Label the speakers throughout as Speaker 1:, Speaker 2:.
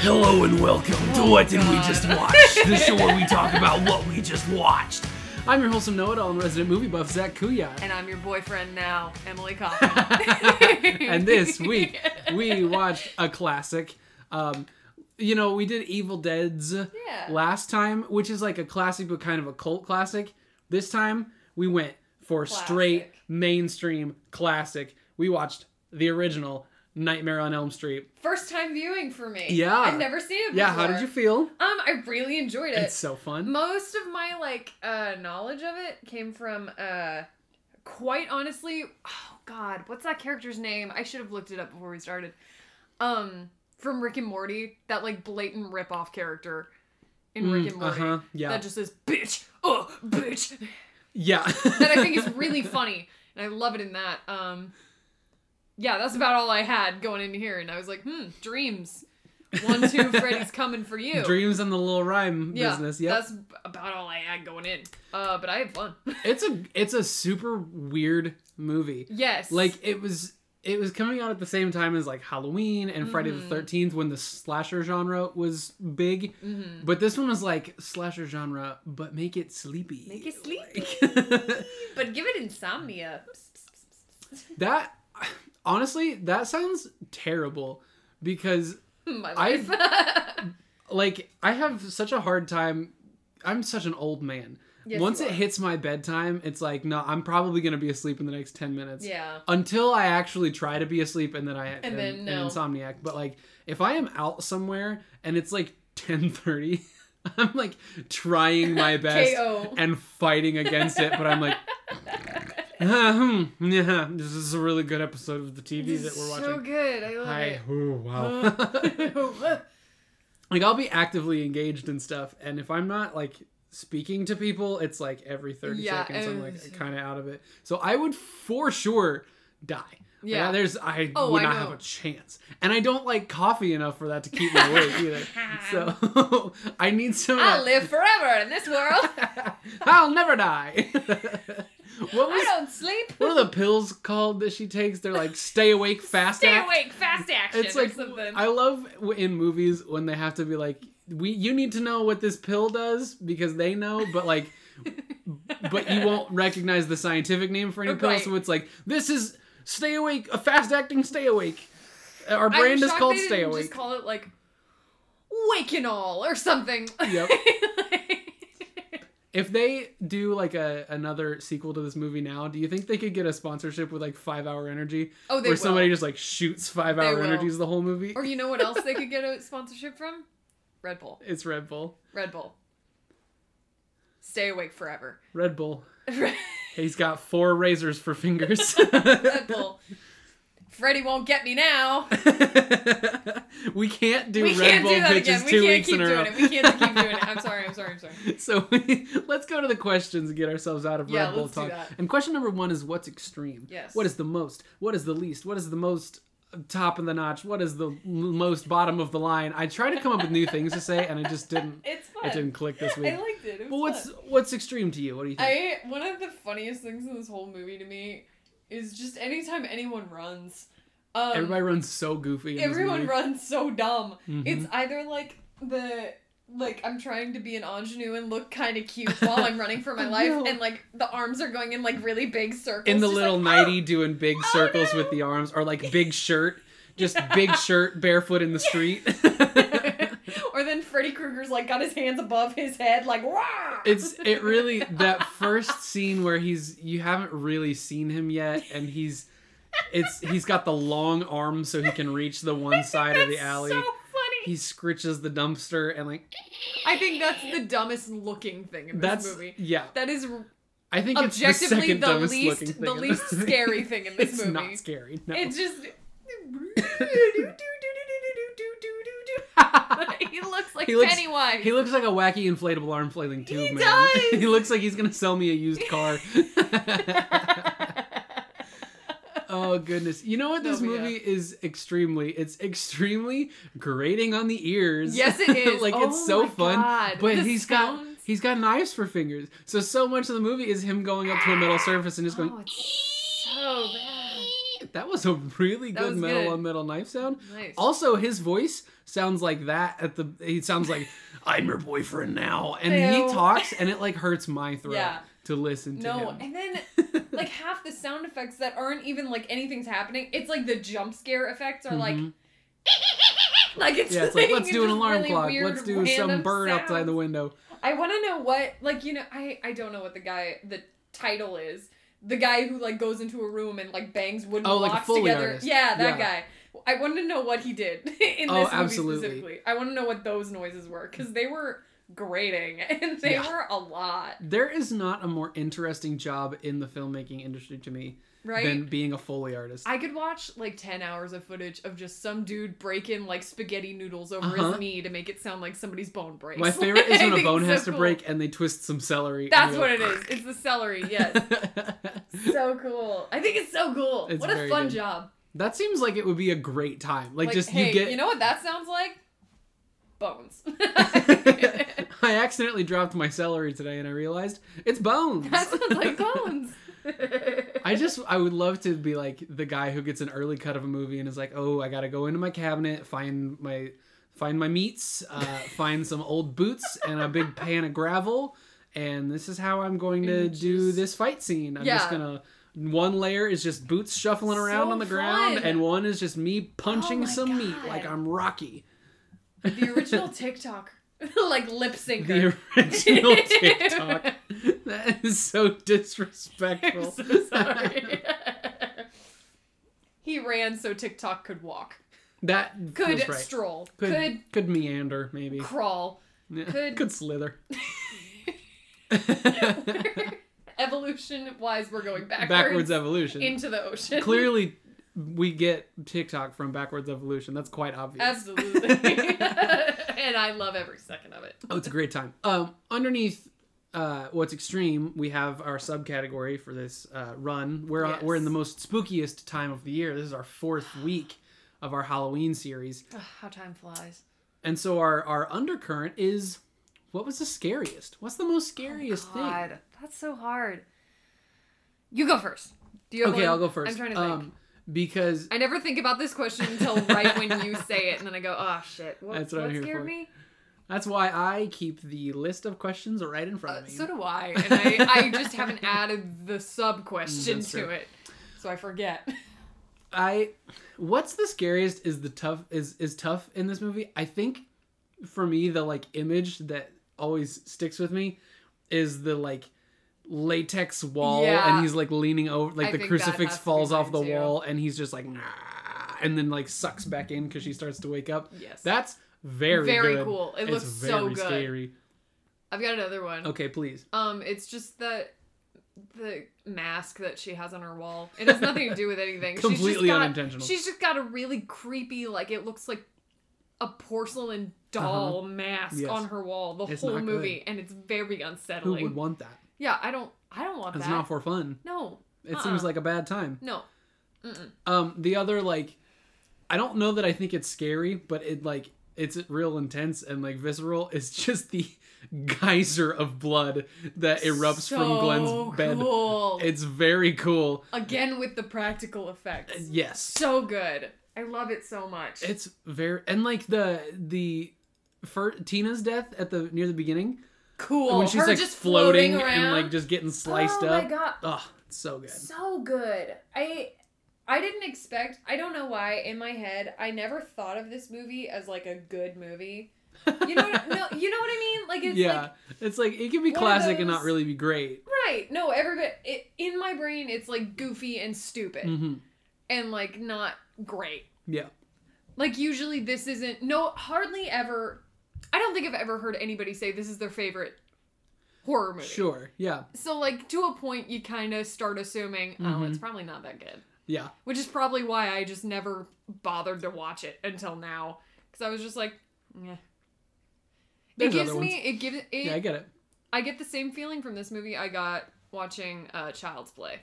Speaker 1: Hello and welcome to What Did We Just Watch? the show where we talk about what we just watched. I'm your wholesome know-it-all and resident movie buff, Zach Kuya.
Speaker 2: And I'm your boyfriend now, Emily Kaufman.
Speaker 1: And this week, we watched a classic. Um, you know, we did Evil Dead's last time, which is like a classic but kind of a cult classic. This time, we went for straight
Speaker 2: Classic.
Speaker 1: mainstream classic. We watched the original Nightmare on Elm Street.
Speaker 2: First time viewing for me.
Speaker 1: Yeah.
Speaker 2: I've never seen it before.
Speaker 1: Yeah, how did you feel?
Speaker 2: Um, I really enjoyed it.
Speaker 1: It's so fun.
Speaker 2: Most of my like uh knowledge of it came from uh quite honestly, oh god, what's that character's name? I should have looked it up before we started. Um from Rick and Morty, that like blatant rip-off character in Rick and Morty.
Speaker 1: uh-huh, yeah.
Speaker 2: That just says bitch, oh bitch.
Speaker 1: Yeah.
Speaker 2: that I think is really funny, and I love it in that. Um, yeah, that's about all I had going in here, and I was like, hmm, dreams. One, two, Freddy's coming for you.
Speaker 1: Dreams and the little rhyme
Speaker 2: yeah,
Speaker 1: business. Yep.
Speaker 2: that's about all I had going in. Uh, but I had fun.
Speaker 1: It's a it's a super weird movie.
Speaker 2: yes,
Speaker 1: Like it was it was coming out at the same time as like Halloween and Friday the
Speaker 2: Mhm.
Speaker 1: 13th when the slasher genre was big,
Speaker 2: Mhm.
Speaker 1: but this one was like slasher genre but make it sleepy.
Speaker 2: make it sleepy,
Speaker 1: Like-
Speaker 2: but give it insomnia.
Speaker 1: that honestly that sounds terrible because
Speaker 2: My
Speaker 1: I-
Speaker 2: life.
Speaker 1: like I have such a hard time I'm such an old man.
Speaker 2: Yes,
Speaker 1: Once
Speaker 2: you
Speaker 1: it
Speaker 2: are.
Speaker 1: hits my bedtime, it's like no, I'm probably going to be asleep in the next 10 minutes.
Speaker 2: yeah,
Speaker 1: until I actually try to be asleep and then I
Speaker 2: And
Speaker 1: am
Speaker 2: then no.
Speaker 1: an insomniac. But like if I am out somewhere and it's like ten thirty, I'm like trying my best
Speaker 2: KO.
Speaker 1: and fighting against it, but I'm like "Hmm, yeah, this is a really good episode of the TV
Speaker 2: This
Speaker 1: that
Speaker 2: is
Speaker 1: we're
Speaker 2: so
Speaker 1: watching.
Speaker 2: good. I love
Speaker 1: Hi,
Speaker 2: it.
Speaker 1: oh, wow. like I'll be actively engaged and stuff, and if I'm not like speaking to people, it's like every thirty
Speaker 2: Yeah,
Speaker 1: seconds I'm
Speaker 2: it's-
Speaker 1: like kind of out of it. So I would for sure die. Yeah,
Speaker 2: yeah,
Speaker 1: there's I
Speaker 2: Oh,
Speaker 1: would
Speaker 2: I
Speaker 1: not have
Speaker 2: know.
Speaker 1: a chance, and I don't like coffee enough for that to keep me awake either. So I need some. uh,
Speaker 2: I live forever in this world.
Speaker 1: I'll never die. what
Speaker 2: I
Speaker 1: was
Speaker 2: don't sleep.
Speaker 1: what are the pills called that she takes? They're like stay awake fast.
Speaker 2: Stay
Speaker 1: act.
Speaker 2: awake, fast action,
Speaker 1: It's like
Speaker 2: or something.
Speaker 1: I love w- in movies when they have to be like we you need to know what this pill does because they know, but like. but you won't recognize the scientific name for any pill,
Speaker 2: Right.
Speaker 1: so it's like this is stay awake, a fast acting stay awake. Our
Speaker 2: I'm
Speaker 1: brand is
Speaker 2: shocked
Speaker 1: called
Speaker 2: they
Speaker 1: Stay
Speaker 2: didn't
Speaker 1: Awake.
Speaker 2: Just call it like Wakenall or something.
Speaker 1: Yep. if they do like a another sequel to this movie now, do you think they could get a sponsorship with like Five Hour Energy,
Speaker 2: oh, they
Speaker 1: where
Speaker 2: will.
Speaker 1: somebody just like shoots Five
Speaker 2: They
Speaker 1: Hour
Speaker 2: will.
Speaker 1: Energies the whole movie?
Speaker 2: Or you know what else they could get a sponsorship from? Red Bull.
Speaker 1: it's Red Bull.
Speaker 2: Red Bull. Stay awake forever.
Speaker 1: Red Bull.
Speaker 2: Red
Speaker 1: He's got four razors for fingers.
Speaker 2: Bull. Freddy won't get me now.
Speaker 1: we can't do
Speaker 2: we
Speaker 1: Red
Speaker 2: can't
Speaker 1: Bull
Speaker 2: do that
Speaker 1: pitches
Speaker 2: again. We
Speaker 1: two
Speaker 2: can't
Speaker 1: weeks
Speaker 2: keep
Speaker 1: in a row.
Speaker 2: doing it. We can't keep doing it. I'm sorry. I'm sorry. I'm sorry.
Speaker 1: So let's go to the questions and get ourselves out of
Speaker 2: Yeah,
Speaker 1: Red Bull
Speaker 2: let's do
Speaker 1: talk.
Speaker 2: that.
Speaker 1: And question number one is what's extreme?
Speaker 2: Yes.
Speaker 1: What is the most? What is the least? What is the most top of the notch? What is the l- most bottom of the line? I tried to come up with new things to say and I just didn't.
Speaker 2: It's fun.
Speaker 1: It didn't click this week.
Speaker 2: I liked it. it was
Speaker 1: But what's
Speaker 2: fun.
Speaker 1: what's extreme to you? What do you think?
Speaker 2: I one of the funniest things in this whole movie to me is just anytime anyone runs, um,
Speaker 1: Everybody runs so goofy. In
Speaker 2: everyone
Speaker 1: this movie.
Speaker 2: runs so dumb.
Speaker 1: Mhm.
Speaker 2: It's either like the like I'm trying to be an ingenue and look kind of cute while I'm running for my
Speaker 1: I
Speaker 2: life,
Speaker 1: know.
Speaker 2: and like the arms are going in like really big circles.
Speaker 1: in the
Speaker 2: just
Speaker 1: little
Speaker 2: like,
Speaker 1: nighty doing big
Speaker 2: Oh,
Speaker 1: circles with
Speaker 2: no.
Speaker 1: the arms or like big shirt, just big shirt barefoot in the street.
Speaker 2: "Oh!" or then Freddy Krueger's like got his hands above his head, like wow.
Speaker 1: It's it really that first scene where he's you haven't really seen him yet and he's it's he's got the long arm so he can reach the one side of the alley.
Speaker 2: So funny.
Speaker 1: he scritches the dumpster and like
Speaker 2: I think that's the dumbest looking thing in this
Speaker 1: that's
Speaker 2: movie.
Speaker 1: yeah.
Speaker 2: That is r-
Speaker 1: I think it's the
Speaker 2: objectively
Speaker 1: second
Speaker 2: the,
Speaker 1: dumbest looking
Speaker 2: least
Speaker 1: thing.
Speaker 2: the
Speaker 1: in
Speaker 2: least
Speaker 1: this movie.
Speaker 2: scary thing in this
Speaker 1: It's
Speaker 2: movie.
Speaker 1: not scary. No.
Speaker 2: It just he looks like
Speaker 1: He looks-
Speaker 2: Pennywise.
Speaker 1: he looks like a wacky inflatable arm flailing tube man.
Speaker 2: does!
Speaker 1: he looks like he's gonna sell me a used car. Oh goodness! You know what
Speaker 2: No,
Speaker 1: this
Speaker 2: but
Speaker 1: movie is extremely? It's extremely grating on the ears.
Speaker 2: Yes, it is.
Speaker 1: like
Speaker 2: Oh
Speaker 1: it's so
Speaker 2: my
Speaker 1: fun.
Speaker 2: God,
Speaker 1: But
Speaker 2: the
Speaker 1: he's got
Speaker 2: sounds.
Speaker 1: he's got knives for fingers. So so much of the movie is him going up to a metal surface and just going
Speaker 2: oh, it's so Oh, bad.
Speaker 1: shit, that was a really
Speaker 2: That
Speaker 1: good
Speaker 2: was
Speaker 1: metal
Speaker 2: good.
Speaker 1: on metal knife sound.
Speaker 2: Nice.
Speaker 1: Also, his voice sounds like that at the. He sounds like I'm your boyfriend now, and
Speaker 2: Ew.
Speaker 1: he talks, and it like hurts my throat
Speaker 2: Yeah.
Speaker 1: to listen to
Speaker 2: no,
Speaker 1: him.
Speaker 2: and then like half the sound effects that aren't even like anything's happening. It's like the jump scare effects are like
Speaker 1: Mhm.
Speaker 2: like it's
Speaker 1: yeah, it's like
Speaker 2: like,
Speaker 1: let's do an alarm clock. Let's do some bird outside the window.
Speaker 2: I want to know what like you know I I don't know what the guy the title is. The guy who like goes into a room and like bangs wooden
Speaker 1: Oh, like a
Speaker 2: blocks
Speaker 1: Foley
Speaker 2: together.
Speaker 1: artist.
Speaker 2: Yeah, that
Speaker 1: Yeah.
Speaker 2: guy. I want to know what he did in
Speaker 1: Oh,
Speaker 2: this movie
Speaker 1: absolutely.
Speaker 2: specifically. I want to know what those noises were because they were grating and they
Speaker 1: Yeah.
Speaker 2: were a lot,
Speaker 1: There is not a more interesting job in the filmmaking industry to me
Speaker 2: right?
Speaker 1: than being a foley artist.
Speaker 2: I could watch like 10 hours of footage of just some dude breaking like spaghetti noodles over
Speaker 1: Uh-huh.
Speaker 2: his knee to make it sound like somebody's bone breaks.
Speaker 1: My favorite is when
Speaker 2: Like,
Speaker 1: a bone
Speaker 2: it's
Speaker 1: has
Speaker 2: so
Speaker 1: to
Speaker 2: cool.
Speaker 1: break and they twist some celery. and
Speaker 2: That's
Speaker 1: you
Speaker 2: what
Speaker 1: go,
Speaker 2: it is. It's the celery, yes. so cool. I think it's so cool.
Speaker 1: It's
Speaker 2: what a
Speaker 1: very
Speaker 2: fun
Speaker 1: good.
Speaker 2: job.
Speaker 1: that seems like it would be a great time. Like, just
Speaker 2: hey,
Speaker 1: you get.
Speaker 2: know what that sounds like? Bones.
Speaker 1: I
Speaker 2: that
Speaker 1: accidentally dropped my celery today and I realized it's bones.
Speaker 2: sounds like oh. bones.
Speaker 1: I just I would love to be like the guy who gets an early cut of a movie and is like, "Oh, I got to go into my cabinet, find my find my meats, uh, find some old boots and a big pan of gravel, and this is how I'm going to
Speaker 2: And
Speaker 1: do
Speaker 2: just-
Speaker 1: this fight scene. I'm just
Speaker 2: Yeah.
Speaker 1: going to one layer is just boots shuffling around
Speaker 2: So
Speaker 1: on the ground
Speaker 2: fun. Oh
Speaker 1: and one is just me punching
Speaker 2: my
Speaker 1: some meat
Speaker 2: God.
Speaker 1: like I'm Rocky.
Speaker 2: the original TikTok, like lip sync.
Speaker 1: The original TikTok. That is so disrespectful.
Speaker 2: I'm so sorry. he ran so TikTok could walk,
Speaker 1: that
Speaker 2: could
Speaker 1: feels right.
Speaker 2: stroll,
Speaker 1: could,
Speaker 2: could,
Speaker 1: could meander maybe.
Speaker 2: crawl.
Speaker 1: Yeah,
Speaker 2: could-
Speaker 1: slither.
Speaker 2: Evolution wise, we're going backwards,
Speaker 1: backwards evolution.
Speaker 2: into the ocean.
Speaker 1: Clearly, we get TikTok from backwards evolution. That's quite obvious.
Speaker 2: Absolutely. and I love every second of it.
Speaker 1: oh, it's a great time. Um, underneath uh, what's extreme, we have our subcategory for this uh, run. We're on, we're in
Speaker 2: Yes.
Speaker 1: the most spookiest time of the year. This is our fourth week of our Halloween series,
Speaker 2: Ugh, how time flies.
Speaker 1: and so our our undercurrent is. What was the scariest? What's the most scariest thing?
Speaker 2: Oh, God, that's so hard. You go first. Do you have
Speaker 1: Okay,
Speaker 2: one?
Speaker 1: I'll go first.
Speaker 2: I'm trying to think.
Speaker 1: Um, because
Speaker 2: I never think about this question until right when you say it, and then I go, oh shit. What,
Speaker 1: That's what I'm
Speaker 2: what
Speaker 1: here
Speaker 2: scared
Speaker 1: for.
Speaker 2: me?
Speaker 1: that's why I keep the list of questions right in front
Speaker 2: Uh,
Speaker 1: of me.
Speaker 2: so do I. And I, I just haven't added the sub question
Speaker 1: That's
Speaker 2: to
Speaker 1: true.
Speaker 2: it. So I forget.
Speaker 1: I what's the scariest is the tough is is tough in this movie. I think for me the like image that always sticks with me is the like latex wall
Speaker 2: Yeah.
Speaker 1: and he's like leaning over like
Speaker 2: I
Speaker 1: the
Speaker 2: think that
Speaker 1: crucifix
Speaker 2: has to be
Speaker 1: falls off the
Speaker 2: mine, too.
Speaker 1: wall and he's just like nah, and then like sucks back in cuz she starts to wake up.
Speaker 2: Yes.
Speaker 1: That's very
Speaker 2: Very
Speaker 1: good.
Speaker 2: cool. It
Speaker 1: It's
Speaker 2: looks so
Speaker 1: very
Speaker 2: good.
Speaker 1: scary.
Speaker 2: I've got another one.
Speaker 1: Okay, please.
Speaker 2: Um, it's just the the mask that she has on her wall. It has nothing to do with anything. she's just
Speaker 1: Completely
Speaker 2: got,
Speaker 1: unintentional.
Speaker 2: She's just got a really creepy, like it looks like a porcelain doll mask
Speaker 1: Uh-huh. Yes.
Speaker 2: on her wall the
Speaker 1: It's
Speaker 2: whole
Speaker 1: not
Speaker 2: movie, and it's very
Speaker 1: Who
Speaker 2: unsettling.
Speaker 1: would want that?
Speaker 2: yeah, I don't, I don't want
Speaker 1: It's
Speaker 2: that.
Speaker 1: not for fun.
Speaker 2: no,
Speaker 1: It
Speaker 2: Uh-uh.
Speaker 1: seems like a bad time.
Speaker 2: no,
Speaker 1: Um, the other like, I don't know that I think it's scary, but it like it's real intense and like visceral. It's just the geyser of blood that erupts from
Speaker 2: So
Speaker 1: Glenn's bed.
Speaker 2: Cool.
Speaker 1: It's very cool.
Speaker 2: Again with the practical effects,
Speaker 1: Yes,
Speaker 2: so good. I love it so much.
Speaker 1: it's very and like the the for Tina's death at the near the beginning
Speaker 2: cool.
Speaker 1: when she's
Speaker 2: Her
Speaker 1: like
Speaker 2: just
Speaker 1: floating,
Speaker 2: floating around.
Speaker 1: and like just getting sliced
Speaker 2: oh
Speaker 1: up.
Speaker 2: my god,
Speaker 1: Oh, it's so good.
Speaker 2: so good i i didn't expect i don't know why in my head i never thought of this movie as like a good movie you know what, no you know what i mean like it's
Speaker 1: yeah,
Speaker 2: like
Speaker 1: it's like it can be
Speaker 2: one of
Speaker 1: classic and
Speaker 2: those-
Speaker 1: not really be great.
Speaker 2: right no everybody it, in my brain it's like goofy and stupid
Speaker 1: hmm
Speaker 2: and like not great
Speaker 1: Yeah,
Speaker 2: like usually this isn't no hardly ever i don't think i've ever heard anybody say this is their favorite horror movie
Speaker 1: sure. Yeah,
Speaker 2: so like to a point you kind of start assuming oh
Speaker 1: Mhm.
Speaker 2: it's probably not that good
Speaker 1: yeah.
Speaker 2: which is probably why I just never bothered to watch it until now because I was just like, yeah.
Speaker 1: There's
Speaker 2: it gives
Speaker 1: other
Speaker 2: me it gives it.
Speaker 1: Yeah, I get it.
Speaker 2: I get the same feeling from this movie I got watching uh, Child's Play,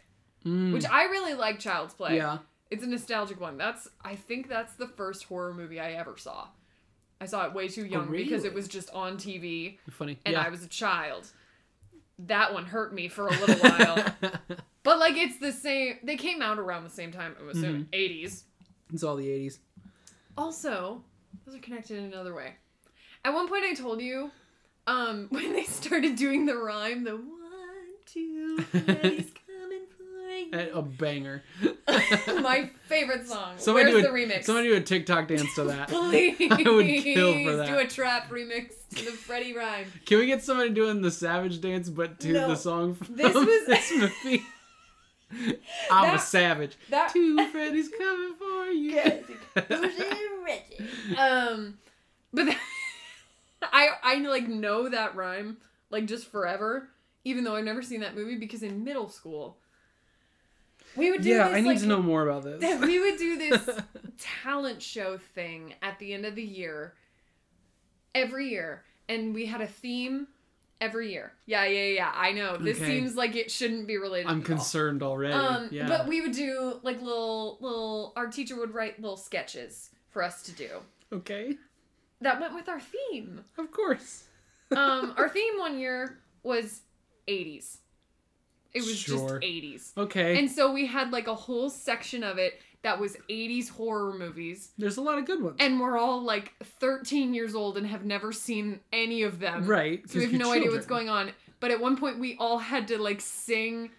Speaker 1: Mm,
Speaker 2: which I really like. Child's Play,
Speaker 1: yeah,
Speaker 2: it's a nostalgic one. That's I think that's the first horror movie I ever saw. I saw it way too young because
Speaker 1: Oh, really?
Speaker 2: it was just on TV
Speaker 1: funny.
Speaker 2: and
Speaker 1: yeah.
Speaker 2: I was a child. That one hurt me for a little while. But like it's the same. They came out around the same time. I'm assuming
Speaker 1: Mm-hmm.
Speaker 2: 80s.
Speaker 1: It's all the 80s.
Speaker 2: Also, those are connected in another way. At one point, I told you um, when they started doing the rhyme, the one, two, Freddy's coming for you.
Speaker 1: Eh, A a banger.
Speaker 2: My favorite song.
Speaker 1: Somebody
Speaker 2: Where's
Speaker 1: do
Speaker 2: the
Speaker 1: a,
Speaker 2: remix?
Speaker 1: Somebody do a TikTok dance to that.
Speaker 2: Please
Speaker 1: I would kill for that.
Speaker 2: do a trap remix to the Freddy rhyme.
Speaker 1: Can we get somebody doing the savage dance, but to
Speaker 2: No.
Speaker 1: the song from
Speaker 2: This was-
Speaker 1: this movie? I'm
Speaker 2: That-
Speaker 1: a savage.
Speaker 2: That
Speaker 1: Two Freddy's coming for you.
Speaker 2: um, but that- I I like know that rhyme like just forever, even though I've never seen that movie because in middle school, we would do
Speaker 1: yeah,
Speaker 2: this,
Speaker 1: I need
Speaker 2: like,
Speaker 1: to know more about this.
Speaker 2: we would do this talent show thing at the end of the year every year and we had a theme every year yeah yeah yeah i know this
Speaker 1: Okay.
Speaker 2: seems like it shouldn't be related
Speaker 1: I'm
Speaker 2: at all.
Speaker 1: concerned already.
Speaker 2: um
Speaker 1: yeah.
Speaker 2: but we would do like little little our teacher would write little sketches for us to do
Speaker 1: okay.
Speaker 2: that went with our theme
Speaker 1: Of course.
Speaker 2: um our theme one year was 80s it was
Speaker 1: Sure.
Speaker 2: just 80s
Speaker 1: Okay.
Speaker 2: and so we had like a whole section of it that was 80s horror movies
Speaker 1: There's a lot of good ones.
Speaker 2: and we're all like 13 years old and have never seen any of them.
Speaker 1: right.
Speaker 2: um, So we have no idea what's going on. But at one point, we all had to like sing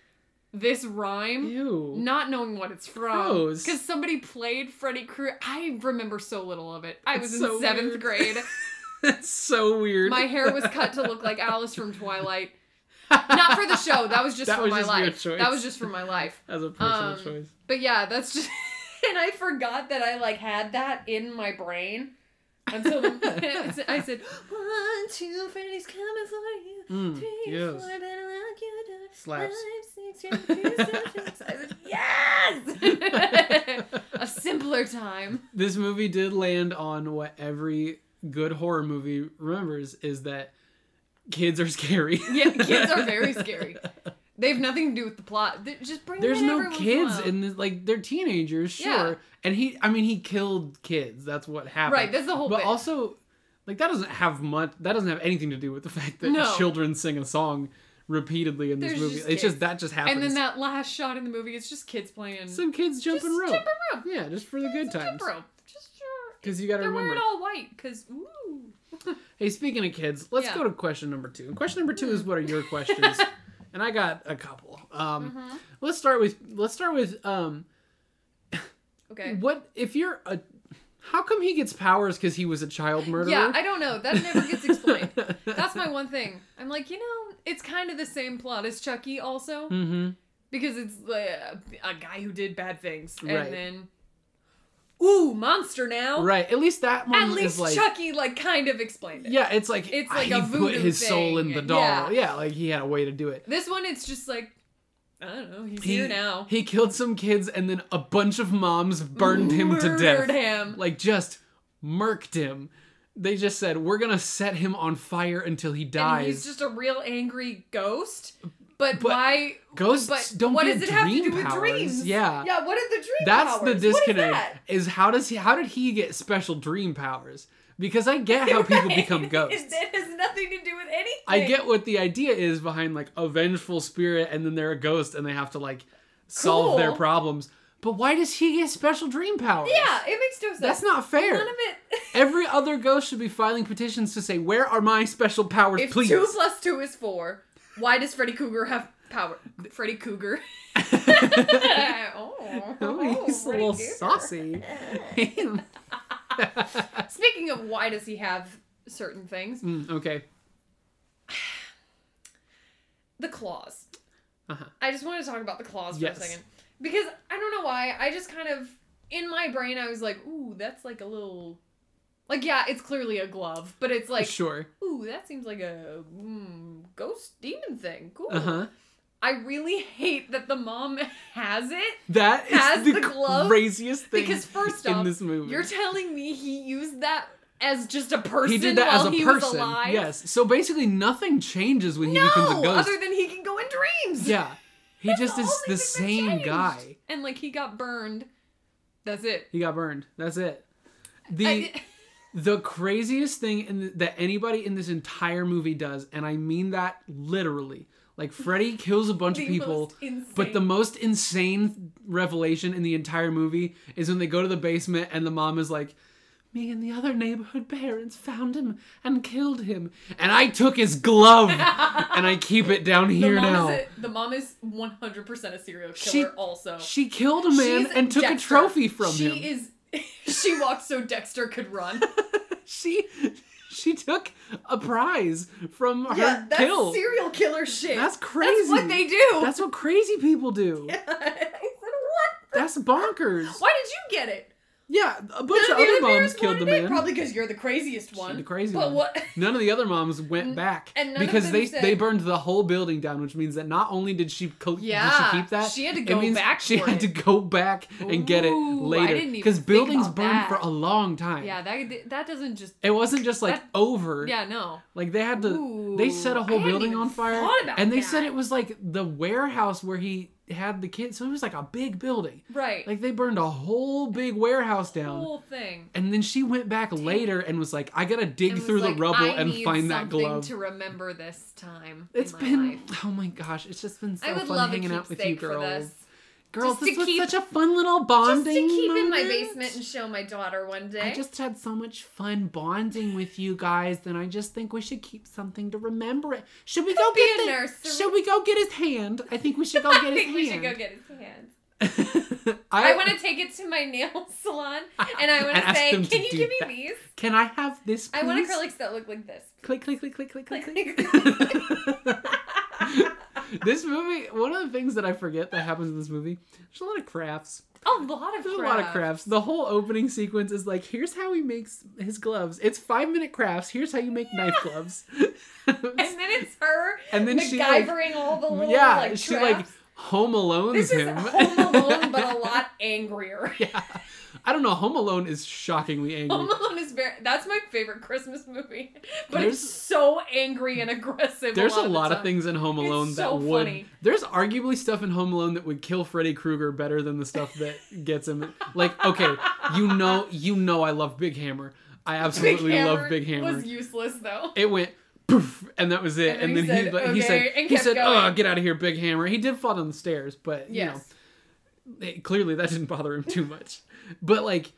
Speaker 2: this rhyme,
Speaker 1: Ew.
Speaker 2: not knowing what it's from,
Speaker 1: Gross.
Speaker 2: because somebody played Freddy Krueger. I remember so little of it. I
Speaker 1: It's
Speaker 2: was in
Speaker 1: so
Speaker 2: seventh
Speaker 1: weird.
Speaker 2: grade.
Speaker 1: That's so weird.
Speaker 2: My hair was cut to look like Alice from Twilight. Not for the show. That was just
Speaker 1: That
Speaker 2: for
Speaker 1: was
Speaker 2: my
Speaker 1: just your
Speaker 2: life.
Speaker 1: choice.
Speaker 2: That was just for my life.
Speaker 1: as a personal
Speaker 2: Um,
Speaker 1: choice.
Speaker 2: But yeah, that's just. and I forgot that I like had that in my brain until the minute I said one, two, Freddy's coming for you.
Speaker 1: Mm,
Speaker 2: Three,
Speaker 1: yes.
Speaker 2: four, better lock your door.
Speaker 1: Slaps.
Speaker 2: Five, six, seven, two, seven, six. I said, yes. A simpler time.
Speaker 1: This movie did land on what every good horror movie remembers is that kids are scary.
Speaker 2: Yeah, kids are very scary. They have nothing to do with the plot. They- just bring.
Speaker 1: There's
Speaker 2: them in
Speaker 1: no
Speaker 2: every once in a
Speaker 1: kids
Speaker 2: while.
Speaker 1: in this. Like they're teenagers, sure.
Speaker 2: Yeah.
Speaker 1: And he, I mean, he killed kids. That's what happened.
Speaker 2: Right, that's the whole
Speaker 1: But
Speaker 2: bit.
Speaker 1: also, like that doesn't have much. That doesn't have anything to do with the fact that
Speaker 2: No.
Speaker 1: children sing a song repeatedly in this
Speaker 2: There's
Speaker 1: movie.
Speaker 2: just
Speaker 1: it's
Speaker 2: kids.
Speaker 1: just that just happens.
Speaker 2: and then that last shot in the movie, it's just kids playing.
Speaker 1: some kids jump
Speaker 2: just
Speaker 1: and rope.
Speaker 2: jump and rope.
Speaker 1: Yeah, just for the good
Speaker 2: Just jump
Speaker 1: times.
Speaker 2: rope. Just sure.
Speaker 1: Because you got to
Speaker 2: They're
Speaker 1: remember.
Speaker 2: wearing all white because ooh.
Speaker 1: Hey, speaking of kids, let's
Speaker 2: Yeah.
Speaker 1: go to question number two. And question number two is what are your questions? and I got a couple. Um,
Speaker 2: Mm-hmm. Uh-huh.
Speaker 1: Let's start with let's start with um,
Speaker 2: Okay.
Speaker 1: what if you're a how come he gets powers because he was a child murderer?
Speaker 2: Yeah, I don't know. That never gets explained. That's my one thing. I'm like, you know, it's kind of the same plot as Chucky, also,
Speaker 1: mm-hmm.
Speaker 2: because it's uh, a guy who did bad things, and
Speaker 1: Right.
Speaker 2: then, ooh, monster now.
Speaker 1: Right. At least that one
Speaker 2: At least
Speaker 1: is like
Speaker 2: Chucky, like, kind of explained it.
Speaker 1: yeah, it's like ah,
Speaker 2: It's like
Speaker 1: he
Speaker 2: a
Speaker 1: put
Speaker 2: voodoo
Speaker 1: his soul in
Speaker 2: thing.
Speaker 1: the doll.
Speaker 2: Yeah.
Speaker 1: Yeah. like he had a way to do it.
Speaker 2: This one, it's just like, I don't know. He's
Speaker 1: He,
Speaker 2: here now.
Speaker 1: he killed some kids and then a bunch of moms burned him to death.
Speaker 2: Murdered him.
Speaker 1: like just murked him. They just said, "We're gonna set him on fire until he
Speaker 2: and
Speaker 1: dies."
Speaker 2: he's just a real angry ghost. But,
Speaker 1: But
Speaker 2: why?
Speaker 1: Ghosts
Speaker 2: but
Speaker 1: don't
Speaker 2: what
Speaker 1: get
Speaker 2: does it have to
Speaker 1: dream
Speaker 2: do with
Speaker 1: powers.
Speaker 2: dreams?
Speaker 1: Yeah.
Speaker 2: Yeah. What are the dream
Speaker 1: That's
Speaker 2: powers?
Speaker 1: the
Speaker 2: What is that?
Speaker 1: disconnect. Is how does he? How did he get special dream powers? Because I get how people
Speaker 2: Right.
Speaker 1: become
Speaker 2: It,
Speaker 1: ghosts.
Speaker 2: it has nothing to do with anything.
Speaker 1: I get what the idea is behind like a vengeful spirit, and then they're a ghost, and they have to like solve their
Speaker 2: Cool.
Speaker 1: problems. But why does he get special dream powers?
Speaker 2: Yeah, it makes no sense.
Speaker 1: that's not fair.
Speaker 2: None of it.
Speaker 1: Every other ghost should be filing petitions to say, "Where are my special powers,
Speaker 2: if
Speaker 1: please?"
Speaker 2: two plus two is four, why does Freddy Cougar have power? Freddy Cougar. oh,
Speaker 1: Oh, he's a
Speaker 2: Freddy
Speaker 1: little
Speaker 2: Cougar.
Speaker 1: saucy. Mm,
Speaker 2: Speaking of why does he have certain things,
Speaker 1: Hmm, okay.
Speaker 2: the claws.
Speaker 1: Uh-huh.
Speaker 2: I just want to talk about the claws
Speaker 1: Yes.
Speaker 2: for a second because I don't know why. I just kind of in my brain I was like, ooh, that's like a little. Like yeah, it's clearly a glove, but it's like
Speaker 1: sure.
Speaker 2: ooh, that seems like a mm, ghost demon thing. Cool.
Speaker 1: Uh huh.
Speaker 2: I really hate that the mom has it
Speaker 1: That is
Speaker 2: Has
Speaker 1: the,
Speaker 2: the glove-
Speaker 1: craziest thing
Speaker 2: because first
Speaker 1: in
Speaker 2: off,
Speaker 1: this movie.
Speaker 2: you're telling me he used that as just a person
Speaker 1: he did that
Speaker 2: while
Speaker 1: as a
Speaker 2: he was
Speaker 1: person.
Speaker 2: alive.
Speaker 1: Yes. So basically, nothing changes when he becomes a
Speaker 2: No,
Speaker 1: ghost.
Speaker 2: other than he can go in dreams.
Speaker 1: yeah. He
Speaker 2: That's
Speaker 1: just
Speaker 2: the
Speaker 1: is
Speaker 2: only
Speaker 1: the
Speaker 2: thing that
Speaker 1: same
Speaker 2: changed.
Speaker 1: guy.
Speaker 2: And like he got burned. That's it.
Speaker 1: He got burned. That's it. The
Speaker 2: I-
Speaker 1: the craziest thing in th- that anybody in this entire movie does, and I mean that literally. Like Freddy kills a bunch
Speaker 2: The
Speaker 1: of people,
Speaker 2: most insane.
Speaker 1: but the most insane revelation in the entire movie is when they go to the basement and the mom is like, "Me and the other neighborhood parents found him and killed him, and I took his glove and I keep it down
Speaker 2: the
Speaker 1: here
Speaker 2: mom
Speaker 1: now."
Speaker 2: Is a, the mom is 100% a serial killer
Speaker 1: She-
Speaker 2: also.
Speaker 1: She killed a man
Speaker 2: She's
Speaker 1: and took a
Speaker 2: Dexter.
Speaker 1: trophy from
Speaker 2: she
Speaker 1: him.
Speaker 2: is she walked so Dexter could run.
Speaker 1: she she took a prize from
Speaker 2: yeah,
Speaker 1: her
Speaker 2: that's
Speaker 1: kill.
Speaker 2: serial killer shit.
Speaker 1: That's crazy.
Speaker 2: That's what they do.
Speaker 1: That's what crazy people do.
Speaker 2: I said, what?
Speaker 1: That's bonkers.
Speaker 2: Why did you get it?
Speaker 1: Yeah, a bunch
Speaker 2: None
Speaker 1: of
Speaker 2: the
Speaker 1: other moms
Speaker 2: parents
Speaker 1: killed the
Speaker 2: wanted it?
Speaker 1: man.
Speaker 2: Probably because you're the craziest one.
Speaker 1: the crazy
Speaker 2: but
Speaker 1: one.
Speaker 2: what?
Speaker 1: None of the other moms went back
Speaker 2: and none of
Speaker 1: because
Speaker 2: them
Speaker 1: they
Speaker 2: said-
Speaker 1: they burned the whole building down, which means that not only did she co- did
Speaker 2: Yeah,
Speaker 1: she keep that,
Speaker 2: she had to
Speaker 1: it
Speaker 2: go
Speaker 1: means
Speaker 2: back
Speaker 1: She
Speaker 2: for
Speaker 1: had
Speaker 2: it.
Speaker 1: to go back and get it
Speaker 2: Ooh, I
Speaker 1: later
Speaker 2: didn't even think
Speaker 1: buildings
Speaker 2: about
Speaker 1: burned
Speaker 2: that.
Speaker 1: for a long time.
Speaker 2: Yeah, that that doesn't just.
Speaker 1: It wasn't just like
Speaker 2: That-
Speaker 1: over.
Speaker 2: Yeah, no.
Speaker 1: Like they had to they set a
Speaker 2: Ooh, I
Speaker 1: whole
Speaker 2: hadn't
Speaker 1: building
Speaker 2: even
Speaker 1: on fire.
Speaker 2: thought about
Speaker 1: And they
Speaker 2: that.
Speaker 1: said it was like the warehouse where he had the kids. So it was like a big building.
Speaker 2: Right.
Speaker 1: Like they burned a whole big warehouse down.
Speaker 2: whole thing.
Speaker 1: And then she went back later and was like, I gotta dig
Speaker 2: And was
Speaker 1: through
Speaker 2: like,
Speaker 1: the rubble
Speaker 2: I
Speaker 1: and
Speaker 2: need
Speaker 1: find that
Speaker 2: something
Speaker 1: glove.
Speaker 2: To remember this time.
Speaker 1: It's
Speaker 2: in my
Speaker 1: been
Speaker 2: life.
Speaker 1: oh my gosh, it's just been so
Speaker 2: I would
Speaker 1: fun
Speaker 2: love a
Speaker 1: hanging out with you
Speaker 2: keepsake for
Speaker 1: girls.
Speaker 2: this.
Speaker 1: Girls,
Speaker 2: Just
Speaker 1: this
Speaker 2: to
Speaker 1: was
Speaker 2: keep-
Speaker 1: such a fun little bonding.
Speaker 2: Just to keep in my
Speaker 1: moment.
Speaker 2: basement and show my daughter one day.
Speaker 1: I just had so much fun bonding with you guys, and I just think we should keep something to remember it. Should we go
Speaker 2: Could be
Speaker 1: get
Speaker 2: a
Speaker 1: the,
Speaker 2: nursery.
Speaker 1: Should we go get his hand? I think we should go
Speaker 2: I
Speaker 1: get his
Speaker 2: think we should
Speaker 1: hand.
Speaker 2: go get his hands.
Speaker 1: I,
Speaker 2: I, want to take it to my nail salon and I
Speaker 1: And
Speaker 2: want to
Speaker 1: ask
Speaker 2: say,
Speaker 1: them to
Speaker 2: "Can you
Speaker 1: do
Speaker 2: give me
Speaker 1: that.
Speaker 2: these?
Speaker 1: Can I have this? Please?
Speaker 2: I want acrylics that look like this."
Speaker 1: Click, click, click, click, click, click,
Speaker 2: Click,
Speaker 1: click. this movie. One of the things that I forget that happens in this movie. There's a lot of crafts.
Speaker 2: A lot of
Speaker 1: There's
Speaker 2: crap.
Speaker 1: a lot of crafts. The whole opening sequence is like, here's how he makes his gloves. It's five minute crafts. Here's how you make knife gloves.
Speaker 2: And then it's her
Speaker 1: And then she, like-
Speaker 2: MacGyvering all the little
Speaker 1: yeah,
Speaker 2: like
Speaker 1: she like
Speaker 2: traps.
Speaker 1: home alones
Speaker 2: This is
Speaker 1: him.
Speaker 2: Home Alone, but a lot angrier.
Speaker 1: yeah. I don't know. Home Alone is shockingly angry.
Speaker 2: Home Alone is very. That's my favorite Christmas movie, but
Speaker 1: There's-
Speaker 2: it's so angry and aggressive.
Speaker 1: There's
Speaker 2: of
Speaker 1: a
Speaker 2: the
Speaker 1: lot of
Speaker 2: time.
Speaker 1: things in Home
Speaker 2: It's
Speaker 1: Alone that
Speaker 2: so
Speaker 1: would.
Speaker 2: funny.
Speaker 1: There's arguably stuff in Home Alone that would kill Freddy Krueger better than the stuff that gets him. Like, okay, you know, you know, I love Big Hammer. I absolutely love Big Hammer.
Speaker 2: Was useless though.
Speaker 1: it went poof, and that was it. And
Speaker 2: And
Speaker 1: then,
Speaker 2: then he
Speaker 1: he,
Speaker 2: said,
Speaker 1: like, he said,
Speaker 2: "Okay," and
Speaker 1: he
Speaker 2: kept
Speaker 1: said, "Oh,
Speaker 2: going.
Speaker 1: get out of here, Big Hammer." He did fall down the stairs, but you
Speaker 2: Yes.
Speaker 1: know, it- clearly that didn't bother him too much. But like,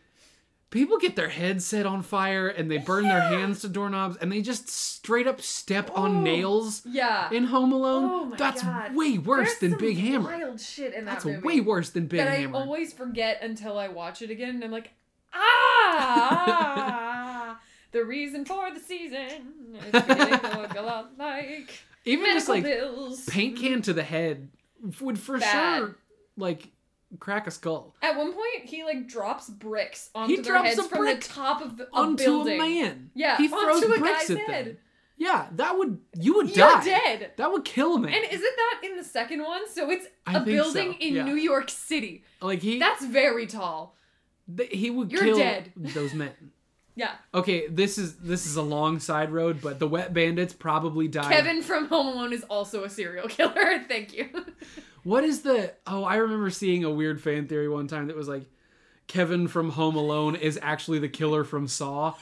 Speaker 1: people get their heads set on fire and they burn their hands to doorknobs and they just straight up step
Speaker 2: Oh.
Speaker 1: on nails
Speaker 2: Yeah.
Speaker 1: in Home Alone.
Speaker 2: Oh my
Speaker 1: That's
Speaker 2: God.
Speaker 1: way worse
Speaker 2: There's
Speaker 1: than
Speaker 2: some
Speaker 1: Big Hammer.
Speaker 2: Wild shit in that
Speaker 1: That's
Speaker 2: movie.
Speaker 1: way worse than Big
Speaker 2: that
Speaker 1: Hammer.
Speaker 2: I always forget until I watch it again, and I'm like, ah, the reason for the season is beginning to look a lot like
Speaker 1: Even just
Speaker 2: medical
Speaker 1: like
Speaker 2: bills. Mm-hmm.
Speaker 1: paint can to the head would for
Speaker 2: Bad.
Speaker 1: sure like crack a skull.
Speaker 2: At one point, he like drops bricks onto their
Speaker 1: drops
Speaker 2: heads
Speaker 1: a
Speaker 2: from
Speaker 1: brick
Speaker 2: the top of the, a
Speaker 1: onto
Speaker 2: building.
Speaker 1: a man.
Speaker 2: Yeah,
Speaker 1: he throws
Speaker 2: onto a
Speaker 1: bricks
Speaker 2: guy's
Speaker 1: at them.
Speaker 2: head.
Speaker 1: Yeah, that would you would
Speaker 2: You're
Speaker 1: die.
Speaker 2: dead.
Speaker 1: That would kill a man.
Speaker 2: And isn't that in the second one? So it's
Speaker 1: I
Speaker 2: a
Speaker 1: think so,
Speaker 2: building in
Speaker 1: yeah.
Speaker 2: New York City.
Speaker 1: like he
Speaker 2: That's very tall.
Speaker 1: th- he would
Speaker 2: You're
Speaker 1: kill
Speaker 2: dead.
Speaker 1: those men.
Speaker 2: Yeah.
Speaker 1: Okay, this is this is a long side road, but the Wet Bandits probably died.
Speaker 2: Kevin from Home Alone is also a serial killer. Thank you.
Speaker 1: What is the? Oh, I remember seeing a weird fan theory one time that was like, Kevin from Home Alone is actually the killer from Saw,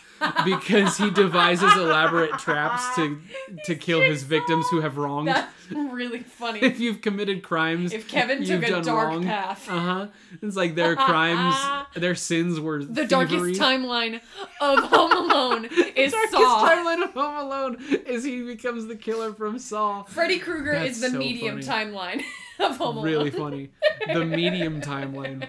Speaker 1: because he devises elaborate traps to to kill his victims who have wronged.
Speaker 2: That's really funny.
Speaker 1: if you've committed crimes,
Speaker 2: If Kevin
Speaker 1: you've
Speaker 2: took a
Speaker 1: done
Speaker 2: dark
Speaker 1: wrong.
Speaker 2: path.
Speaker 1: Uh huh. It's like their crimes, their sins were
Speaker 2: The
Speaker 1: thievery.
Speaker 2: darkest timeline of Home Alone is
Speaker 1: Darkest
Speaker 2: Saw.
Speaker 1: timeline of Home Alone is he becomes the killer from Saw.
Speaker 2: Freddy Krueger
Speaker 1: That's
Speaker 2: is the
Speaker 1: so
Speaker 2: medium
Speaker 1: funny.
Speaker 2: timeline of Home Alone.
Speaker 1: Really funny. The medium timeline.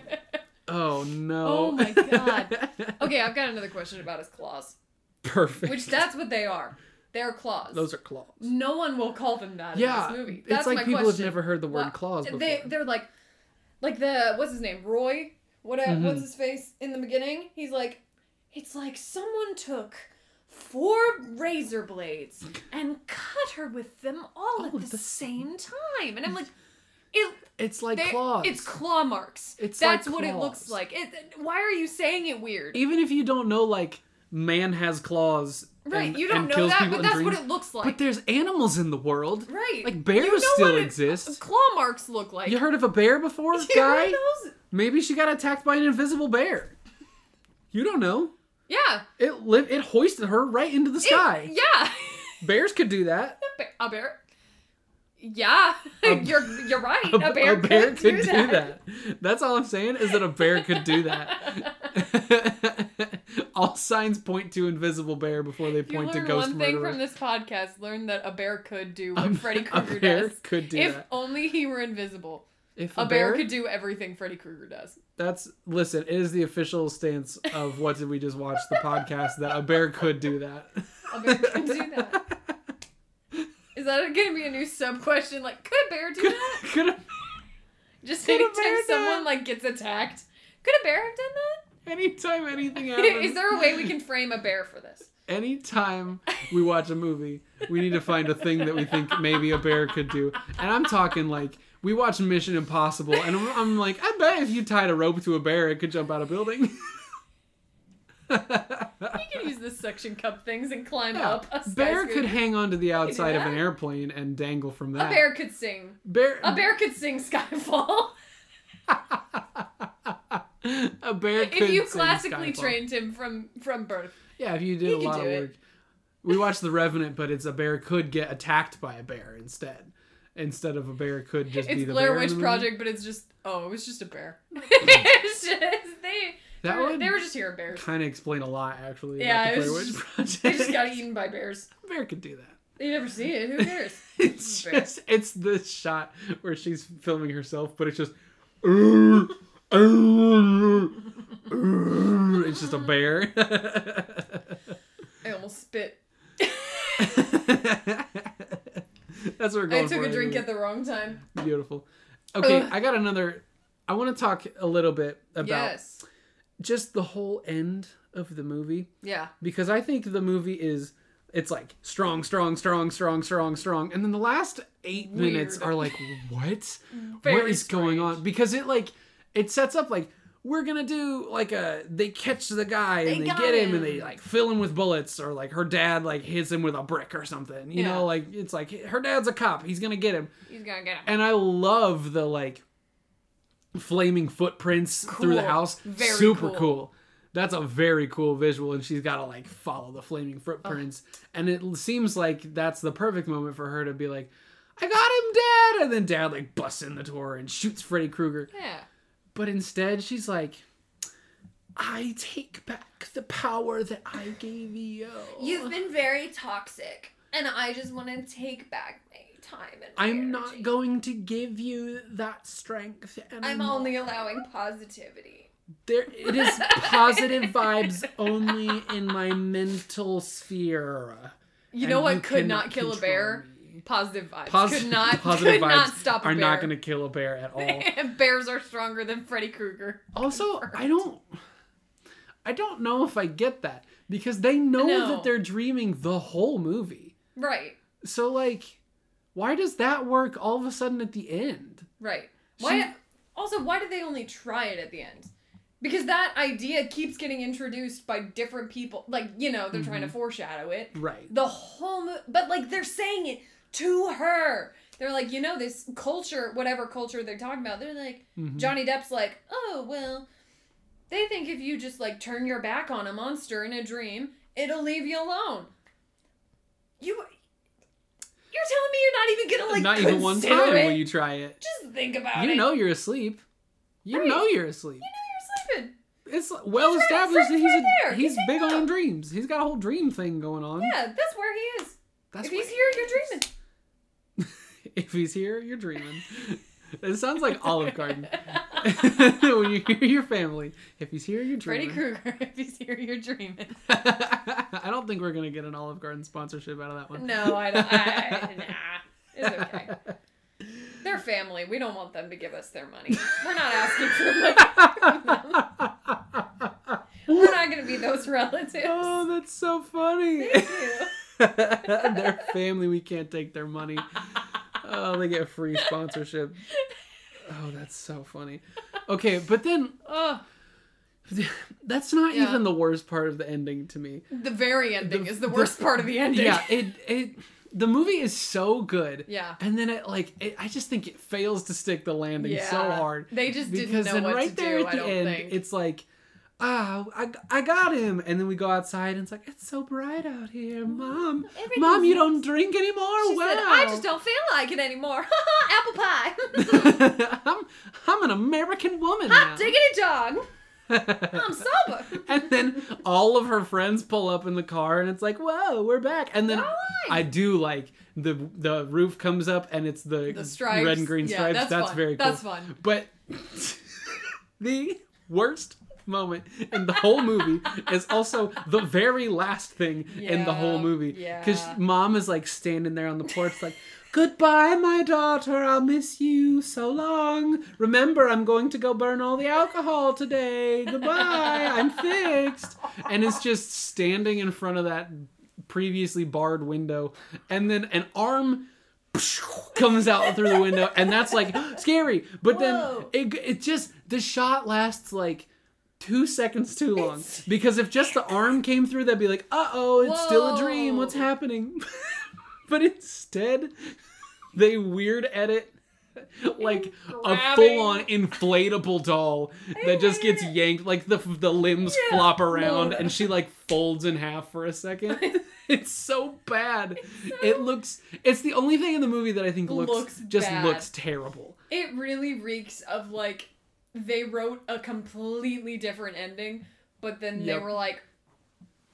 Speaker 1: Oh no.
Speaker 2: Oh my God. Okay, I've got another question about his claws,
Speaker 1: Perfect.
Speaker 2: which that's what they are. They're claws.
Speaker 1: those are claws.
Speaker 2: No one will call them that
Speaker 1: Yeah,
Speaker 2: in this movie. That's
Speaker 1: it's like
Speaker 2: my
Speaker 1: people
Speaker 2: question.
Speaker 1: have never heard the word
Speaker 2: Well,
Speaker 1: claws before.
Speaker 2: They they're like, like the what's his name Roy. What uh,
Speaker 1: Mhm.
Speaker 2: what's his face in the beginning? He's like, it's like someone took four razor blades and cut her with them all
Speaker 1: Oh,
Speaker 2: at the,
Speaker 1: the-
Speaker 2: same time, and I'm like, it
Speaker 1: it's like
Speaker 2: they-
Speaker 1: claws.
Speaker 2: It's claw marks.
Speaker 1: It's
Speaker 2: that's
Speaker 1: like
Speaker 2: what it
Speaker 1: claws.
Speaker 2: looks like. It, why are you saying it weird?
Speaker 1: even if you don't know like man has claws.
Speaker 2: right,
Speaker 1: and-
Speaker 2: you don't
Speaker 1: and
Speaker 2: know
Speaker 1: kills
Speaker 2: that,
Speaker 1: people
Speaker 2: but
Speaker 1: and
Speaker 2: that's what
Speaker 1: dreams.
Speaker 2: it looks
Speaker 1: But
Speaker 2: like.
Speaker 1: there's animals in the world.
Speaker 2: right,
Speaker 1: Like bears
Speaker 2: You know
Speaker 1: still
Speaker 2: what it-
Speaker 1: exist.
Speaker 2: Claw marks look like.
Speaker 1: You heard of a bear before,
Speaker 2: You
Speaker 1: guy?
Speaker 2: heard those?
Speaker 1: Maybe she got attacked by an invisible bear. You don't know.
Speaker 2: Yeah.
Speaker 1: It li- it hoisted her right into the
Speaker 2: It-
Speaker 1: sky.
Speaker 2: yeah.
Speaker 1: Bears could do that.
Speaker 2: Ba- A bear. Yeah,
Speaker 1: A-
Speaker 2: you're you're right.
Speaker 1: A,
Speaker 2: A, bear, could, do, that.
Speaker 1: That's all I'm saying is that a bear could do that. all signs point to invisible bear before they
Speaker 2: If you
Speaker 1: point to
Speaker 2: learn
Speaker 1: ghost
Speaker 2: one thing
Speaker 1: murderer.
Speaker 2: from this podcast, learn that a bear could do what
Speaker 1: Um,
Speaker 2: Freddy
Speaker 1: a
Speaker 2: Krueger
Speaker 1: bear
Speaker 2: does.
Speaker 1: could do
Speaker 2: if
Speaker 1: that.
Speaker 2: only he were invisible.
Speaker 1: If
Speaker 2: A, bear, could do everything Freddy Krueger does.
Speaker 1: That's listen. It is the official stance of what did we just watch the podcast that a bear could do that.
Speaker 2: A bear could do that. Is that going to be a new sub question? Like, could a bear do
Speaker 1: could,
Speaker 2: that?
Speaker 1: could a,
Speaker 2: Just
Speaker 1: could a
Speaker 2: anytime
Speaker 1: bear do
Speaker 2: someone
Speaker 1: that?
Speaker 2: like gets attacked, could a bear have done that?
Speaker 1: anytime anything
Speaker 2: Is
Speaker 1: happens,
Speaker 2: there a way we can frame a bear for this?
Speaker 1: Anytime we watch a movie, we need to find a thing that we think maybe a bear could do. And I'm talking like we watch Mission Impossible, and I'm, I'm like, I bet if you tied a rope to a bear, it could jump out a building.
Speaker 2: We could use the suction cup things and climb
Speaker 1: Yeah.
Speaker 2: up. A
Speaker 1: Bear could
Speaker 2: skyscraper.
Speaker 1: hang onto the outside of
Speaker 2: that.
Speaker 1: an airplane and dangle from that.
Speaker 2: A bear could sing.
Speaker 1: Bear.
Speaker 2: A bear could sing Skyfall.
Speaker 1: a bear could
Speaker 2: if you
Speaker 1: sing
Speaker 2: classically
Speaker 1: Skyfall.
Speaker 2: trained him from from birth.
Speaker 1: Yeah, if you did
Speaker 2: He
Speaker 1: a
Speaker 2: could
Speaker 1: lot of
Speaker 2: do it.
Speaker 1: work. We watched The Revenant, but it's a bear could get attacked by a bear instead. Instead of a bear could just be
Speaker 2: It's
Speaker 1: the
Speaker 2: Blair
Speaker 1: bear in
Speaker 2: Witch
Speaker 1: the movie.
Speaker 2: Project, but it's just oh, it was just a bear. it's just they
Speaker 1: That
Speaker 2: they, were,
Speaker 1: would
Speaker 2: they were just here bears.
Speaker 1: kind of explain a lot, actually.
Speaker 2: Yeah,
Speaker 1: about
Speaker 2: it
Speaker 1: the Blair
Speaker 2: was
Speaker 1: Witch
Speaker 2: just-
Speaker 1: Project.
Speaker 2: They just got eaten by bears.
Speaker 1: a bear could do that.
Speaker 2: They never see it. Who cares?
Speaker 1: It's
Speaker 2: Bear.
Speaker 1: just it's this shot where she's filming herself, but it's just it's just a bear.
Speaker 2: I almost spit.
Speaker 1: That's what we're going
Speaker 2: I
Speaker 1: for
Speaker 2: took a drink
Speaker 1: anyway.
Speaker 2: at the wrong time.
Speaker 1: Beautiful. Okay,
Speaker 2: Ugh.
Speaker 1: I got another. I want to talk a little bit about
Speaker 2: Yes.
Speaker 1: just the whole end of the movie
Speaker 2: Yeah.
Speaker 1: because I think the movie is it's like strong, strong, strong, strong, strong, strong, and then the last eight
Speaker 2: Weird. Mm.
Speaker 1: minutes are like what? what
Speaker 2: Very
Speaker 1: is going
Speaker 2: strange.
Speaker 1: on? Because it like it sets up like we're gonna do like a they catch the guy and
Speaker 2: They
Speaker 1: they,
Speaker 2: got
Speaker 1: get him, and
Speaker 2: him.
Speaker 1: they like fill him with bullets or like her dad like hits him with a brick or something. You
Speaker 2: Yeah.
Speaker 1: know, like it's like her dad's a cop, he's gonna get him
Speaker 2: He's gonna get him.
Speaker 1: and I love the like flaming footprints through the
Speaker 2: Cool.
Speaker 1: house.
Speaker 2: Very
Speaker 1: Super
Speaker 2: cool.
Speaker 1: cool. That's a very cool visual, and she's got to like follow the flaming footprints. And it l- seems like that's the perfect moment for her to be like, "I got him, Dad!" And then Dad like busts in the door and shoots Freddy Krueger.
Speaker 2: Yeah.
Speaker 1: But instead, she's like. I take back the power that I gave you.
Speaker 2: been very toxic, and I just want to take back my time and.
Speaker 1: I'm not going to give you that strength anymore.
Speaker 2: allowing positivity.
Speaker 1: There, it is positive vibes only in my mental sphere.
Speaker 2: You
Speaker 1: And
Speaker 2: know what could
Speaker 1: cannot
Speaker 2: not kill a
Speaker 1: control
Speaker 2: bear?
Speaker 1: me.
Speaker 2: Positive vibes.
Speaker 1: Positive,
Speaker 2: could not,
Speaker 1: positive
Speaker 2: could
Speaker 1: vibes
Speaker 2: not stop a
Speaker 1: are
Speaker 2: bear.
Speaker 1: not going to kill a bear at all.
Speaker 2: Bears are stronger than Freddy Krueger.
Speaker 1: also, I don't, I don't know if I get that because they know
Speaker 2: No.
Speaker 1: that they're dreaming the whole movie.
Speaker 2: Right,
Speaker 1: So like, why does that work all of a sudden at the end?
Speaker 2: right. Why?
Speaker 1: She-
Speaker 2: also, why did they only try it at the end? Because that idea keeps getting introduced by different people. Like you know, they're
Speaker 1: Mm-hmm.
Speaker 2: trying to foreshadow it.
Speaker 1: Right.
Speaker 2: The whole, mo- but like they're saying it to her. They're like, you know, this culture, whatever culture they're talking about. They're like,
Speaker 1: Mhm.
Speaker 2: Johnny Depp's like, oh, well, they think if you just like turn your back on a monster in a dream, it'll leave you alone. You, you're telling me you're not even gonna like
Speaker 1: Not even one
Speaker 2: consider
Speaker 1: time
Speaker 2: it?
Speaker 1: will you try it.
Speaker 2: just think about it.
Speaker 1: You know you're asleep. You
Speaker 2: Right.
Speaker 1: know you're asleep.
Speaker 2: you're sleeping.
Speaker 1: It's well
Speaker 2: He's right-
Speaker 1: established that
Speaker 2: Frank's
Speaker 1: he's
Speaker 2: right
Speaker 1: a,
Speaker 2: there.
Speaker 1: he's
Speaker 2: He's
Speaker 1: big
Speaker 2: right
Speaker 1: on
Speaker 2: there.
Speaker 1: dreams. He's got a whole dream thing going on.
Speaker 2: Yeah, that's where he is.
Speaker 1: That's
Speaker 2: if he's
Speaker 1: why-
Speaker 2: here, you're dreaming.
Speaker 1: If he's here, you're dreaming. it sounds like Olive Garden when you hear your family. If he's here, you're
Speaker 2: Freddy
Speaker 1: dreaming.
Speaker 2: Krueger. If he's here, you're dreaming.
Speaker 1: I don't think we're gonna get an Olive Garden sponsorship out of that one.
Speaker 2: No, I don't. I, nah, it's okay. They're family. We don't want them to give us their money. We're not asking for money. We're not going to be those relatives.
Speaker 1: oh, that's so funny.
Speaker 2: Thank you.
Speaker 1: their family, we can't take their money. Oh, they get free sponsorship. Oh, that's so funny. Okay, but then
Speaker 2: Oh,
Speaker 1: that's not
Speaker 2: Yeah.
Speaker 1: even the worst part of the ending to me.
Speaker 2: the very ending
Speaker 1: The-
Speaker 2: is the
Speaker 1: the-
Speaker 2: worst part of the ending.
Speaker 1: Yeah, it it the movie is so good.
Speaker 2: Yeah.
Speaker 1: And then it like it, I just think it fails to stick the landing so
Speaker 2: Yeah.
Speaker 1: hard
Speaker 2: They just didn't
Speaker 1: because
Speaker 2: know
Speaker 1: then
Speaker 2: what
Speaker 1: right
Speaker 2: to
Speaker 1: there
Speaker 2: do,
Speaker 1: at
Speaker 2: I
Speaker 1: the
Speaker 2: don't
Speaker 1: end
Speaker 2: think.
Speaker 1: it's like ah, I, I got him. And then we go outside and it's like, it's so bright out here, mom.
Speaker 2: Everything's
Speaker 1: Mom, you
Speaker 2: nice."
Speaker 1: don't drink anymore?
Speaker 2: She
Speaker 1: wow.
Speaker 2: said, I just don't feel like it anymore. Apple pie.
Speaker 1: I'm, I'm an American woman now.
Speaker 2: Hot diggity dog. I'm sober.
Speaker 1: and then all of her friends pull up in the car and it's like, whoa, we're back. And then
Speaker 2: Alright.
Speaker 1: I do like the the roof comes up and it's the,
Speaker 2: The stripes.
Speaker 1: red and green
Speaker 2: Yeah,
Speaker 1: stripes.
Speaker 2: that's
Speaker 1: that's
Speaker 2: fun.
Speaker 1: very cool.
Speaker 2: That's fun.
Speaker 1: But the worst moment in the whole movie is also the very last thing in the whole
Speaker 2: Yeah,
Speaker 1: movie. Because
Speaker 2: yeah.
Speaker 1: mom is like standing there on the porch like Goodbye, my daughter. I'll miss you so long. Remember, I'm going to go burn all the alcohol today. Goodbye. I'm fixed. And it's just standing in front of that previously barred window. And then an arm comes out through the window. And that's like scary. But
Speaker 2: Whoa.
Speaker 1: then it, it just, the shot lasts like. Two seconds too long because if just the arm came through, that'd be like, uh oh, it's still a dream. What's
Speaker 2: Whoa.
Speaker 1: happening? but instead, they weird edit like a
Speaker 2: Grabbing.
Speaker 1: full on inflatable doll that just gets yanked like the the limbs
Speaker 2: Yeah.
Speaker 1: flop around
Speaker 2: Whoa.
Speaker 1: and she like folds in half for a second. it's so bad. It looks it's the only thing in the movie that I think looks,
Speaker 2: Looks
Speaker 1: just
Speaker 2: bad.
Speaker 1: looks terrible.
Speaker 2: It really reeks of like they wrote a completely different ending, but then they
Speaker 1: Yep.
Speaker 2: were like,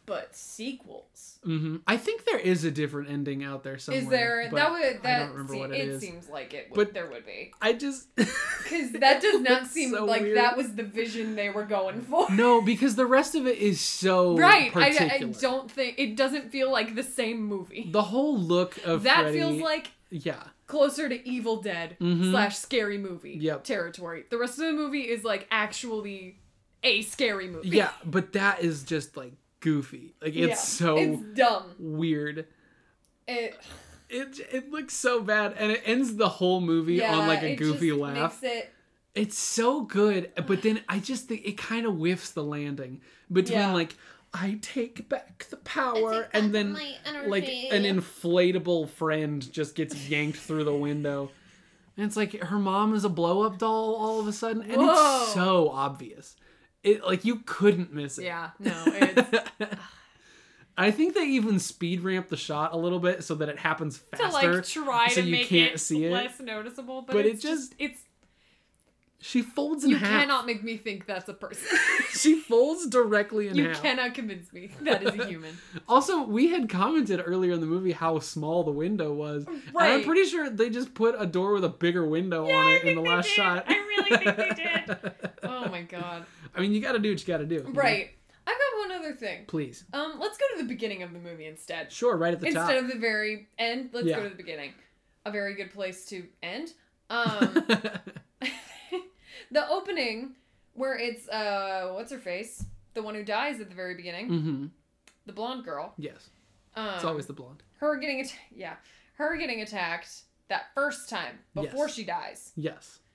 Speaker 2: but sequels.
Speaker 1: hmm I think there is a different ending out there somewhere.
Speaker 2: is there
Speaker 1: but
Speaker 2: that would
Speaker 1: I
Speaker 2: that
Speaker 1: don't remember
Speaker 2: se-
Speaker 1: what
Speaker 2: it,
Speaker 1: it is.
Speaker 2: seems like it would
Speaker 1: But-
Speaker 2: there would be
Speaker 1: I just
Speaker 2: because that does not
Speaker 1: looks
Speaker 2: seem
Speaker 1: so
Speaker 2: like
Speaker 1: weird.
Speaker 2: that was the vision they were going for.
Speaker 1: No, because the rest of it is so
Speaker 2: right, I,
Speaker 1: Particular.
Speaker 2: I don't think it doesn't feel like the same movie.
Speaker 1: The whole look of
Speaker 2: that
Speaker 1: Freddy-
Speaker 2: feels like
Speaker 1: yeah,
Speaker 2: closer to Evil Dead
Speaker 1: Mhm.
Speaker 2: slash scary movie
Speaker 1: Yep.
Speaker 2: territory. The rest of the movie is like actually a scary movie.
Speaker 1: yeah, but that is just like goofy. Like it's
Speaker 2: Yeah.
Speaker 1: so
Speaker 2: it's dumb.
Speaker 1: weird.
Speaker 2: It,
Speaker 1: It it looks so bad, and it ends the whole movie
Speaker 2: yeah,
Speaker 1: on like a
Speaker 2: it
Speaker 1: goofy
Speaker 2: just
Speaker 1: laugh.
Speaker 2: Makes it
Speaker 1: It's so good, but then I just think it kind of whiffs the landing between
Speaker 2: Yeah.
Speaker 1: like I take back the power, and then like an inflatable friend just gets yanked through the window. And it's like her mom is a blow up doll all of a sudden, and
Speaker 2: Whoa.
Speaker 1: it's so obvious. It like you couldn't miss it.
Speaker 2: yeah no it's
Speaker 1: I think they even speed ramp the shot a little bit so that it happens
Speaker 2: to
Speaker 1: faster.
Speaker 2: like try
Speaker 1: so
Speaker 2: to
Speaker 1: you
Speaker 2: make
Speaker 1: can't
Speaker 2: it
Speaker 1: see it.
Speaker 2: less noticeable, but,
Speaker 1: But
Speaker 2: it's
Speaker 1: it
Speaker 2: just,
Speaker 1: just-
Speaker 2: it's
Speaker 1: she folds in
Speaker 2: you
Speaker 1: half.
Speaker 2: cannot make me think that's a person.
Speaker 1: she folds directly in
Speaker 2: you
Speaker 1: half.
Speaker 2: cannot convince me that is a human.
Speaker 1: Also, we had commented earlier in the movie how small the window was. And I'm
Speaker 2: Right.
Speaker 1: pretty sure they just put a door with a bigger window on
Speaker 2: I
Speaker 1: it in
Speaker 2: think
Speaker 1: the
Speaker 2: they
Speaker 1: last
Speaker 2: did.
Speaker 1: shot.
Speaker 2: I really think they did. Oh my god!
Speaker 1: I mean, you gotta do what you gotta do. you know?
Speaker 2: Right, I've got one other thing.
Speaker 1: Please.
Speaker 2: Um, let's go to the beginning of the movie instead.
Speaker 1: Sure, right at the
Speaker 2: Instead
Speaker 1: top.
Speaker 2: of the very end, let's
Speaker 1: Yeah.
Speaker 2: go to the beginning. A very good place to end. Um, the opening where it's uh, what's her face, the one who dies at the very beginning,
Speaker 1: mm-hmm.
Speaker 2: the blonde girl.
Speaker 1: Yes.
Speaker 2: Um,
Speaker 1: It's always the blonde.
Speaker 2: her getting atta- yeah, her getting attacked that first time before
Speaker 1: Yes.
Speaker 2: she dies.
Speaker 1: Yes.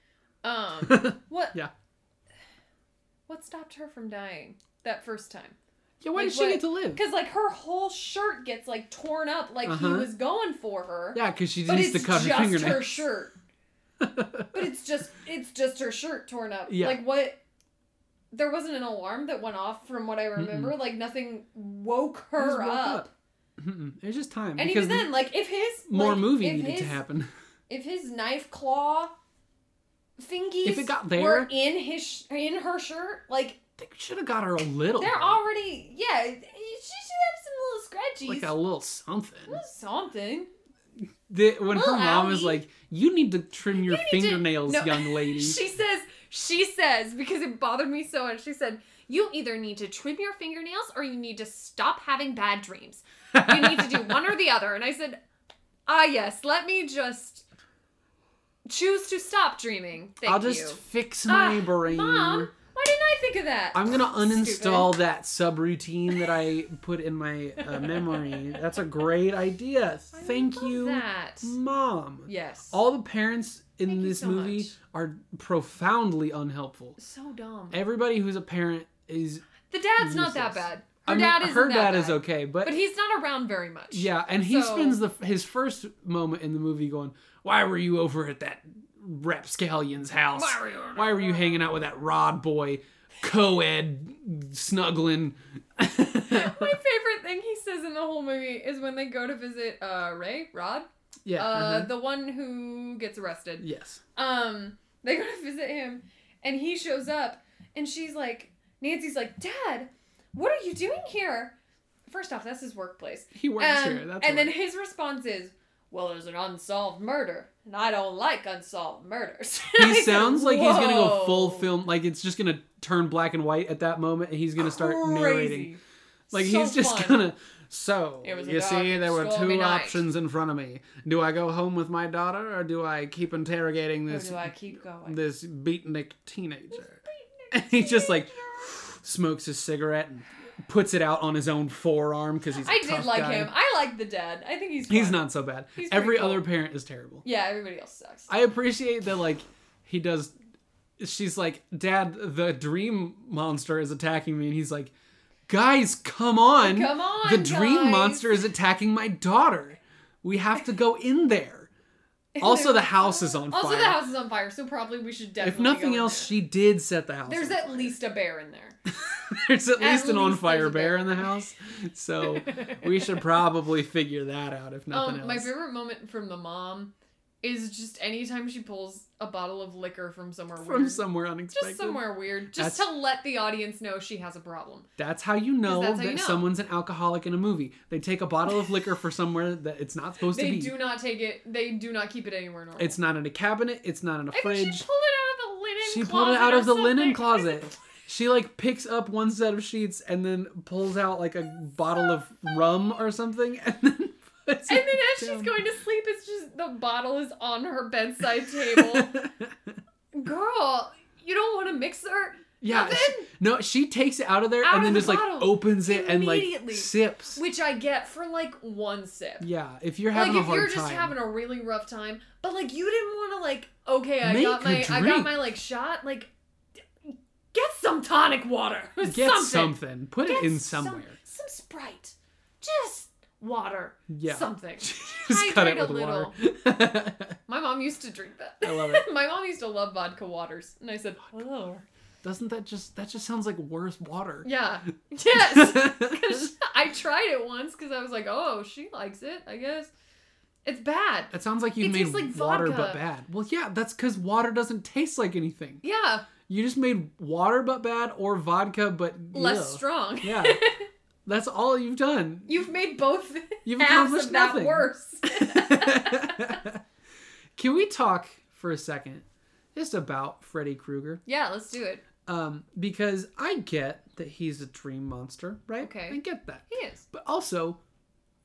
Speaker 2: Um, what?
Speaker 1: Yeah.
Speaker 2: What stopped her from dying that first time?
Speaker 1: Yeah, why
Speaker 2: Like
Speaker 1: did she
Speaker 2: what-
Speaker 1: get to live?
Speaker 2: Because like her whole shirt gets like torn up, like he
Speaker 1: Uh-huh.
Speaker 2: was going for her.
Speaker 1: Yeah, because she
Speaker 2: but
Speaker 1: needs
Speaker 2: it's
Speaker 1: to cut
Speaker 2: just
Speaker 1: her fingernails.
Speaker 2: her shirt. but it's just it's just her shirt torn up.
Speaker 1: Yeah.
Speaker 2: Like what? There wasn't an alarm that went off from what I remember. Like nothing woke
Speaker 1: She just
Speaker 2: her
Speaker 1: woke
Speaker 2: up.
Speaker 1: Mm-mm. It's just time.
Speaker 2: And
Speaker 1: because
Speaker 2: even then, like if his
Speaker 1: more
Speaker 2: like,
Speaker 1: movie
Speaker 2: if
Speaker 1: needed to
Speaker 2: his-
Speaker 1: happen.
Speaker 2: If his knife claw thingies
Speaker 1: If it got
Speaker 2: were
Speaker 1: there-
Speaker 2: in his sh- in her shirt, like
Speaker 1: They should have got her a little.
Speaker 2: they're
Speaker 1: bit.
Speaker 2: already yeah. She should have some little
Speaker 1: like
Speaker 2: scratchies.
Speaker 1: a little something.
Speaker 2: Little something.
Speaker 1: The, when
Speaker 2: Little
Speaker 1: her mom
Speaker 2: owie.
Speaker 1: is like, "You need to trim your
Speaker 2: You need to-
Speaker 1: fingernails,
Speaker 2: No.
Speaker 1: young lady."
Speaker 2: She says, she says, because it bothered me so much. She said, You either need to trim your fingernails or you need to stop having bad dreams. You need to do one or the other. And I said, Ah, yes, let me just choose to stop dreaming. Thank
Speaker 1: I'll just
Speaker 2: you.
Speaker 1: fix my
Speaker 2: Ah,
Speaker 1: brain.
Speaker 2: Mom, why didn't I think of that?
Speaker 1: I'm gonna uninstall that subroutine that I put in my uh, memory. That's a great idea.
Speaker 2: I
Speaker 1: Thank
Speaker 2: love
Speaker 1: you,
Speaker 2: That.
Speaker 1: mom.
Speaker 2: Yes.
Speaker 1: All the parents in
Speaker 2: Thank you
Speaker 1: this
Speaker 2: so
Speaker 1: movie
Speaker 2: much.
Speaker 1: are profoundly unhelpful.
Speaker 2: so dumb.
Speaker 1: Everybody who's a parent is.
Speaker 2: The dad's not that
Speaker 1: Useless.
Speaker 2: bad. Her
Speaker 1: I mean,
Speaker 2: dad is
Speaker 1: her
Speaker 2: that
Speaker 1: dad
Speaker 2: bad,
Speaker 1: is okay, but,
Speaker 2: But he's not around very much.
Speaker 1: yeah, and he
Speaker 2: So-
Speaker 1: spends the his first moment in the movie going, "Why were you over at that rapscallion's house?
Speaker 2: Why were you-
Speaker 1: Why were you hanging out with that Rod boy?" co-ed snuggling.
Speaker 2: My favorite thing he says in the whole movie is when they go to visit uh, Ray, Rod,
Speaker 1: yeah.
Speaker 2: uh,
Speaker 1: uh-huh.
Speaker 2: the one who gets arrested.
Speaker 1: Yes.
Speaker 2: Um, they go to visit him, and he shows up, and she's like, Nancy's like, Dad, what are you doing here? First off, that's his workplace.
Speaker 1: He works
Speaker 2: Um,
Speaker 1: here. That's
Speaker 2: and
Speaker 1: all
Speaker 2: then his response is, "Well, there's an unsolved murder, and I don't like unsolved murders."
Speaker 1: right.
Speaker 2: I
Speaker 1: he
Speaker 2: said,
Speaker 1: sounds like he's gonna go full
Speaker 2: "Whoa."
Speaker 1: film. Like it's just gonna turn black and white at that moment, and he's gonna start narrating.
Speaker 2: Crazy.
Speaker 1: Like
Speaker 2: So
Speaker 1: he's just
Speaker 2: fun.
Speaker 1: gonna. So
Speaker 2: It was a
Speaker 1: you
Speaker 2: dark
Speaker 1: see,
Speaker 2: and
Speaker 1: there were
Speaker 2: stormy
Speaker 1: two
Speaker 2: night.
Speaker 1: options in front of me. Do I go home with my daughter, or do I keep interrogating
Speaker 2: Or
Speaker 1: this
Speaker 2: do I keep going?
Speaker 1: this beatnik teenager? And he just like smokes his cigarette and puts it out on his own forearm because he's. I
Speaker 2: I did like him. I like the dad. I think he's.
Speaker 1: He's
Speaker 2: fun.
Speaker 1: not so bad.
Speaker 2: He's pretty
Speaker 1: Every
Speaker 2: cool.
Speaker 1: other parent is terrible.
Speaker 2: Yeah, everybody else sucks.
Speaker 1: I appreciate that. Like he does. She's like, Dad, the dream monster is attacking me, and he's like, Guys, come on.
Speaker 2: Oh, Come on,
Speaker 1: The dream
Speaker 2: guys.
Speaker 1: monster is attacking my daughter. We have to go in there. Also, the house is on
Speaker 2: Also,
Speaker 1: fire.
Speaker 2: the house is on fire, so probably we should definitely.
Speaker 1: if nothing
Speaker 2: go in
Speaker 1: else,
Speaker 2: there.
Speaker 1: she did set the house.
Speaker 2: there's
Speaker 1: on
Speaker 2: at least a bear in there.
Speaker 1: there's at,
Speaker 2: at
Speaker 1: least an on
Speaker 2: least
Speaker 1: fire
Speaker 2: there's a
Speaker 1: bear
Speaker 2: bear.
Speaker 1: in the house, so we should probably figure that out. If nothing
Speaker 2: um,
Speaker 1: else,
Speaker 2: my favorite moment from the mom is just anytime she pulls a bottle of liquor from somewhere
Speaker 1: from
Speaker 2: weird.
Speaker 1: somewhere
Speaker 2: just
Speaker 1: unexpected.
Speaker 2: somewhere weird, just
Speaker 1: That's-
Speaker 2: to let the audience know she has a problem.
Speaker 1: That's how you know
Speaker 2: that's how
Speaker 1: that
Speaker 2: you know.
Speaker 1: someone's an alcoholic in a movie. They take a bottle of liquor for somewhere that it's not supposed to
Speaker 2: They
Speaker 1: be.
Speaker 2: do not take it. They do not keep it anywhere normal.
Speaker 1: It's not in a cabinet. It's not in a
Speaker 2: I think
Speaker 1: fridge.
Speaker 2: she pulled it out of the linen.
Speaker 1: She pulled it
Speaker 2: closet
Speaker 1: out
Speaker 2: or
Speaker 1: of the linen
Speaker 2: something.
Speaker 1: closet. She like picks up one set of sheets and then pulls out like a bottle of rum or something and then puts
Speaker 2: And
Speaker 1: it
Speaker 2: then as she's
Speaker 1: down.
Speaker 2: going to sleep, it's just the bottle is on her bedside table. Girl, you don't want a mixer?
Speaker 1: yeah.
Speaker 2: Nothing?
Speaker 1: she- no, she takes it out of there
Speaker 2: Out
Speaker 1: and
Speaker 2: of
Speaker 1: then
Speaker 2: the
Speaker 1: just like
Speaker 2: bottle.
Speaker 1: opens it and like
Speaker 2: Immediately.
Speaker 1: sips.
Speaker 2: Which I get for like one sip.
Speaker 1: yeah, if you're
Speaker 2: like
Speaker 1: having a
Speaker 2: if
Speaker 1: hard
Speaker 2: you're just
Speaker 1: time.
Speaker 2: having a really rough time, but like you didn't want to like okay, I
Speaker 1: Make
Speaker 2: got
Speaker 1: a
Speaker 2: my I
Speaker 1: drink.
Speaker 2: got my like shot, like get some tonic water.
Speaker 1: Get
Speaker 2: something.
Speaker 1: something. Put
Speaker 2: Get
Speaker 1: it in
Speaker 2: some-
Speaker 1: somewhere.
Speaker 2: Some, Sprite. Just water.
Speaker 1: Yeah.
Speaker 2: Something.
Speaker 1: just cut it
Speaker 2: Hydrate
Speaker 1: with
Speaker 2: a
Speaker 1: water.
Speaker 2: My mom used to drink that.
Speaker 1: I love it.
Speaker 2: my mom used to love vodka waters. And I said, "Oh."
Speaker 1: Doesn't that just that just sounds like worse water?
Speaker 2: Yeah. Yes. 'Cause I tried it once because I was like, "Oh, she likes it, I guess." It's bad.
Speaker 1: That sounds like you
Speaker 2: It
Speaker 1: made
Speaker 2: tastes like
Speaker 1: water but
Speaker 2: vodka.
Speaker 1: bad. Well, yeah, that's because water doesn't taste like anything.
Speaker 2: Yeah,
Speaker 1: You just made water but bad or vodka but
Speaker 2: less
Speaker 1: ew.
Speaker 2: strong.
Speaker 1: Yeah, that's all you've done.
Speaker 2: You've made both
Speaker 1: You've
Speaker 2: halves
Speaker 1: accomplished
Speaker 2: of that
Speaker 1: nothing.
Speaker 2: worse.
Speaker 1: Can we talk for a second just about Freddy Krueger?
Speaker 2: yeah, let's do it.
Speaker 1: Um, because I get that he's a dream monster, right?
Speaker 2: Okay.
Speaker 1: I get that.
Speaker 2: He is.
Speaker 1: But also,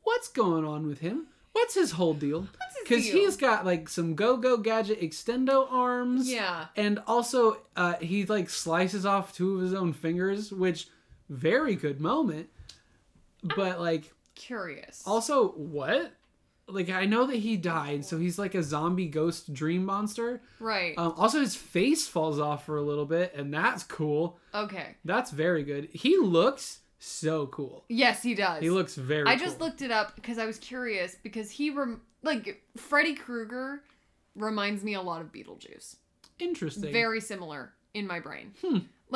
Speaker 1: what's going on with him? What's his whole deal?
Speaker 2: What's his
Speaker 1: Because
Speaker 2: deal?
Speaker 1: he's got like some go go gadget extendo arms.
Speaker 2: Yeah.
Speaker 1: And also, uh, he like slices off two of his own fingers, which very good moment. But like,
Speaker 2: Curious.
Speaker 1: also what? Like I know that he died, so he's like a zombie ghost dream monster.
Speaker 2: right.
Speaker 1: Um, also, his face falls off for a little bit, and that's cool.
Speaker 2: okay.
Speaker 1: That's very good. He looks so cool.
Speaker 2: Yes, he does.
Speaker 1: He looks very.
Speaker 2: I just
Speaker 1: cool.
Speaker 2: looked it up because I was curious because he rem- like Freddy Krueger reminds me a lot of Beetlejuice.
Speaker 1: interesting.
Speaker 2: Very similar in my brain. Like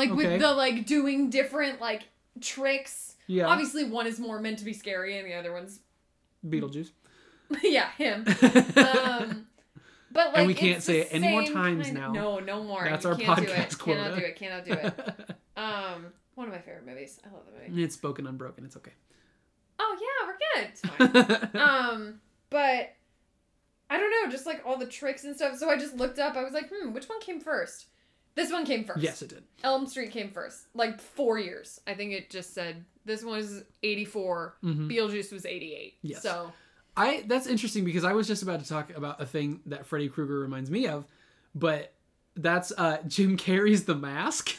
Speaker 1: Hmm. Okay.
Speaker 2: with the like doing different like tricks.
Speaker 1: Yeah.
Speaker 2: Obviously, one is more meant to be scary, and the other one's
Speaker 1: Beetlejuice.
Speaker 2: yeah him. um, but like,
Speaker 1: And we
Speaker 2: it's
Speaker 1: can't
Speaker 2: the
Speaker 1: say it any more
Speaker 2: same
Speaker 1: times
Speaker 2: kind-
Speaker 1: now.
Speaker 2: No, no more.
Speaker 1: That's
Speaker 2: You
Speaker 1: our
Speaker 2: can't
Speaker 1: podcast
Speaker 2: do it.
Speaker 1: quota.
Speaker 2: Cannot do it. Cannot do it. Um, one of my favorite movies. I love that movie.
Speaker 1: it's spoken unbroken. It's okay.
Speaker 2: Oh yeah, we're good. It's fine. um, but I don't know, just like all the tricks and stuff. So I just looked up. I was like, hmm, which one came first? This one came first.
Speaker 1: yes, it did.
Speaker 2: Elm Street came first. Like four years. I think it just said this one is 84. Beetlejuice was 88.
Speaker 1: Mm. Yes.
Speaker 2: So
Speaker 1: Mm-hmm. I that's interesting because I was just about to talk about a thing that Freddy Krueger reminds me of, but that's uh Jim Carrey's The Mask.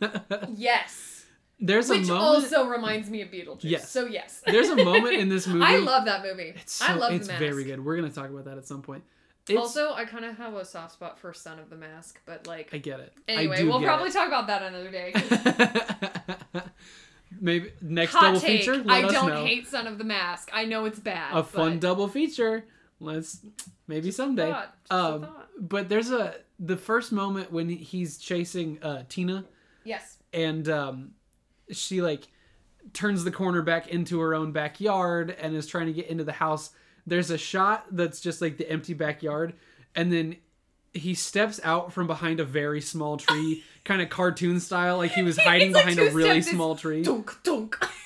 Speaker 2: yes,
Speaker 1: there's a
Speaker 2: which
Speaker 1: moment.
Speaker 2: also reminds me of Beetlejuice.
Speaker 1: Yes.
Speaker 2: So yes.
Speaker 1: there's a moment in this movie.
Speaker 2: I love that movie.
Speaker 1: It's so,
Speaker 2: I love
Speaker 1: It's
Speaker 2: the mask.
Speaker 1: very good. We're gonna talk about that at some point. It's,
Speaker 2: also, I kind of have a soft spot for Son of the Mask, but like
Speaker 1: I get it. I
Speaker 2: anyway,
Speaker 1: do
Speaker 2: we'll
Speaker 1: get
Speaker 2: probably
Speaker 1: it.
Speaker 2: talk about that another day.
Speaker 1: Maybe next
Speaker 2: Hot
Speaker 1: double
Speaker 2: take.
Speaker 1: feature. Let
Speaker 2: I
Speaker 1: us
Speaker 2: don't
Speaker 1: know.
Speaker 2: hate Son of the Mask. I know it's bad.
Speaker 1: a fun
Speaker 2: but
Speaker 1: double feature. Let's maybe someday.
Speaker 2: thought, just a
Speaker 1: Um,
Speaker 2: thought.
Speaker 1: but there's a the first moment when he's chasing uh, Tina
Speaker 2: Yes.
Speaker 1: and um, she like turns the corner back into her own backyard and is trying to get into the house. There's a shot that's just like the empty backyard, and then he steps out from behind a very small tree, kind of cartoon style, like he was hiding
Speaker 2: It's like
Speaker 1: behind a
Speaker 2: two
Speaker 1: really
Speaker 2: steps, it's
Speaker 1: small tree.
Speaker 2: Dunk, dunk.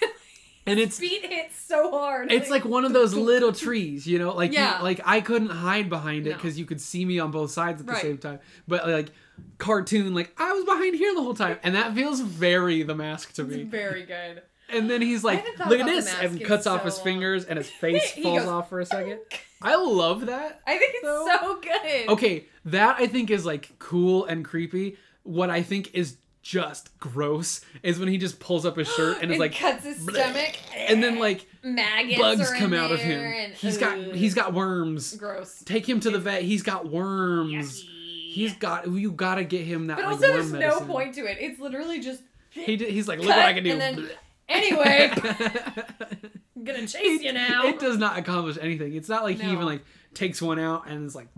Speaker 1: And it's
Speaker 2: Feet hit so hard.
Speaker 1: it's like one of those little trees, you know, like you-
Speaker 2: Yeah.
Speaker 1: like I couldn't hide behind it
Speaker 2: No.
Speaker 1: because you could see me on both sides at the
Speaker 2: Right.
Speaker 1: same time. But like cartoon, like I was behind here the whole time, and that feels very the mask to me.
Speaker 2: It's very good.
Speaker 1: And then he's like,
Speaker 2: haven't thought
Speaker 1: "Look at
Speaker 2: about The
Speaker 1: this,"
Speaker 2: Mask
Speaker 1: and
Speaker 2: in
Speaker 1: cuts off
Speaker 2: so
Speaker 1: his
Speaker 2: long.
Speaker 1: fingers, and his face
Speaker 2: He
Speaker 1: falls
Speaker 2: goes,
Speaker 1: off for a second. I love that.
Speaker 2: I think it's
Speaker 1: So-
Speaker 2: so, good.
Speaker 1: Okay, that I think is like cool and creepy. What I think is just gross is when he just pulls up his shirt and is
Speaker 2: It
Speaker 1: like,
Speaker 2: cuts his stomach.
Speaker 1: and then like
Speaker 2: maggots
Speaker 1: bugs
Speaker 2: are
Speaker 1: come
Speaker 2: in
Speaker 1: out of him.
Speaker 2: there And,
Speaker 1: he's got
Speaker 2: Ugh.
Speaker 1: he's got worms.
Speaker 2: gross.
Speaker 1: Take him to the vet. He's got worms.
Speaker 2: Yucky.
Speaker 1: He's got you gotta get him that.
Speaker 2: but
Speaker 1: like,
Speaker 2: also,
Speaker 1: worm
Speaker 2: there's
Speaker 1: medicine.
Speaker 2: no point to it. It's literally just.
Speaker 1: He did, he's like, look what I can do.
Speaker 2: and then- Anyway, I'm gonna chase you now.
Speaker 1: it does not accomplish anything. It's not like he
Speaker 2: No.
Speaker 1: even like takes one out and is like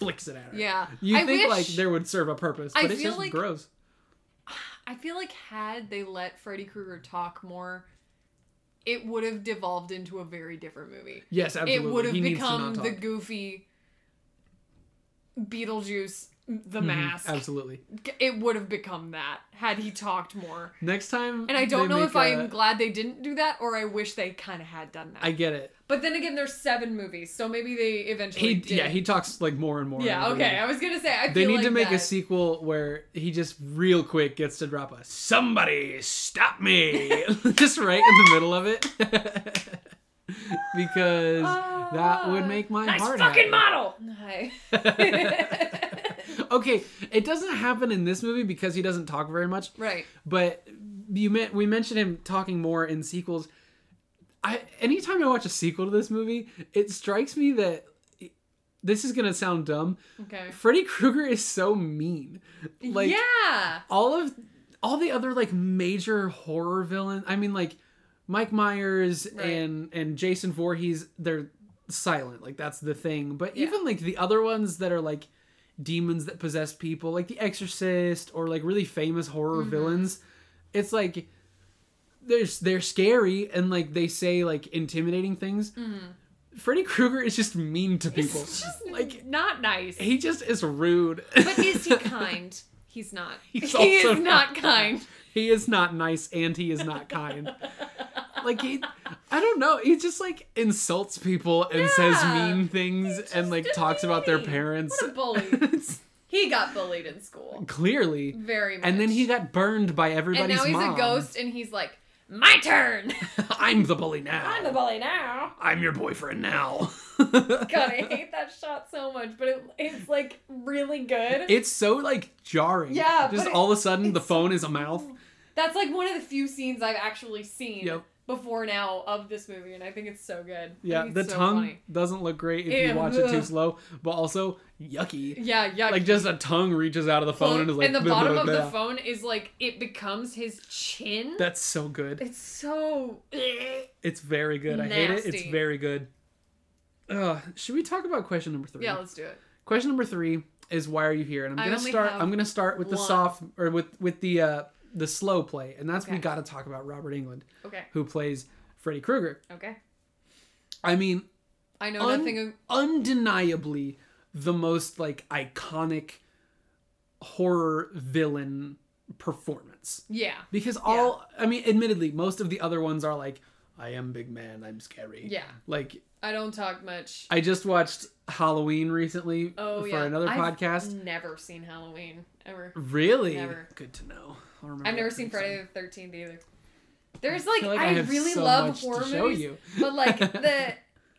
Speaker 1: flicks it at her.
Speaker 2: yeah,
Speaker 1: You
Speaker 2: I
Speaker 1: think
Speaker 2: wish,
Speaker 1: like there would serve a purpose,
Speaker 2: I
Speaker 1: but it's
Speaker 2: feel
Speaker 1: just
Speaker 2: like-
Speaker 1: gross.
Speaker 2: I feel like had they let Freddy Krueger talk more, it would have devolved into a very different movie.
Speaker 1: Yes, absolutely.
Speaker 2: It would
Speaker 1: he
Speaker 2: have
Speaker 1: needs to
Speaker 2: become
Speaker 1: not talk.
Speaker 2: the goofy Beetlejuice, the
Speaker 1: Mhm,
Speaker 2: mask.
Speaker 1: Absolutely.
Speaker 2: It would have become that had he talked more.
Speaker 1: Next time,
Speaker 2: And I don't
Speaker 1: they
Speaker 2: know
Speaker 1: make
Speaker 2: if i I'm
Speaker 1: a-
Speaker 2: glad they didn't do that or I wish they kind of had done that.
Speaker 1: I get it.
Speaker 2: but then again, there's seven movies, so maybe they eventually
Speaker 1: He
Speaker 2: did.
Speaker 1: yeah he talks like more and more.
Speaker 2: yeah.
Speaker 1: every
Speaker 2: Okay,
Speaker 1: week.
Speaker 2: I was gonna say I.
Speaker 1: They
Speaker 2: feel
Speaker 1: need
Speaker 2: like
Speaker 1: to make a
Speaker 2: that-
Speaker 1: sequel where he just real quick gets to drop a "Somebody stop me!" just right in the middle of it, because that would make my
Speaker 2: Ah, nice
Speaker 1: heart happy.
Speaker 2: fucking model. Hi.
Speaker 1: okay, it doesn't happen in this movie because he doesn't talk very much.
Speaker 2: right.
Speaker 1: But you meant we mentioned him talking more in sequels. I anytime I watch a sequel to this movie, it strikes me that this is gonna sound dumb.
Speaker 2: Okay.
Speaker 1: Freddy Krueger is so mean. Like
Speaker 2: yeah.
Speaker 1: all of all the other like major horror villains. I mean, like Mike Myers
Speaker 2: Right.
Speaker 1: and and Jason Voorhees. They're silent. Like that's the thing. But
Speaker 2: Yeah.
Speaker 1: even like the other ones that are like demons that possess people, like The Exorcist or like really famous horror
Speaker 2: Mm-hmm.
Speaker 1: villains. It's like they're they're scary and like they say like intimidating things. Freddy Krueger is just mean to people.
Speaker 2: It's Mm-hmm. just
Speaker 1: like
Speaker 2: not nice.
Speaker 1: he just is rude.
Speaker 2: but is he kind? He's not.
Speaker 1: He's
Speaker 2: he is
Speaker 1: also
Speaker 2: not kind.
Speaker 1: He is not nice and he is not kind. like he I don't know, he just like insults people and says
Speaker 2: Yeah.
Speaker 1: mean things and like
Speaker 2: Just
Speaker 1: talks about their
Speaker 2: mean.
Speaker 1: parents.
Speaker 2: What a bully.
Speaker 1: It's-
Speaker 2: he got bullied in school.
Speaker 1: Clearly.
Speaker 2: Very much.
Speaker 1: And then he got burned by
Speaker 2: And
Speaker 1: everybody's
Speaker 2: now he's
Speaker 1: mom.
Speaker 2: a ghost and he's like, my turn.
Speaker 1: I'm the bully now.
Speaker 2: I'm the bully now.
Speaker 1: I'm your boyfriend now.
Speaker 2: God, I hate that shot so much, but it, it's like really good.
Speaker 1: It's so like jarring.
Speaker 2: Yeah,
Speaker 1: Just
Speaker 2: but it-
Speaker 1: all of a sudden the
Speaker 2: it's-
Speaker 1: phone is a mouth.
Speaker 2: That's like one of the few scenes I've actually seen
Speaker 1: Yep.
Speaker 2: before now of this movie, and I think it's so good. I
Speaker 1: Yeah,
Speaker 2: think
Speaker 1: the
Speaker 2: it's so
Speaker 1: tongue
Speaker 2: funny.
Speaker 1: doesn't look great if you
Speaker 2: Ew,
Speaker 1: watch it too
Speaker 2: ugh.
Speaker 1: slow, but also yucky.
Speaker 2: Yeah, yeah.
Speaker 1: Like just a tongue reaches out of the phone and is like
Speaker 2: the bottom
Speaker 1: blah,
Speaker 2: of
Speaker 1: blah,
Speaker 2: the phone is like it becomes his chin.
Speaker 1: That's so good.
Speaker 2: it's so.
Speaker 1: It's very good. I hate it. It's
Speaker 2: Nasty.
Speaker 1: very good. Uh, should we talk about question number three?
Speaker 2: Yeah, let's do it.
Speaker 1: Question number three is why are you here? And I'm
Speaker 2: I
Speaker 1: gonna
Speaker 2: only
Speaker 1: start.
Speaker 2: have
Speaker 1: I'm gonna start with the
Speaker 2: one.
Speaker 1: soft or with with the uh, the slow play, and that's we
Speaker 2: Okay.
Speaker 1: got to talk about Robert England,
Speaker 2: Okay,
Speaker 1: who plays Freddy Krueger.
Speaker 2: okay.
Speaker 1: I mean,
Speaker 2: I know
Speaker 1: Un-
Speaker 2: nothing. Of,
Speaker 1: undeniably the most like iconic horror villain performance.
Speaker 2: yeah,
Speaker 1: Because all, I mean, admittedly, most of the other ones are like, I am big man, I'm scary.
Speaker 2: yeah.
Speaker 1: Like,
Speaker 2: I don't talk much.
Speaker 1: I just watched Halloween recently
Speaker 2: Oh
Speaker 1: for
Speaker 2: yeah.
Speaker 1: another
Speaker 2: I've
Speaker 1: podcast.
Speaker 2: Never seen Halloween ever.
Speaker 1: Really?
Speaker 2: Never.
Speaker 1: Good to know. I'll remember
Speaker 2: I've
Speaker 1: that
Speaker 2: never
Speaker 1: for
Speaker 2: seen
Speaker 1: next
Speaker 2: Friday
Speaker 1: time.
Speaker 2: the Thirteenth either. There's like
Speaker 1: feel
Speaker 2: I,
Speaker 1: like I have
Speaker 2: really
Speaker 1: so
Speaker 2: love
Speaker 1: much to
Speaker 2: horror
Speaker 1: show
Speaker 2: movies,
Speaker 1: you.
Speaker 2: but like the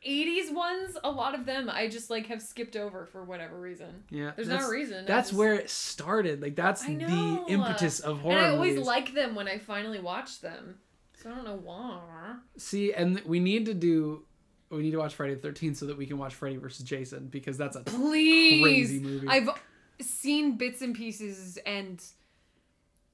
Speaker 2: '80s ones, a lot of them I just like have skipped over for whatever reason.
Speaker 1: Yeah.
Speaker 2: There's
Speaker 1: that's,
Speaker 2: no reason. I
Speaker 1: That's
Speaker 2: just-
Speaker 1: where it started. Like, that's
Speaker 2: I
Speaker 1: the
Speaker 2: know.
Speaker 1: impetus of horror
Speaker 2: And I always
Speaker 1: movies.
Speaker 2: like them when I finally watch them, so I don't know why.
Speaker 1: See, and we need to do. We need to watch Friday the 13th so that we can watch Freddy versus Jason because that's a
Speaker 2: Please,
Speaker 1: crazy movie.
Speaker 2: I've seen bits and pieces, and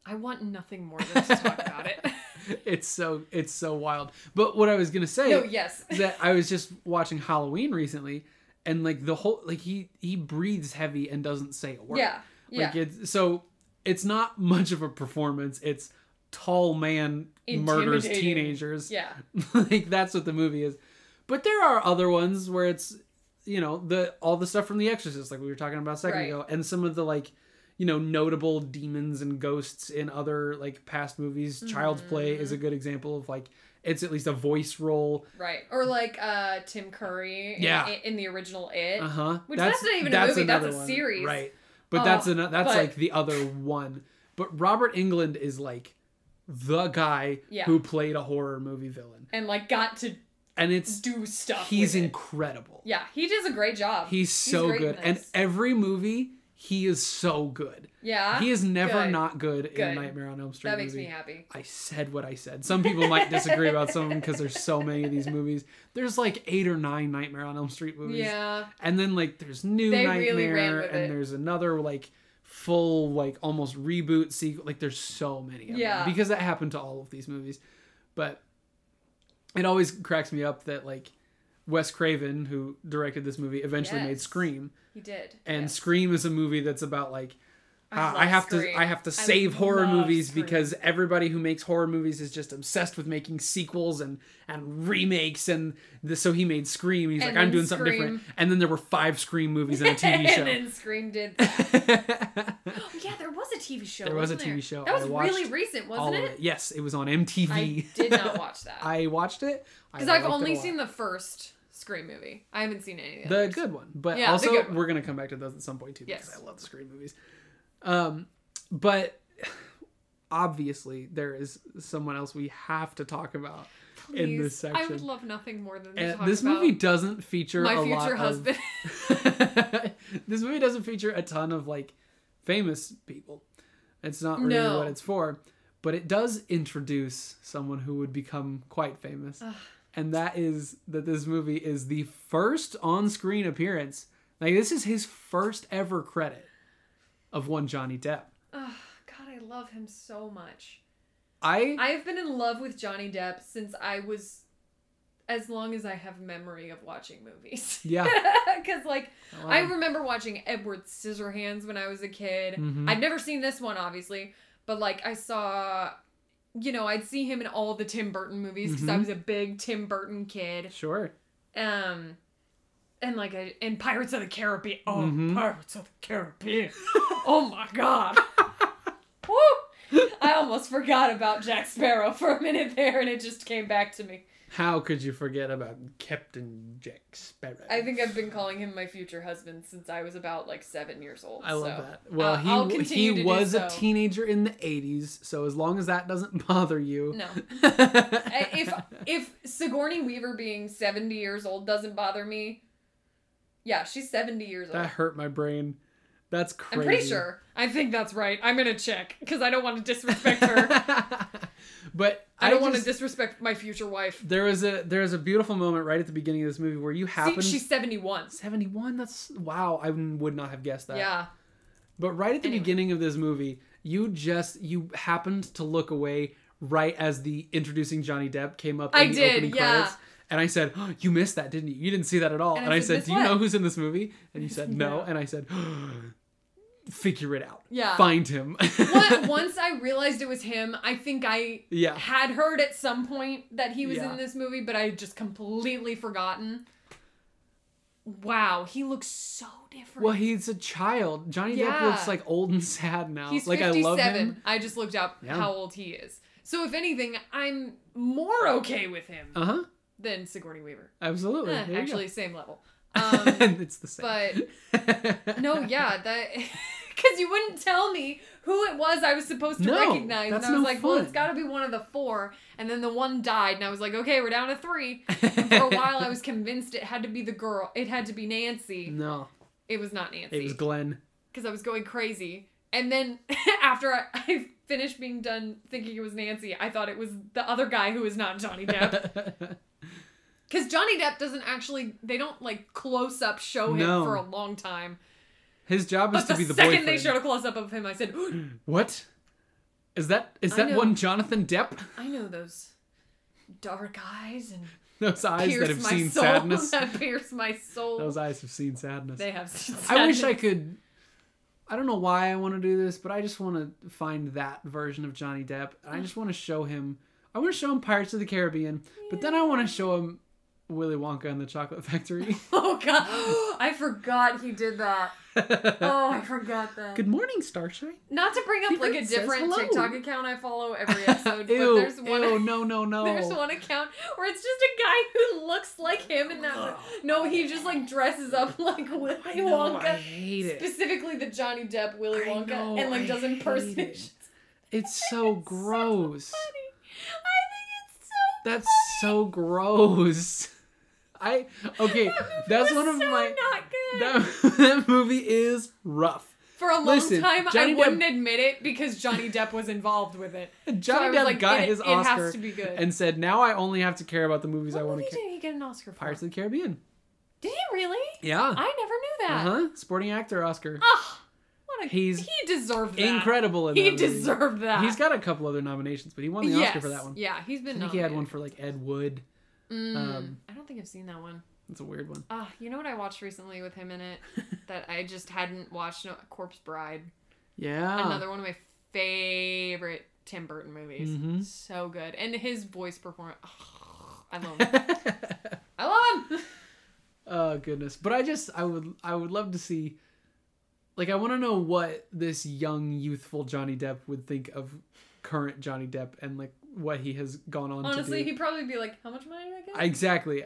Speaker 2: I want nothing more than to talk about it.
Speaker 1: it's so it's so wild. But what I was gonna say
Speaker 2: No, yes,
Speaker 1: that I was just watching Halloween recently, and like the whole like he he breathes heavy and doesn't say a word.
Speaker 2: yeah, yeah.
Speaker 1: Like it's so it's not much of a performance. It's tall man murders
Speaker 2: Intimidating.
Speaker 1: teenagers.
Speaker 2: Yeah.
Speaker 1: like that's what the movie is. But there are other ones where it's you know the all the stuff from The Exorcist, like we were talking about a second
Speaker 2: Right.
Speaker 1: ago, and some of the like you know notable demons and ghosts in other like past movies. Child's Play
Speaker 2: Mm.
Speaker 1: is a good example of like it's at least a voice role.
Speaker 2: Right. Or like uh Tim Curry in,
Speaker 1: Yeah.
Speaker 2: in the original It.
Speaker 1: Uh huh.
Speaker 2: Which that's not even a movie, that's a series.
Speaker 1: right? But
Speaker 2: Oh,
Speaker 1: that's an, that's
Speaker 2: but-
Speaker 1: like the other one. But Robert England is like the guy
Speaker 2: Yeah.
Speaker 1: who played a horror movie villain,
Speaker 2: And like got to
Speaker 1: and it's
Speaker 2: do stuff.
Speaker 1: he's
Speaker 2: with it.
Speaker 1: incredible.
Speaker 2: Yeah, he does a great job.
Speaker 1: He's so
Speaker 2: great
Speaker 1: good.
Speaker 2: in
Speaker 1: And
Speaker 2: this.
Speaker 1: every movie, he is so good.
Speaker 2: yeah.
Speaker 1: he is never
Speaker 2: Ah, Good.
Speaker 1: not good, in
Speaker 2: Good.
Speaker 1: Nightmare on Elm Street
Speaker 2: that
Speaker 1: movie.
Speaker 2: makes me happy.
Speaker 1: I said what I said. Some people might disagree about some of them because there's so many of these movies. There's like eight or nine Nightmare on Elm Street movies.
Speaker 2: Yeah.
Speaker 1: And then like there's New
Speaker 2: They
Speaker 1: Nightmare
Speaker 2: really ran with
Speaker 1: and
Speaker 2: it.
Speaker 1: there's another like full like almost reboot sequel. Like there's so many of them.
Speaker 2: Yeah.
Speaker 1: Because that happened to all of these movies. But it always cracks me up that like Wes Craven, who directed this movie, eventually made
Speaker 2: Yes.
Speaker 1: Scream
Speaker 2: He did.
Speaker 1: and
Speaker 2: yes.
Speaker 1: Scream is a movie that's about like ah,
Speaker 2: love
Speaker 1: I, have
Speaker 2: Scream.
Speaker 1: to I have to save horror
Speaker 2: love
Speaker 1: movies
Speaker 2: Scream.
Speaker 1: because everybody who makes horror movies is just obsessed with making sequels and and remakes and this, so he made Scream he's
Speaker 2: And
Speaker 1: like I'm
Speaker 2: then
Speaker 1: doing something different and then there were five Scream movies and a TV
Speaker 2: and
Speaker 1: show.
Speaker 2: then Scream did. Oh, yeah, there was a TV show.
Speaker 1: There was a
Speaker 2: wasn't
Speaker 1: TV show.
Speaker 2: That
Speaker 1: I
Speaker 2: was really
Speaker 1: watched
Speaker 2: recent,
Speaker 1: All
Speaker 2: wasn't
Speaker 1: of
Speaker 2: it?
Speaker 1: it. Yes, it was on MTV.
Speaker 2: I did not watch that
Speaker 1: I watched it I
Speaker 2: because I've
Speaker 1: liked it a
Speaker 2: only
Speaker 1: lot.
Speaker 2: seen the first Scream movie. I haven't seen any of the
Speaker 1: the
Speaker 2: others.
Speaker 1: good one. But
Speaker 2: Yeah, the
Speaker 1: also,
Speaker 2: good one.
Speaker 1: we're gonna come back to those at some point too because
Speaker 2: Yes.
Speaker 1: I love the Scream movies. Um, but obviously, there is someone else we have to talk about.
Speaker 2: Please,
Speaker 1: in this
Speaker 2: I would
Speaker 1: section.
Speaker 2: love nothing more than to
Speaker 1: And
Speaker 2: talk
Speaker 1: this
Speaker 2: about
Speaker 1: movie doesn't feature
Speaker 2: my
Speaker 1: a lot
Speaker 2: future
Speaker 1: of-
Speaker 2: husband.
Speaker 1: this movie doesn't feature a ton of like famous people. It's not really
Speaker 2: No.
Speaker 1: what it's for, but it does introduce someone who would become quite famous.
Speaker 2: Ugh.
Speaker 1: And that is that this movie is the first on-screen appearance. Like this is his first ever credit of one Johnny Depp.
Speaker 2: Ugh, God, I love him so much.
Speaker 1: I
Speaker 2: I've been in love with Johnny Depp since I was as long as I have memory of watching movies.
Speaker 1: Yeah.
Speaker 2: Cuz like I remember watching Edward Scissorhands when I was a kid.
Speaker 1: Mhm.
Speaker 2: I've never seen this one obviously, but like I saw you know, I'd see him in all the Tim Burton movies because I
Speaker 1: Mhm.
Speaker 2: was a big Tim Burton kid.
Speaker 1: sure.
Speaker 2: Um and like I, and Pirates of the Caribbean. Oh,
Speaker 1: Mhm.
Speaker 2: Pirates of the Caribbean. oh my god. Woo! I almost forgot about Jack Sparrow for a minute there and it just came back to me.
Speaker 1: How could you forget about Captain Jack Sparrow?
Speaker 2: I think I've been calling him my future husband since I was about like 7 years old.
Speaker 1: I love
Speaker 2: so.
Speaker 1: that. Well,
Speaker 2: I'll- I'll
Speaker 1: he
Speaker 2: continue to
Speaker 1: he
Speaker 2: do
Speaker 1: was a
Speaker 2: so.
Speaker 1: teenager in the '80s, so as long as that doesn't bother you,
Speaker 2: No. I- if if Sigourney Weaver being 70 years old doesn't bother me. Yeah, she's 70 years old.
Speaker 1: that hurt my brain, that's crazy.
Speaker 2: I'm pretty sure. I think that's right. I'm going to check cuz I don't want to disrespect her.
Speaker 1: but
Speaker 2: I don't want to
Speaker 1: just-
Speaker 2: disrespect my future wife.
Speaker 1: There is a there is a beautiful moment right at the beginning of this movie where you happen.
Speaker 2: See, she's 71.
Speaker 1: 71. That's wow. I would not have guessed that.
Speaker 2: Yeah.
Speaker 1: But right at the
Speaker 2: Anyway.
Speaker 1: beginning of this movie, you just you happened to look away right as the introducing Johnny Depp came up in
Speaker 2: I
Speaker 1: the
Speaker 2: did,
Speaker 1: opening
Speaker 2: yeah.
Speaker 1: credits. And I said, oh, "You missed that, didn't you? You didn't see that at all." And, I, said,
Speaker 2: "Miss
Speaker 1: "Do you know
Speaker 2: what?"
Speaker 1: who's in this movie?" And you said, "No."
Speaker 2: No.
Speaker 1: And I said, "Oh, "Figure it out.
Speaker 2: Yeah.
Speaker 1: Find him."
Speaker 2: What, once I realized it was him, I think I
Speaker 1: yeah.
Speaker 2: had heard at some point that he was
Speaker 1: Yeah.
Speaker 2: in this movie, but I had just completely forgotten. Wow, he looks so different.
Speaker 1: Well, he's a child. Johnny Depp
Speaker 2: Yeah.
Speaker 1: looks like old and sad now.
Speaker 2: He's
Speaker 1: like
Speaker 2: 57.
Speaker 1: I love him.
Speaker 2: I just looked up
Speaker 1: Yeah.
Speaker 2: how old he is. So if anything, I'm more okay with him
Speaker 1: Uh huh.
Speaker 2: than Sigourney Weaver.
Speaker 1: Absolutely.
Speaker 2: Eh,
Speaker 1: There you go.
Speaker 2: actually, same level. Um,
Speaker 1: it's the same.
Speaker 2: but No, yeah, that because you wouldn't tell me who it was I was supposed to
Speaker 1: No,
Speaker 2: recognize,
Speaker 1: that's
Speaker 2: and I was
Speaker 1: no
Speaker 2: like, well,
Speaker 1: fun.
Speaker 2: it's got to be one of the four, and then the one died, and I was like, okay, we're down to three. And for a while, I was convinced it had to be the girl. It had to be Nancy.
Speaker 1: no,
Speaker 2: It was not
Speaker 1: it
Speaker 2: Nancy
Speaker 1: was Glenn.
Speaker 2: because I was going crazy, and then after I, I finished being done thinking it was Nancy, I thought it was the other guy who is not Johnny Depp. Because Johnny Depp doesn't actually, they don't like close up show him
Speaker 1: No.
Speaker 2: for a long time.
Speaker 1: His job is
Speaker 2: But
Speaker 1: to
Speaker 2: the
Speaker 1: be the
Speaker 2: second
Speaker 1: boyfriend.
Speaker 2: they showed a close up of him, I said,
Speaker 1: What? Is that is
Speaker 2: I
Speaker 1: that
Speaker 2: know.
Speaker 1: one Jonathan Depp?
Speaker 2: I know those dark eyes and
Speaker 1: Those eyes
Speaker 2: pierce
Speaker 1: that have
Speaker 2: my
Speaker 1: seen
Speaker 2: soul.
Speaker 1: sadness.
Speaker 2: That pierce my soul.
Speaker 1: Those eyes have seen sadness.
Speaker 2: They have seen
Speaker 1: I wish I
Speaker 2: sadness.
Speaker 1: could. I don't know why I want to do this, but I just want to find that version of Johnny Depp. And I just want to show him. I want to show him Pirates of the Caribbean, but then I want to show him Willy Wonka and the Chocolate Factory.
Speaker 2: Oh god, I forgot he did that. Oh, I forgot that.
Speaker 1: Good morning, Starshine.
Speaker 2: Not to bring up
Speaker 1: Secret
Speaker 2: like a
Speaker 1: says
Speaker 2: different
Speaker 1: hello.
Speaker 2: TikTok account I follow every episode, but
Speaker 1: ew,
Speaker 2: there's one.
Speaker 1: ew, no, no, no.
Speaker 2: There's one account where it's just a guy who looks like him and that. No, he just like dresses up like Willy
Speaker 1: Oh, I know, I
Speaker 2: Wonka,
Speaker 1: hate it.
Speaker 2: specifically the Johnny Depp Willy
Speaker 1: I
Speaker 2: Wonka,
Speaker 1: know,
Speaker 2: and
Speaker 1: I
Speaker 2: like does
Speaker 1: hate it.
Speaker 2: impersonations.
Speaker 1: It's so gross.
Speaker 2: Funny. I think it's so
Speaker 1: That's so gross. I okay.
Speaker 2: That
Speaker 1: That's
Speaker 2: was
Speaker 1: one of
Speaker 2: so
Speaker 1: my.
Speaker 2: not good.
Speaker 1: That, that movie is rough.
Speaker 2: For a long
Speaker 1: Listen,
Speaker 2: time,
Speaker 1: Johnny
Speaker 2: I
Speaker 1: Depp-
Speaker 2: wouldn't admit it because Johnny Depp was involved with it. So I
Speaker 1: Johnny
Speaker 2: was
Speaker 1: Depp
Speaker 2: like,
Speaker 1: got
Speaker 2: it,
Speaker 1: his
Speaker 2: it
Speaker 1: Oscar
Speaker 2: has to be good.
Speaker 1: and said, "Now I only have to care about the movies
Speaker 2: what
Speaker 1: I want
Speaker 2: movie
Speaker 1: to care."
Speaker 2: did he get an Oscar for?
Speaker 1: Pirates of the Caribbean.
Speaker 2: Did he really?
Speaker 1: Yeah.
Speaker 2: I never
Speaker 1: Uh
Speaker 2: knew that.
Speaker 1: huh. Sporting actor Oscar.
Speaker 2: Ah, what a
Speaker 1: He's
Speaker 2: he deserved that.
Speaker 1: Incredible in that
Speaker 2: He
Speaker 1: movie.
Speaker 2: deserved that.
Speaker 1: He's got a couple other nominations, but he won the
Speaker 2: yes.
Speaker 1: Oscar for that one.
Speaker 2: Yeah, he's
Speaker 1: I
Speaker 2: been.
Speaker 1: think he had one
Speaker 2: nominated.
Speaker 1: for like Ed Wood.
Speaker 2: Mm,
Speaker 1: um,
Speaker 2: I don't think I've seen that one.
Speaker 1: That's a weird one.
Speaker 2: Ah, you know what I watched recently with him in it that I just hadn't watched? No, Corpse Bride.
Speaker 1: Yeah.
Speaker 2: Another one of my favorite Tim Burton movies.
Speaker 1: Mhm.
Speaker 2: So good, and his voice performance. I love him. I love him.
Speaker 1: oh goodness. But I just I would I would love to see like I want to know what this young youthful Johnny Depp would think of current Johnny Depp and like what he has gone on
Speaker 2: Honestly,
Speaker 1: to do.
Speaker 2: he'd probably be like, "How much money did I get?"
Speaker 1: I exactly.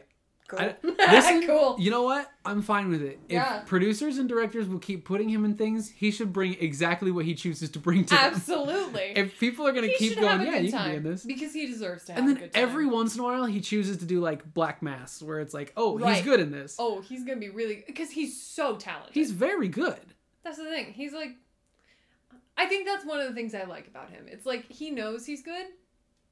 Speaker 2: cool.
Speaker 1: I- this is-
Speaker 2: cool.
Speaker 1: You know what? I'm fine with it. If
Speaker 2: Yeah.
Speaker 1: producers and directors will keep putting him in things, he should bring exactly what he chooses to bring to them.
Speaker 2: Absolutely.
Speaker 1: If people are gonna
Speaker 2: he
Speaker 1: keep
Speaker 2: should
Speaker 1: going,
Speaker 2: have a
Speaker 1: yeah,
Speaker 2: good
Speaker 1: you
Speaker 2: time
Speaker 1: can be in this.
Speaker 2: because he deserves to. Have
Speaker 1: And
Speaker 2: a
Speaker 1: then
Speaker 2: good time.
Speaker 1: every once in a while, he chooses to do like Black Mass, where it's like, oh, he's
Speaker 2: Right.
Speaker 1: good in this.
Speaker 2: Oh, he's gonna be really because he's so talented.
Speaker 1: He's very good.
Speaker 2: that's the thing. He's like, I think that's one of the things I like about him. It's like he knows he's good,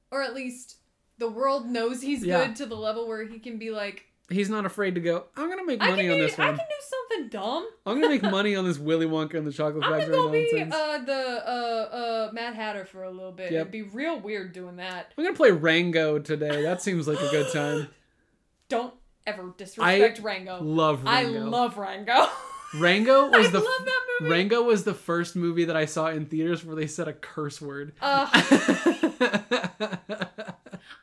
Speaker 2: or at least the world knows he's
Speaker 1: Yeah.
Speaker 2: good to the level where he can be like,
Speaker 1: He's not afraid to go. I'm gonna make
Speaker 2: I can
Speaker 1: money
Speaker 2: do,
Speaker 1: on this
Speaker 2: I
Speaker 1: one.
Speaker 2: can do something dumb.
Speaker 1: I'm gonna make money on this Willy Wonka and the Chocolate
Speaker 2: I'm gonna
Speaker 1: Factory
Speaker 2: go be
Speaker 1: nonsense.
Speaker 2: uh, the uh, uh, Mad Hatter for a little bit.
Speaker 1: Yep.
Speaker 2: It'd be real weird doing that.
Speaker 1: I'm gonna play Rango today. That seems like a good time.
Speaker 2: Don't ever disrespect Rango.
Speaker 1: Love Rango.
Speaker 2: I love Rango.
Speaker 1: Rango
Speaker 2: I
Speaker 1: was
Speaker 2: love
Speaker 1: the
Speaker 2: that movie.
Speaker 1: Rango was the first movie that I saw in theaters where they said a curse word.
Speaker 2: Ugh. Uh,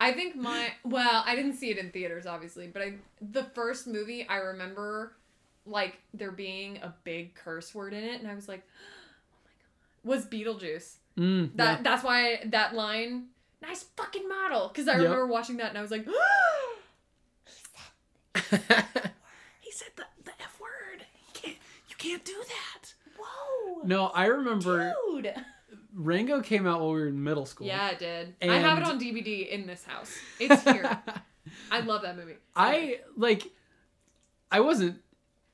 Speaker 2: I think my well, I didn't see it in theaters obviously, but I the first movie I remember like there being a big curse word in it and I was like, "Oh my god." Was Beetlejuice.
Speaker 1: Mm, yeah.
Speaker 2: That that's why that line, nice fucking model, cuz I
Speaker 1: Yep.
Speaker 2: remember watching that and I was like,
Speaker 1: he said the, the F word. You can't, you can't do that.
Speaker 2: "Whoa."
Speaker 1: No, I remember
Speaker 2: Dude.
Speaker 1: Rango came out while we were in middle school.
Speaker 2: Yeah, it did. I have it
Speaker 1: And-
Speaker 2: on DVD in this house. It's here. I love that movie.
Speaker 1: I like I wasn't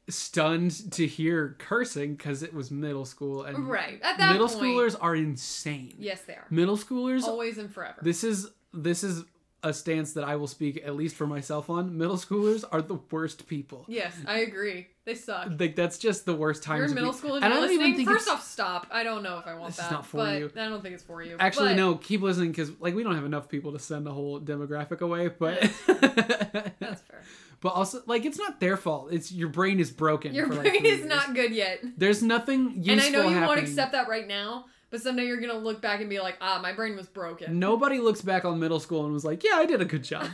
Speaker 1: stunned to hear cursing because it was middle school and
Speaker 2: right. At that
Speaker 1: middle
Speaker 2: point, Oh,
Speaker 1: schoolers are insane.
Speaker 2: Yes, they are.
Speaker 1: Middle schoolers
Speaker 2: Always and forever.
Speaker 1: this is this is a stance that I will speak at least for myself on. Middle schoolers are the worst people.
Speaker 2: Yes, I agree. They suck.
Speaker 1: Like that's just the worst time.
Speaker 2: You're in middle school and, you're listening. First off, stop. I don't know if I want
Speaker 1: This is
Speaker 2: that.
Speaker 1: not for
Speaker 2: but
Speaker 1: you.
Speaker 2: I don't think it's for you.
Speaker 1: Actually,
Speaker 2: But
Speaker 1: no. Keep listening because like we don't have enough people to send a whole demographic away. But
Speaker 2: That's fair.
Speaker 1: but also like it's not their fault. It's your brain is broken.
Speaker 2: Your
Speaker 1: for, like,
Speaker 2: brain
Speaker 1: three
Speaker 2: is
Speaker 1: years.
Speaker 2: not good yet.
Speaker 1: There's nothing useful
Speaker 2: and I know you won't
Speaker 1: happening.
Speaker 2: accept that right now, but someday you're gonna look back and be like, ah, my brain was broken.
Speaker 1: Nobody looks back on middle school and was like, "Yeah, I did a good job."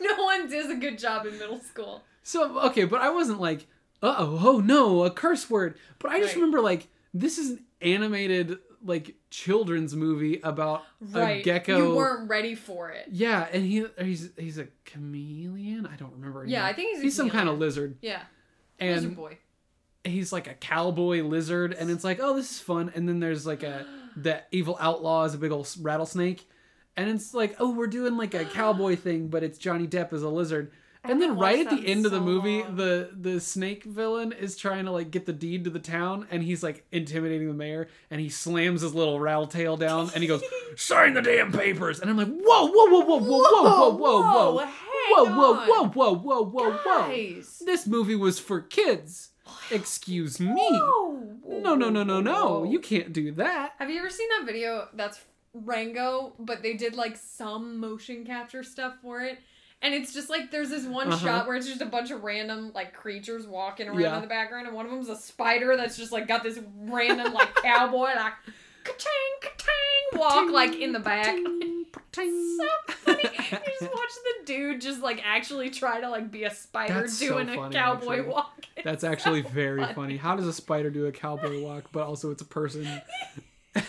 Speaker 2: no one does a good job in middle school.
Speaker 1: so okay, but I wasn't like, "Uh oh, oh no, a curse word." But I just
Speaker 2: Right.
Speaker 1: remember like this is an animated like children's movie about
Speaker 2: Right.
Speaker 1: a gecko.
Speaker 2: You weren't ready for it.
Speaker 1: Yeah, and he he's he's a chameleon. I don't remember. Anymore.
Speaker 2: Yeah, I think he's a
Speaker 1: he's some kind of
Speaker 2: chameleon.
Speaker 1: lizard,
Speaker 2: Yeah.
Speaker 1: and
Speaker 2: Lizard boy.
Speaker 1: he's like a cowboy lizard, and it's like, oh, this is fun. And then there's like a the evil outlaw is a big old s- rattlesnake, and it's like, oh, we're doing like a cowboy thing, but it's Johnny Depp as a lizard.
Speaker 2: I
Speaker 1: And then
Speaker 2: haven't
Speaker 1: right
Speaker 2: watched
Speaker 1: at the
Speaker 2: that in
Speaker 1: end of the
Speaker 2: so
Speaker 1: movie,
Speaker 2: long.
Speaker 1: the the snake villain is trying to like get the deed to the town, and he's like intimidating the mayor, and he slams his little rattle tail down, and he goes, "Sign the damn papers!" And I'm like, whoa, whoa, whoa, whoa, whoa, whoa, whoa, whoa, whoa,
Speaker 2: Whoa,
Speaker 1: whoa, whoa, whoa, whoa, whoa, whoa, whoa.
Speaker 2: Guys.
Speaker 1: This movie was for kids. Excuse me.
Speaker 2: Whoa.
Speaker 1: No, no, no, no, no.
Speaker 2: Whoa.
Speaker 1: You can't do that.
Speaker 2: Have you ever seen that video that's Rango, but they did like some motion capture stuff for it? And it's just like there's this one
Speaker 1: Uh-huh.
Speaker 2: shot where it's just a bunch of random like creatures walking around
Speaker 1: Yeah.
Speaker 2: in the background, and one of them's a spider that's just like got this random like cowboy like ka-tang, ka-tang, walk like in the back. It's so funny. you just watch the dude just like actually try to like be a spider
Speaker 1: That's so
Speaker 2: doing a
Speaker 1: funny,
Speaker 2: cowboy
Speaker 1: actually.
Speaker 2: walk.
Speaker 1: That's actually very
Speaker 2: funny.
Speaker 1: funny. How does a spider do a cowboy walk, but also it's a person?
Speaker 2: I'm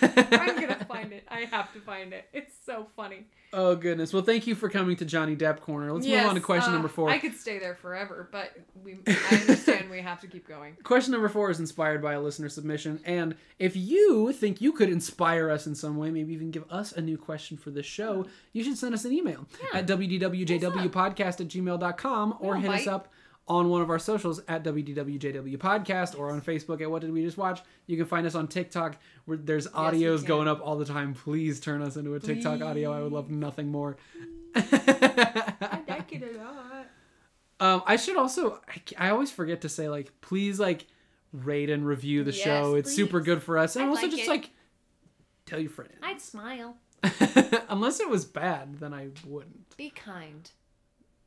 Speaker 2: gonna find it. I have to find it. It's so funny.
Speaker 1: Oh goodness. Well, thank you for coming to Johnny Depp Corner. Let's
Speaker 2: Yes,
Speaker 1: move on to question
Speaker 2: uh,
Speaker 1: number four.
Speaker 2: I could stay there forever, but we I understand we have to keep going.
Speaker 1: Question number four is inspired by a listener submission, and if you think you could inspire us in some way, maybe even give us a new question for this
Speaker 2: Hmm.
Speaker 1: show, you should send us an email
Speaker 2: Yeah.
Speaker 1: at wdwjwpodcast at gmail.com or
Speaker 2: Yeah,
Speaker 1: hit us
Speaker 2: bite.
Speaker 1: up on one of our socials at wdwjw podcast or on Facebook at What Did We Just Watch. You can find us on TikTok where there's
Speaker 2: you
Speaker 1: audios
Speaker 2: can.
Speaker 1: going up all the time. Please turn us into a TikTok audio. I would love nothing more.
Speaker 2: like it a lot.
Speaker 1: Um, I should also. I, I always forget to say like, please like rate and review the
Speaker 2: Yes,
Speaker 1: show. It's super
Speaker 2: please.
Speaker 1: good for us, and
Speaker 2: I'd
Speaker 1: also
Speaker 2: like
Speaker 1: just
Speaker 2: it.
Speaker 1: like tell your friend.
Speaker 2: I'd smile.
Speaker 1: Unless it was bad, then I wouldn't.
Speaker 2: Be kind.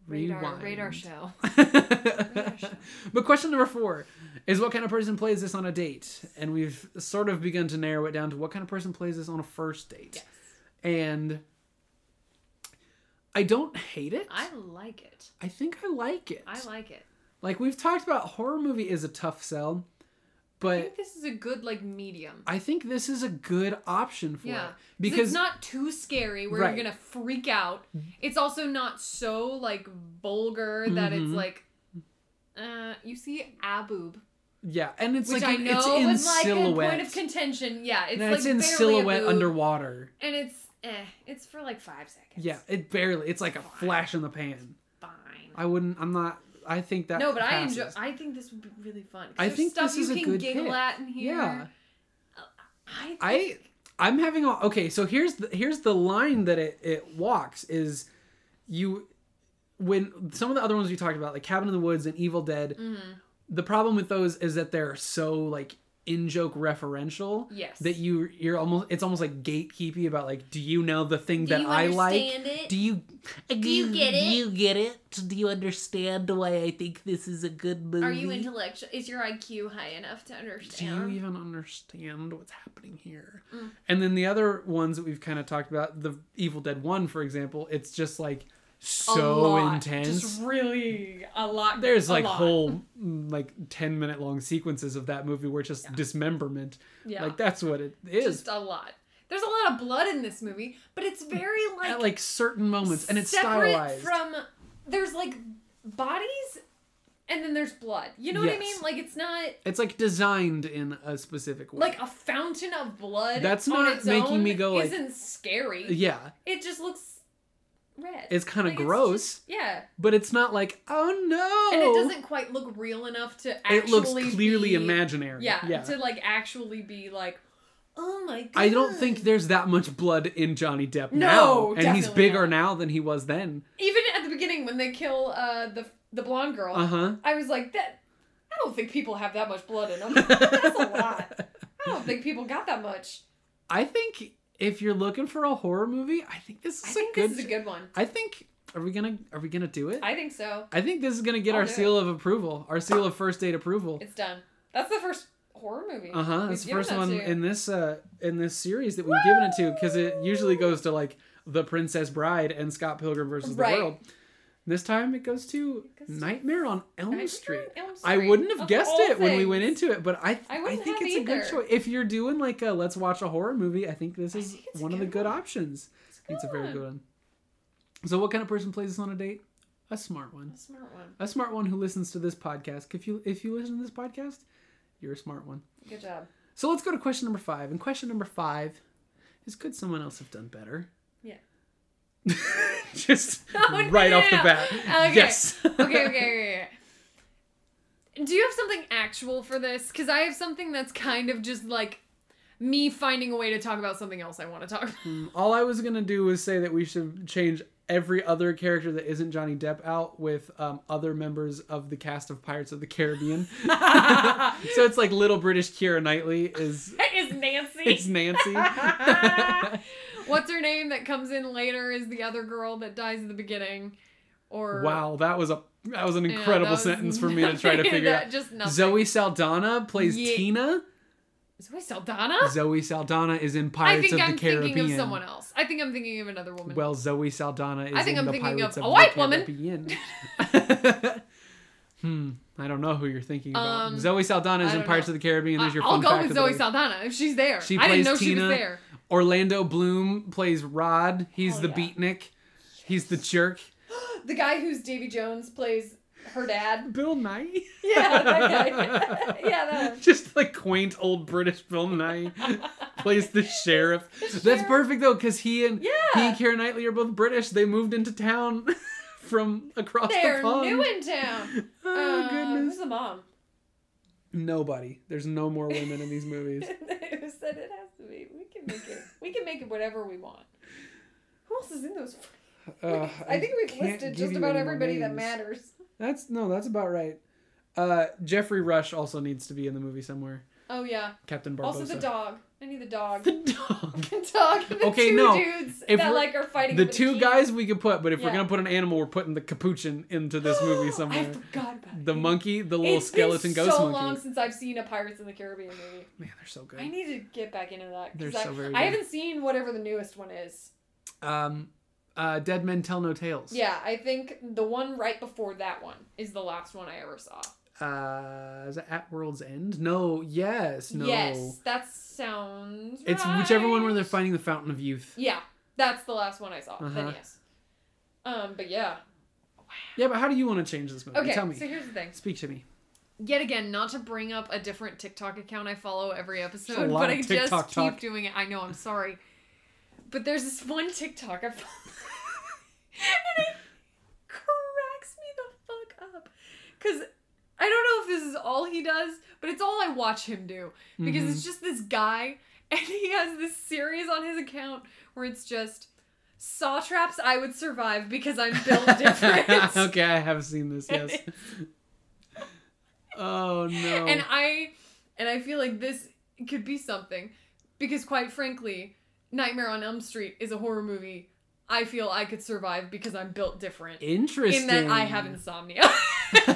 Speaker 2: Radar radar
Speaker 1: Rewind.
Speaker 2: show. show.
Speaker 1: but question number four is what kind of person plays this on a date? And we've sort of begun to narrow it down to what kind of person plays this on a first date.
Speaker 2: Yes.
Speaker 1: And I don't hate it.
Speaker 2: I like it.
Speaker 1: I think I like it.
Speaker 2: I like it.
Speaker 1: Like we've talked about, horror movie is a tough sell,
Speaker 2: I
Speaker 1: but
Speaker 2: think this is a good like medium.
Speaker 1: I think this is a good option for
Speaker 2: Yeah.
Speaker 1: it
Speaker 2: Because
Speaker 1: because
Speaker 2: it's not too scary where
Speaker 1: Right. Mm-hmm.
Speaker 2: you're gonna freak out. It's also not so like vulgar that it's
Speaker 1: Mhm.
Speaker 2: like uh you see aboob
Speaker 1: yeah, and it's
Speaker 2: which
Speaker 1: like
Speaker 2: I
Speaker 1: in- it's
Speaker 2: know
Speaker 1: in
Speaker 2: was like a
Speaker 1: silhouette.
Speaker 2: point of contention. Yeah, it's
Speaker 1: No,
Speaker 2: like
Speaker 1: it's in
Speaker 2: barely a
Speaker 1: silhouette
Speaker 2: boob,
Speaker 1: underwater.
Speaker 2: and it's eh, it's for like five seconds.
Speaker 1: Yeah, it barely. It's like a flash in the pan.
Speaker 2: fine.
Speaker 1: I wouldn't. I'm not. I think that.
Speaker 2: no, but I enjoy.
Speaker 1: passes.
Speaker 2: I think this would be really fun. 'cause
Speaker 1: I
Speaker 2: there's
Speaker 1: think
Speaker 2: stuff
Speaker 1: this
Speaker 2: you
Speaker 1: is a
Speaker 2: can
Speaker 1: good
Speaker 2: giggle
Speaker 1: pick.
Speaker 2: at in here.
Speaker 1: Yeah.
Speaker 2: I think,
Speaker 1: I I'm having a okay. So here's the here's the line that it it walks is you when some of the other ones we talked about like Cabin in the Woods and Evil Dead.
Speaker 2: mm-hmm,
Speaker 1: The problem with those is that they're so like in joke referential.
Speaker 2: yes
Speaker 1: That you you're almost it's almost like gatekeepy about like do you know the thing
Speaker 3: Do
Speaker 1: that
Speaker 3: you
Speaker 1: I like
Speaker 3: understand it?
Speaker 1: do you
Speaker 3: Do you get
Speaker 4: Do
Speaker 3: it?
Speaker 4: you get it? Do you understand why I think this is a good movie?
Speaker 3: Are you intellectual? Is your IQ high enough to
Speaker 1: do you
Speaker 3: understand?
Speaker 1: even understand what's happening here?
Speaker 2: Mm.
Speaker 1: And then the other ones that we've kind of talked about, the Evil Dead One, for example, it's just like
Speaker 2: a
Speaker 1: so
Speaker 2: lot,
Speaker 1: intense.
Speaker 2: just really a lot.
Speaker 1: There's
Speaker 2: a
Speaker 1: like
Speaker 2: lot.
Speaker 1: whole mm, like ten minute long sequences of that movie where it's just dismemberment.
Speaker 2: yeah,
Speaker 1: Like that's what it is.
Speaker 2: just a lot. There's a lot of blood in this movie, but it's very like
Speaker 1: At like certain moments, and it's
Speaker 2: separate
Speaker 1: stylized.
Speaker 2: from there's like bodies and then there's blood. You know what I
Speaker 1: Yes.
Speaker 2: mean? Like it's not
Speaker 1: it's like designed in a specific way.
Speaker 2: like a fountain of blood.
Speaker 1: That's
Speaker 2: on
Speaker 1: not
Speaker 2: its
Speaker 1: making
Speaker 2: own
Speaker 1: me go, like-
Speaker 2: Isn't scary.
Speaker 1: yeah,
Speaker 2: It just looks red.
Speaker 1: it's kind of
Speaker 2: Like,
Speaker 1: gross,
Speaker 2: just- yeah,
Speaker 1: but it's not like oh no.
Speaker 2: and it doesn't quite look real enough to actually.
Speaker 1: It looks clearly
Speaker 2: be,
Speaker 1: imaginary.
Speaker 2: Yeah, to like actually be like, oh my god.
Speaker 1: I don't think there's that much blood in Johnny Depp now,
Speaker 2: No,
Speaker 1: and he's
Speaker 2: definitely
Speaker 1: bigger
Speaker 2: not.
Speaker 1: now than he was then.
Speaker 2: even at the beginning when they kill uh the the blonde girl,
Speaker 1: Uh huh.
Speaker 2: I was like that. I don't think people have that much blood in them. That's a lot. I don't think people got that much.
Speaker 1: I think if you're looking for a horror movie, I think this
Speaker 2: I
Speaker 1: is a
Speaker 2: think
Speaker 1: good.
Speaker 2: this is a good one.
Speaker 1: I think are we gonna are we gonna do it? I,
Speaker 2: I think so.
Speaker 1: think this is gonna get
Speaker 2: I'll
Speaker 1: our
Speaker 2: do it.
Speaker 1: seal of approval, our seal of first date approval.
Speaker 2: It's done. That's the first horror movie.
Speaker 1: Uh huh.
Speaker 2: we've
Speaker 1: That's the
Speaker 2: given
Speaker 1: first
Speaker 2: that
Speaker 1: one
Speaker 2: to.
Speaker 1: in this uh in this series that we've given it to because it usually goes to like The Princess Bride and Scott Pilgrim versus
Speaker 2: Right.
Speaker 1: the World. This time it goes to
Speaker 2: It goes to
Speaker 1: Nightmare on Elm
Speaker 2: Nightmare on
Speaker 1: Street.
Speaker 2: Elm
Speaker 1: I
Speaker 2: Street,
Speaker 1: wouldn't have
Speaker 2: of
Speaker 1: guessed
Speaker 2: all
Speaker 1: it when we went
Speaker 2: things.
Speaker 1: into it, but I
Speaker 2: I
Speaker 1: I,
Speaker 2: wouldn't
Speaker 1: think
Speaker 2: have
Speaker 1: it's a good
Speaker 2: either.
Speaker 1: choice. If you're doing like a let's watch a horror movie, I think this is
Speaker 2: think it's a
Speaker 1: one of the
Speaker 2: good
Speaker 1: good options. It's, a very good one. So what kind of person plays this on a date? A smart one.
Speaker 2: A smart one.
Speaker 1: A smart one who listens to this podcast. If you if you listen to this podcast, you're a smart one.
Speaker 2: Good job.
Speaker 1: So let's go to question number five. And question number five is could someone else have done better?
Speaker 2: Yeah.
Speaker 1: Just
Speaker 2: Oh,
Speaker 1: right off the
Speaker 2: no.
Speaker 1: bat.
Speaker 2: Okay.
Speaker 1: Yes.
Speaker 2: Okay, okay, okay. okay. Do you have something actual for this? Because I have something that's kind of just like me finding a way to talk about something else I want to talk about.
Speaker 1: Um, All I was gonna do was say that we should change every other character that isn't Johnny Depp out with um, other members of the cast of Pirates of the Caribbean. so it's like little British Kira Knightley is
Speaker 2: is Nancy.
Speaker 1: is Nancy.
Speaker 2: What's her name that comes in later is the other girl that dies at the beginning. Or
Speaker 1: Wow, that was a that was an
Speaker 2: Yeah, that
Speaker 1: incredible
Speaker 2: was
Speaker 1: sentence for me to try to
Speaker 2: nothing.
Speaker 1: figure
Speaker 2: That
Speaker 1: out.
Speaker 2: Just nothing.
Speaker 1: Zoe Saldana plays
Speaker 2: Ye-
Speaker 1: Tina.
Speaker 2: Zoe Saldana.
Speaker 1: Zoe Saldana is in
Speaker 2: I
Speaker 1: Pirates
Speaker 2: think
Speaker 1: of the
Speaker 2: I'm
Speaker 1: Caribbean.
Speaker 2: thinking of someone else. I think I'm thinking of another woman.
Speaker 1: Well, Zoe Saldana is
Speaker 2: I think
Speaker 1: in
Speaker 2: I'm
Speaker 1: the
Speaker 2: thinking
Speaker 1: Pirates
Speaker 2: of
Speaker 1: of,
Speaker 2: a
Speaker 1: the
Speaker 2: white woman.
Speaker 1: Caribbean. hmm, I don't know who you're thinking about.
Speaker 2: Um,
Speaker 1: Zoe Saldana is
Speaker 2: I
Speaker 1: in
Speaker 2: don't
Speaker 1: Pirates
Speaker 2: know.
Speaker 1: of the Caribbean. There's your
Speaker 2: I'll
Speaker 1: fun
Speaker 2: go
Speaker 1: fact
Speaker 2: with
Speaker 1: of the
Speaker 2: Zoe
Speaker 1: week.
Speaker 2: Saldana if she's there.
Speaker 1: She
Speaker 2: I
Speaker 1: plays
Speaker 2: didn't know she
Speaker 1: Tina.
Speaker 2: was there.
Speaker 1: Orlando Bloom plays Rod. He's
Speaker 2: Hell
Speaker 1: the
Speaker 2: yeah.
Speaker 1: beatnik. He's the jerk.
Speaker 2: The guy who's Davy Jones plays her dad.
Speaker 1: Bill Nye.
Speaker 2: Yeah, that guy. yeah, that one.
Speaker 1: Just like quaint old British Bill Nye plays the sheriff. That's
Speaker 2: sheriff.
Speaker 1: perfect though, because he and he
Speaker 2: Yeah.
Speaker 1: and Karen Knightley are both British. They moved into town from across
Speaker 2: They're
Speaker 1: the pond.
Speaker 2: new in town.
Speaker 1: oh
Speaker 2: Uh,
Speaker 1: goodness.
Speaker 2: Who's the mom?
Speaker 1: Nobody. There's no more women in these
Speaker 2: Who
Speaker 1: movies.
Speaker 2: said it has to be? We can make it. We can make it whatever we want. Who else is in those?
Speaker 1: Uh,
Speaker 2: I think we've
Speaker 1: can't
Speaker 2: listed
Speaker 1: give
Speaker 2: just
Speaker 1: you
Speaker 2: about
Speaker 1: any more
Speaker 2: everybody that
Speaker 1: names.
Speaker 2: matters.
Speaker 1: That's no, that's about right. Uh, Jeffrey Rush also needs to be in the movie somewhere.
Speaker 2: Oh yeah.
Speaker 1: Captain Barbosa.
Speaker 2: Also the dog. I need the dog.
Speaker 1: The dog.
Speaker 2: The dog and the
Speaker 1: Okay,
Speaker 2: two
Speaker 1: no.
Speaker 2: dudes
Speaker 1: If
Speaker 2: that
Speaker 1: we're-
Speaker 2: like are fighting.
Speaker 1: The
Speaker 2: over
Speaker 1: two
Speaker 2: key.
Speaker 1: guys we could put, but if we're
Speaker 2: Yeah.
Speaker 1: gonna put an animal, we're putting the capuchin into this movie
Speaker 2: I
Speaker 1: somewhere.
Speaker 2: forgot about
Speaker 1: The
Speaker 2: it.
Speaker 1: monkey, the little
Speaker 2: It's
Speaker 1: skeleton
Speaker 2: been
Speaker 1: ghost
Speaker 2: so
Speaker 1: monkey.
Speaker 2: long since I've seen a Pirates in the Caribbean movie.
Speaker 1: Man, they're so good.
Speaker 2: I need to get back into that. 'cause
Speaker 1: They're
Speaker 2: I,
Speaker 1: so very
Speaker 2: I
Speaker 1: good.
Speaker 2: haven't seen whatever the newest one is.
Speaker 1: Um, uh, Dead Men Tell No Tales.
Speaker 2: Yeah, I think the one right before that one is the last one I ever saw.
Speaker 1: Uh, is it At World's End? No. Yes. No.
Speaker 2: Yes, that sounds.
Speaker 1: It's whichever one where
Speaker 2: right.
Speaker 1: they're finding the Fountain of Youth.
Speaker 2: Yeah, that's the last one I saw. Then
Speaker 1: Uh-huh.
Speaker 2: yes. Um, but yeah.
Speaker 1: Yeah, but how do you want to change this movie?
Speaker 2: Okay,
Speaker 1: Tell me.
Speaker 2: so here's the thing.
Speaker 1: Speak to me.
Speaker 2: Yet again, not to bring up a different TikTok account I follow every
Speaker 1: There's
Speaker 2: episode,
Speaker 1: a lot
Speaker 2: but
Speaker 1: of
Speaker 2: I just
Speaker 1: TikTok
Speaker 2: keep
Speaker 1: talk.
Speaker 2: doing it. I know, I'm sorry. But there's this one TikTok I follow. and it cracks me the fuck up. Because I don't know if this is all he does, but it's all I watch him do. Because it's
Speaker 1: Mm-hmm.
Speaker 2: just this guy, and he has this series on his account where it's just saw traps I would survive because I'm built different.
Speaker 1: Mm-hmm. okay, I have seen this. Yes. oh no.
Speaker 2: and i and i feel like this could be something because quite frankly nightmare on elm street is a horror movie i feel i could survive because i'm built different
Speaker 1: Interesting.
Speaker 2: in that i have insomnia in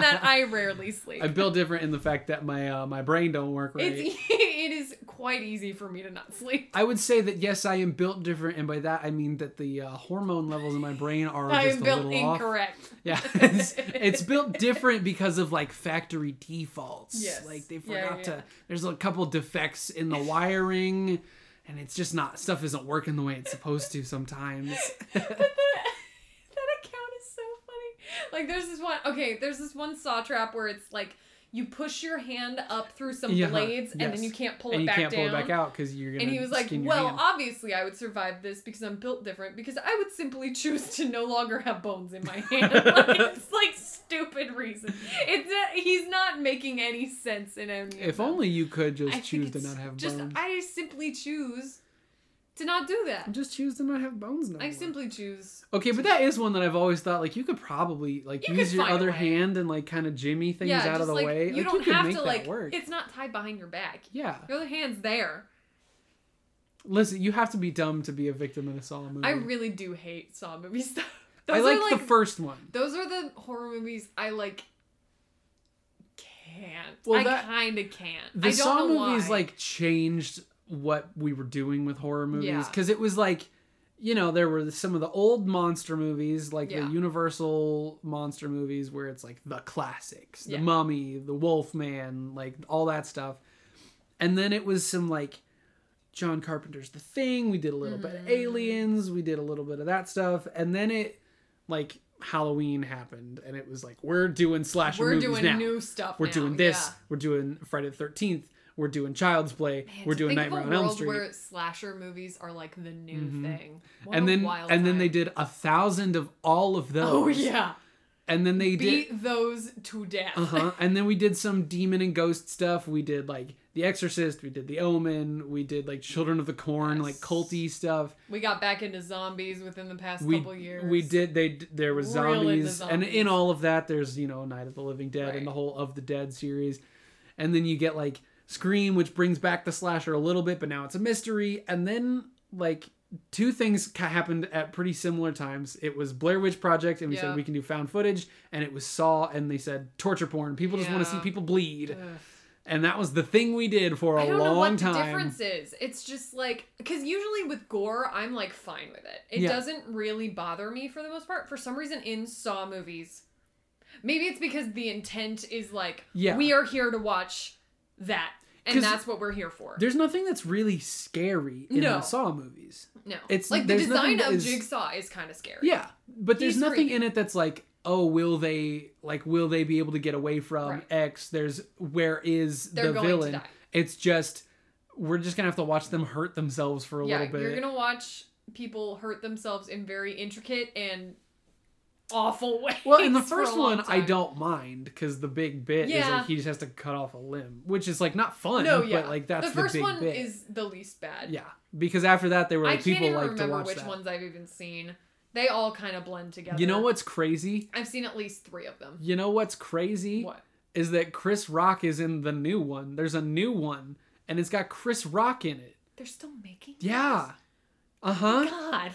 Speaker 2: that i rarely sleep
Speaker 1: I'm built different in the fact that my uh, my brain don't work right.
Speaker 2: it's, e- it is quite easy for me to not sleep
Speaker 1: I would say that yes, I am built different, and by that I mean that the uh, hormone levels in my brain are
Speaker 2: i
Speaker 1: just
Speaker 2: am
Speaker 1: a
Speaker 2: built
Speaker 1: little off.
Speaker 2: incorrect
Speaker 1: Yeah, it's, it's built different because of like factory defaults.
Speaker 2: Yes.
Speaker 1: like they
Speaker 2: Yeah,
Speaker 1: forgot
Speaker 2: yeah, yeah.
Speaker 1: to. There's a couple defects in the wiring, and it's just not stuff isn't working the way it's supposed to sometimes.
Speaker 2: but the, that account is so funny. Like, there's this one. Okay, there's this one saw trap where it's like you push your hand up through some
Speaker 1: Yeah,
Speaker 2: blades and
Speaker 1: yes.
Speaker 2: then you can't pull
Speaker 1: and
Speaker 2: it
Speaker 1: you
Speaker 2: back
Speaker 1: can't
Speaker 2: down.
Speaker 1: pull it back out because you're gonna.
Speaker 2: And he was like,
Speaker 1: skin your
Speaker 2: "Well,
Speaker 1: hand."
Speaker 2: obviously, I would survive this because I'm built different. Because I would simply choose to no longer have bones in my hand. like, it's like stupid reason. It's a, he's not making any sense in any. of
Speaker 1: if
Speaker 2: them.
Speaker 1: only you could
Speaker 2: I
Speaker 1: just
Speaker 2: think
Speaker 1: choose to
Speaker 2: it's
Speaker 1: not have
Speaker 2: just,
Speaker 1: bones.
Speaker 2: I simply choose to not do that.
Speaker 1: just choose to not have bones no
Speaker 2: I
Speaker 1: more.
Speaker 2: simply choose
Speaker 1: Okay, but that is one that I've always thought like you could probably like
Speaker 2: You could
Speaker 1: use your
Speaker 2: find a
Speaker 1: other
Speaker 2: way.
Speaker 1: hand and like kind of jimmy things out of
Speaker 2: just,
Speaker 1: the
Speaker 2: like,
Speaker 1: way.
Speaker 2: You
Speaker 1: Like,
Speaker 2: don't
Speaker 1: could
Speaker 2: have
Speaker 1: make
Speaker 2: to
Speaker 1: that
Speaker 2: like.
Speaker 1: work.
Speaker 2: It's not tied behind your back.
Speaker 1: Yeah.
Speaker 2: Your other hand's there.
Speaker 1: Listen, you have to be dumb to be a victim in a Saw movie.
Speaker 2: I really do hate Saw movies. Though.
Speaker 1: Mm. I
Speaker 2: Those
Speaker 1: like,
Speaker 2: are
Speaker 1: the
Speaker 2: like
Speaker 1: first one.
Speaker 2: those are the horror movies I like. Can't.
Speaker 1: Well,
Speaker 2: I
Speaker 1: that-
Speaker 2: kind of can't.
Speaker 1: The
Speaker 2: I don't
Speaker 1: Saw
Speaker 2: know
Speaker 1: movies
Speaker 2: why.
Speaker 1: like changed what we were doing with horror movies
Speaker 2: Yeah.
Speaker 1: because it was like, you know, there were some of the old monster movies like
Speaker 2: Yeah.
Speaker 1: the Universal monster movies where it's like the classics,
Speaker 2: Yeah.
Speaker 1: the Mummy, the Wolfman, like all that stuff, and then it was some like John Carpenter's The Thing. We did a little
Speaker 2: Mm-hmm.
Speaker 1: bit of Aliens. We did a little bit of that stuff, and then it like Halloween happened, and it was like we're doing slasher
Speaker 2: we're
Speaker 1: movies
Speaker 2: doing
Speaker 1: now.
Speaker 2: new stuff.
Speaker 1: We're
Speaker 2: now,
Speaker 1: doing this.
Speaker 2: yeah.
Speaker 1: We're doing Friday the Thirteenth. We're doing Child's Play.
Speaker 2: Man,
Speaker 1: we're
Speaker 2: to
Speaker 1: doing
Speaker 2: think of
Speaker 1: Nightmare
Speaker 2: a
Speaker 1: on Elm
Speaker 2: world
Speaker 1: Street. Mm-hmm.
Speaker 2: Where slasher movies are like the new thing. What
Speaker 1: and
Speaker 2: a
Speaker 1: then
Speaker 2: wild
Speaker 1: and then they
Speaker 2: time.
Speaker 1: did a thousand of all of those.
Speaker 2: Oh yeah,
Speaker 1: And then they did.
Speaker 2: beat those to death.
Speaker 1: Uh huh. And then we did some demon and ghost stuff. We did like The Exorcist. We did The Omen. We did like Children of the Corn, like
Speaker 2: Yes.
Speaker 1: culty stuff.
Speaker 2: We got back into zombies within the past
Speaker 1: We
Speaker 2: couple years.
Speaker 1: we did. They d- there was
Speaker 2: Real into
Speaker 1: zombies, and in
Speaker 2: zombies.
Speaker 1: all of that, there's you know Night of the Living Dead
Speaker 2: Right.
Speaker 1: and the whole of the Dead series, and then you get like Scream, which brings back the slasher a little bit, but now it's a mystery, and then like two things ca- happened at pretty similar times. It was Blair Witch Project, and we
Speaker 2: Yeah.
Speaker 1: said we can do found footage, and it was Saw, and they said torture porn. People just want to see
Speaker 2: Yeah.
Speaker 1: people bleed, and that was the thing we did for a
Speaker 2: I don't
Speaker 1: long
Speaker 2: know what
Speaker 1: time.
Speaker 2: the difference is. It's just like because usually with gore, I'm like fine with it. It
Speaker 1: Yeah.
Speaker 2: doesn't really bother me for the most part. For some reason, in Saw movies, maybe it's because the intent is like,
Speaker 1: Yeah.
Speaker 2: we are here to watch that,
Speaker 1: 'Cause
Speaker 2: and that's what we're here for.
Speaker 1: There's nothing that's really scary in
Speaker 2: No.
Speaker 1: the Saw movies.
Speaker 2: No,
Speaker 1: it's-
Speaker 2: it's like the
Speaker 1: there's nothing
Speaker 2: design
Speaker 1: that
Speaker 2: of
Speaker 1: is-
Speaker 2: Jigsaw is kind of scary.
Speaker 1: Yeah, but there's
Speaker 2: He's
Speaker 1: nothing
Speaker 2: free.
Speaker 1: in it that's like, oh, will they like will they be able to get away from
Speaker 2: Right.
Speaker 1: X? There's where is
Speaker 2: They're
Speaker 1: the
Speaker 2: going to
Speaker 1: villain?
Speaker 2: die.
Speaker 1: It's just we're just gonna have to watch them hurt themselves for a
Speaker 2: yeah.
Speaker 1: little bit.
Speaker 2: You're gonna watch people hurt themselves in very intricate and awful ways.
Speaker 1: Well, in the
Speaker 2: for a
Speaker 1: first
Speaker 2: long
Speaker 1: one, I
Speaker 2: time.
Speaker 1: don't mind because the big bit is
Speaker 2: Yeah.
Speaker 1: like he just has to cut off a limb, which is like not fun.
Speaker 2: No, yeah.
Speaker 1: but like that's
Speaker 2: the
Speaker 1: the,
Speaker 2: first
Speaker 1: big
Speaker 2: one
Speaker 1: bit.
Speaker 2: is the least bad.
Speaker 1: yeah, because after that they were
Speaker 2: I
Speaker 1: like
Speaker 2: can't
Speaker 1: people
Speaker 2: even
Speaker 1: like to
Speaker 2: remember
Speaker 1: watch
Speaker 2: which
Speaker 1: that.
Speaker 2: ones I've even seen. They all kind of blend together.
Speaker 1: You know what's crazy?
Speaker 2: I've seen at least three of them.
Speaker 1: You know what's crazy?
Speaker 2: What?
Speaker 1: is that Chris Rock is in the new one. There's a new one, and it's got Chris Rock in it.
Speaker 2: They're still making?
Speaker 1: Yeah. Uh huh.
Speaker 2: God.